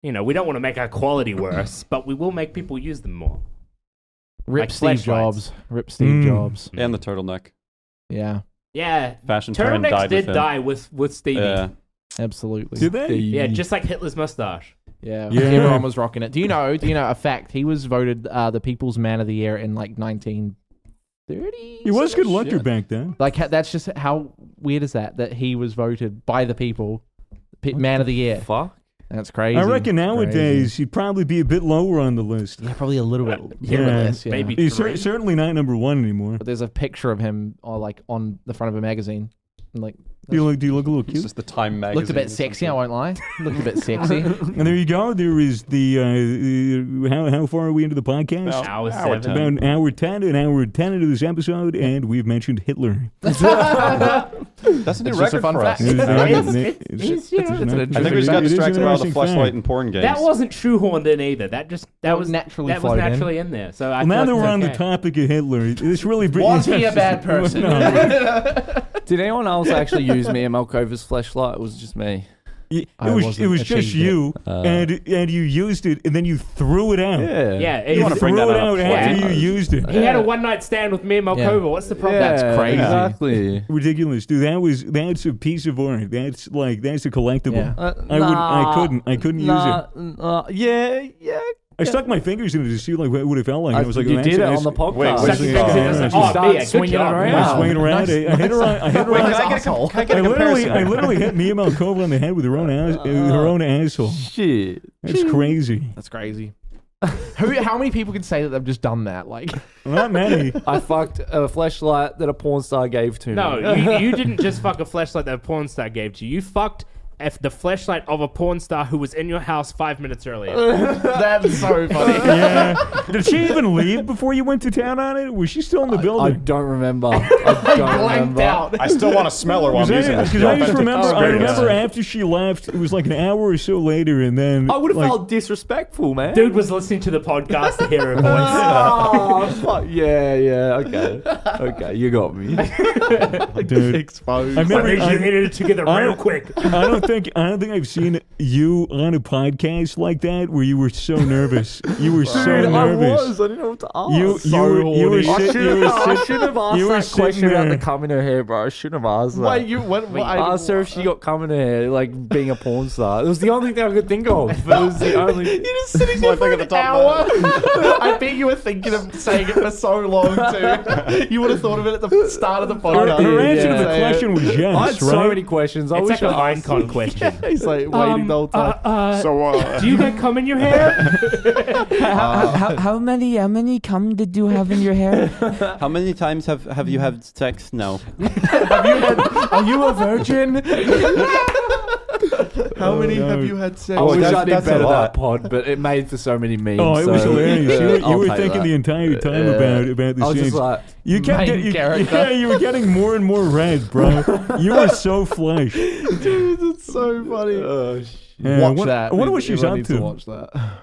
S4: you know, we don't want to make our quality worse, but we will make people use them more.
S6: Rip
S4: Like
S6: Steve
S4: flashlights.
S6: Jobs. Rip Steve
S1: Mm.
S6: Jobs.
S5: And the turtleneck.
S6: Yeah,
S4: Yeah.
S5: Fashion trend
S4: Turtlenecks
S5: died
S4: did
S5: with him.
S4: die with, with Stevie.
S5: Yeah.
S4: Yeah.
S6: absolutely.
S1: Did they?
S4: just like Hitler's mustache.
S6: Yeah,
S1: Yeah.
S6: everyone was rocking it. Do you know? Do you know a fact? He was voted uh, the People's Man of the Year in like 1930.
S1: It was good
S6: luck.
S1: lucker back then.
S6: Like ha- that's just how weird is that that he was voted by the people P- Man of the Year.
S2: Fuck.
S6: That's crazy.
S1: I reckon
S6: Crazy.
S1: nowadays you'd probably be a bit lower on the list.
S6: yeah, probably a little bit,
S1: Yeah.
S6: little bit less, yeah.
S4: Maybe
S1: He's cer-
S4: three.
S1: certainly not number one anymore.
S6: But there's a picture of him, or like on the front of a magazine, and like
S1: Do you look? Do you look a little
S5: It's
S1: cute?
S5: just the Time magazine.
S6: looked a bit sexy. I won't lie, looked a bit sexy.
S1: And there you go. There is the uh, uh, how how far are we into the podcast?
S5: About
S4: Hour
S5: hour
S4: seven.
S1: About
S5: ten.
S1: an hour ten, an hour ten into this episode, and we've mentioned Hitler.
S5: That's a new
S6: It's just a
S5: record
S6: fun
S5: for us.
S6: fact.
S4: It's-
S1: It- uh,
S4: it's- it's, you know,
S1: an
S5: I think
S1: interesting-
S5: we just got
S1: it is an
S5: distracted by all the
S1: interesting
S5: flashlight
S1: fact.
S5: and porn games.
S4: That wasn't shoehorned in either. That just that
S6: That
S4: was
S6: naturally
S4: That was
S6: flowed in.
S4: naturally in, there. So I
S1: Well, now that
S4: feel
S1: we're
S4: like
S1: on
S4: it's
S1: the
S4: okay.
S1: topic of Hitler, this really brings
S6: Was he a bad person?
S1: No.
S2: Did anyone else actually use me and Malkova's flashlight? It was just me.
S1: it
S6: I
S1: was it
S6: wasn't
S1: was just
S6: achieved it.
S1: you, and and you used it, and then you threw it out.
S2: Yeah.
S4: Yeah, it-
S1: You
S5: wanna
S1: threw
S5: bring
S1: it
S5: that up.
S1: out after
S4: Yeah.
S1: you used it.
S4: he had a one night stand with me and Malkova. What's the problem?
S2: Yeah,
S6: That's crazy.
S2: Exactly.
S1: Ridiculous, dude. That was that's a piece of art. That's like that's a collectible.
S6: Yeah.
S2: Uh,
S1: I would I couldn't I couldn't use it.
S2: use it. Uh, yeah, yeah. Uh,
S1: I stuck my fingers in it to see like what it would have felt like. and I was like, "Oh,
S2: you
S1: that's-
S2: did it on
S1: that's-
S2: the podcast.
S5: Wait,
S4: Such
S5: wait,
S4: things as-
S1: Yeah.
S4: oh,
S1: Just
S2: start
S4: yeah, good
S2: swinging it
S4: job,
S2: around.
S4: man.
S1: I
S2: Wow.
S1: swinging around. I, I hit her. on- I hit her.
S5: Wait,
S1: on-
S5: can I get a, com- can I get a
S1: I literally,
S5: comparison?
S1: I literally hit Mia Malkova on the head with her own ass, uh, her own asshole.
S2: Shit.
S1: That's crazy.
S6: That's crazy. Who? How many people can say that they've just done that? Like,
S1: Not many.
S2: I fucked a flashlight that a porn star gave to
S4: No,
S2: me.
S4: you, you didn't just fuck a flashlight that a porn star gave to you. You fucked f- the flashlight of a porn star who was in your house five minutes earlier.
S6: that's so funny.
S1: Yeah. Did she even leave before you went to town on it? Was she still in the
S2: I
S1: building?
S2: don't remember. I don't
S6: Blanked
S2: remember.
S6: out.
S5: I still want to smell her while I'm
S1: Because
S5: using
S1: I,
S5: this.
S1: 'cause I just
S5: authentic
S1: remember, I
S5: experience.
S1: remember after she left, it was like an hour or so later, and then
S2: I would have
S1: like,
S2: felt disrespectful, man.
S4: Dude was listening to the podcast to hear her voice.
S2: Oh, fuck. Yeah, yeah. Okay. Okay. You got me.
S1: dude.
S6: Exposed.
S1: I remember.
S4: you
S1: I,
S4: needed it together
S1: I-
S4: real quick.
S1: I don't think I don't think I've seen you on a podcast like that where you were so nervous. You were so
S2: Dude, I
S1: nervous.
S2: was. I didn't know what to ask.
S1: You- you
S2: So
S1: were- you were
S2: horny. I
S1: sit- you
S2: should
S1: were
S2: have I
S1: sit-
S2: should have asked
S1: you were
S2: that
S1: sitting
S2: question about the
S1: there.
S2: cum in her hair, bro. I shouldn't have asked that.
S6: Wait, you what? what I,
S2: asked her if she got cum in her hair, like being a porn star. It was the only thing I could think of. It was the only.
S6: You're just sitting there
S5: Like,
S6: for
S5: look
S6: an
S5: at the
S6: hour.
S5: top
S6: I bet you were thinking of saying it for so long too. You would have thought of it at the start of the podcast.
S1: Her
S2: Yeah,
S1: answer to
S2: yeah.
S1: the question was
S2: I had
S1: yes,
S2: so
S1: right?
S2: many questions. I
S4: It's
S2: wish
S4: like an
S2: I
S4: icon question.
S6: He's like waiting the whole time.
S5: So, uh,
S4: Do you get cum in your hair?
S7: How, how, how many how many cum did you have in your hair?
S10: How many times have, have you had sex now?
S2: Are you a virgin?
S6: How many
S1: Oh, no.
S6: have you had sex?
S2: I wish
S5: that's-
S2: I did
S5: that's a
S2: better that
S5: lot.
S2: pod, but it made for so many memes.
S1: Oh, it was
S2: so,
S1: hilarious. You
S2: uh,
S1: were, you
S2: I'll
S1: were
S2: take
S1: thinking
S2: that.
S1: the entire time
S2: Yeah.
S1: about about
S2: I
S1: the
S2: was
S1: scenes.
S2: just like,
S1: you kept
S6: main
S1: getting, you,
S6: character.
S1: yeah, you were getting more and more red, bro. you were so flush.
S6: Dude, it's so funny.
S2: Oh,
S1: Yeah,
S6: watch
S1: what-
S6: that.
S1: I wonder what she's
S6: Everyone
S1: up
S6: needs
S1: to.
S6: watch that.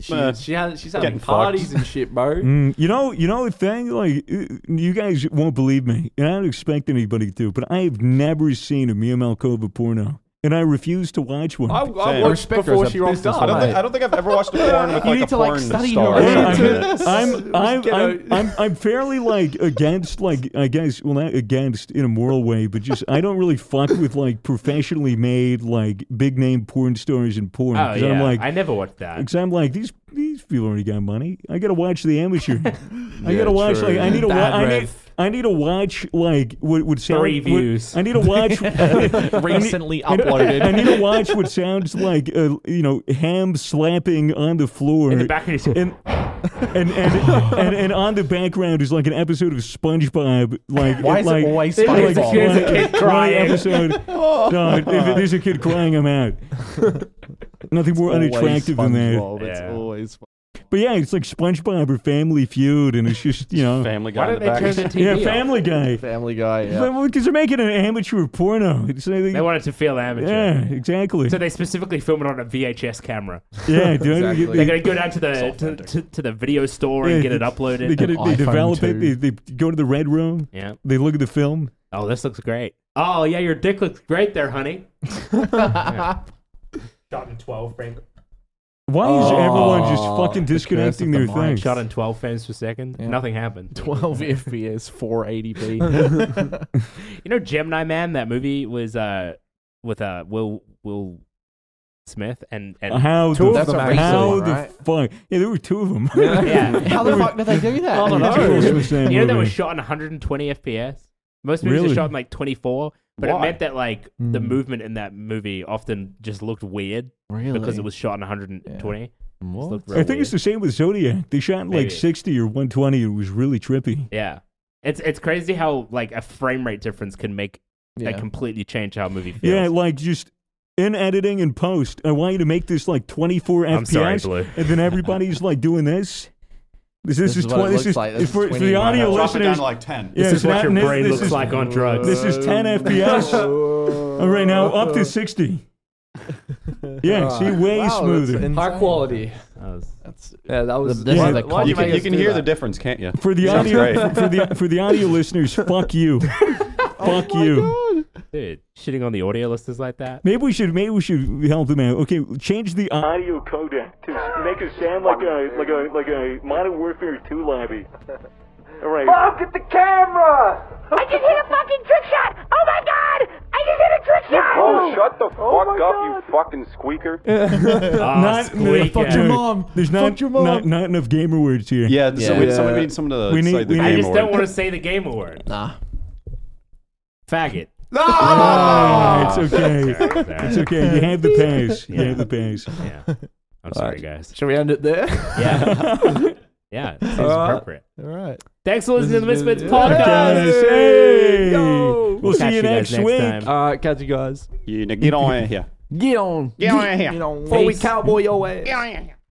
S2: she,
S5: Nah.
S2: she has, she's having
S5: Getting fucked.
S2: parties and shit, bro.
S1: Mm, you know, you know the thing. Like, uh, you guys won't believe me, and I don't expect anybody to. But I have never seen a Mia Malkova porno, and I refuse to watch one.
S2: I, I
S5: Same.
S2: watched
S6: Respect her
S2: before
S6: as a
S2: she rocked
S6: business
S2: up.
S5: I don't,
S6: woman.
S5: think, I don't think I've ever watched a porn with
S6: You
S5: like
S6: need
S5: a
S6: to, like,
S5: porn
S6: study
S5: star.
S6: your
S1: Yeah,
S6: Yes.
S1: I'm, I'm, I'm,
S2: get
S1: I'm,
S2: out.
S1: I'm, I'm fairly like against, like, I guess, well, not against in a moral way, but just I don't really fuck with like professionally made, like, big name porn stars and porn.
S4: Oh,
S1: 'cause I'm
S4: yeah.
S1: like,
S4: I never watched that.
S1: because I'm like, these, these people already got money. I got to watch the amateur. I got to watch, like, I need to watch.
S2: Bad
S1: I need,
S2: ref.
S1: I need to watch like what would sound
S4: Three
S1: what-
S4: views.
S1: I need to watch
S6: Recently
S1: I need-
S6: uploaded.
S1: I need to watch what sounds like uh, you know ham slapping on the floor
S4: In the back of your
S1: and and and, and and on the background is like an episode of SpongeBob. Like
S6: Why is it
S1: like,
S6: always
S1: like,
S6: SpongeBob?
S1: one-
S4: There's a kid
S1: one
S4: crying.
S1: Episode. No, if there's a kid crying, I'm out. Nothing more unattractive than that.
S6: It's
S4: Yeah.
S6: always
S1: But yeah, it's like SpongeBob or Family Feud, and it's just you know,
S5: Family
S4: Why
S5: guy in
S4: don't
S5: the
S4: they turn
S5: back.
S4: the TV
S1: yeah,
S4: off?
S1: Family Guy.
S6: Family Guy. Yeah.
S1: Because they're making an amateur porno. It's like-
S4: They wanted to feel amateur.
S1: yeah, exactly.
S4: So they specifically film it on a VHS camera.
S1: yeah, dude. They,
S6: Exactly.
S4: They're
S1: they,
S4: gonna go down to the to, to, to the video store and
S1: Yeah,
S4: get it
S1: they-
S4: uploaded.
S1: they get it, they
S6: iPhone
S1: develop it. They,
S6: too.
S1: they go to the red room.
S4: Yeah.
S1: They look at the film.
S4: Oh, this looks great. Oh yeah, your dick looks great there, honey. Shot in twelve frame.
S1: Why is everyone just
S6: Oh,
S1: fucking
S6: the curse
S1: disconnecting
S6: of
S1: their
S6: the
S1: thing?
S6: mic.
S4: Shot in twelve frames per second.
S6: Yeah.
S4: Nothing happened.
S6: 12 FPS, 480p.
S4: You know, Gemini Man. That movie was uh with uh Will Will Smith and and
S1: How
S2: Two
S1: the,
S2: of them
S1: how
S2: actually.
S1: the
S6: That's
S1: fuck? Yeah, there were two of them.
S4: yeah.
S6: How the fuck did they do that?
S2: I
S1: Two
S2: don't know.
S1: of them was the same
S4: You know that was
S1: movie.
S4: shot in 120 FPS. Most movies
S1: Really?
S4: are shot in like 24, but it
S5: Why?
S4: meant that like the
S6: Hmm.
S4: movement in that movie often just looked weird
S6: Really?
S4: because it was shot in 120. It just looked real
S1: I think it's the
S4: weird.
S1: same with Zodiac. They shot in like
S4: Maybe.
S1: 60 or 120. It was really trippy.
S4: yeah. It's it's crazy how like a frame rate difference can make
S6: Yeah.
S4: like completely change how a movie feels.
S1: Yeah, like just in editing and post, I want you to make this like 24
S4: I'm
S1: FPS,
S4: sorry, Blue.
S1: and then everybody's like doing this. This, this,
S6: This
S1: is
S6: is what it
S1: twen- this
S6: looks
S1: is
S6: like. This is
S1: for, for
S6: 20
S1: the
S6: right
S1: audio
S6: now.
S5: Drop it down
S1: listeners.
S5: to like 10.
S1: yeah,
S4: this is
S1: it's not
S4: what your
S1: net-
S4: brain
S1: this
S4: looks
S1: is-
S4: like on drugs.
S1: This is 10 FPS. All right now up to 60. Yeah, see, way smoother.
S2: High quality.
S6: That's,
S2: Yeah, that was.
S6: This
S1: Yeah.
S6: is the
S2: why
S5: You
S2: did
S5: can,
S2: make
S5: you
S2: us
S5: can
S2: do
S5: hear
S2: that?
S5: the difference, can't you?
S1: For the
S5: Sounds
S1: audio,
S5: great.
S1: for the for the audio listeners, fuck you,
S4: Oh
S1: fuck you.
S4: Dude, shitting on the audio listeners like that.
S1: Maybe we should maybe we should help them out. Okay, change the audio codec to make it sound like a like a like a Modern Warfare 2 lobby. All right.
S11: I just hit a fucking trick shot! Oh my god! I just hit a trick shot!
S9: Oh, shut the fuck up, you fucking squeaker.
S4: Ah, squeak
S1: fuck
S4: it.
S1: your mom. There's not,
S6: Fuck your mom.
S1: not not enough gamer words here.
S5: Yeah, so we, so
S2: Yeah.
S5: we need someone to
S1: We need-
S5: say the
S1: we
S5: game
S1: need-
S4: I just
S5: order.
S4: don't want to say the game award. Nah. Faggot.
S1: Ah, it's okay.
S4: Sorry, sorry.
S1: It's okay. You have the pass. You have the pass.
S4: Yeah. I'm sorry, guys.
S2: Should we end it there?
S4: Yeah. yeah. It seems
S2: Alright.
S4: appropriate.
S6: All right.
S4: Thanks for listening to the
S2: This has
S4: Misfits
S2: been-
S4: podcast.
S1: Guys, hey! We'll see you next week.
S2: All right, catch you guys.
S5: You, get on here.
S2: Get on.
S9: Get on here.
S2: Get on. Before we
S9: Peace.
S2: cowboy your ass.
S9: Get on here.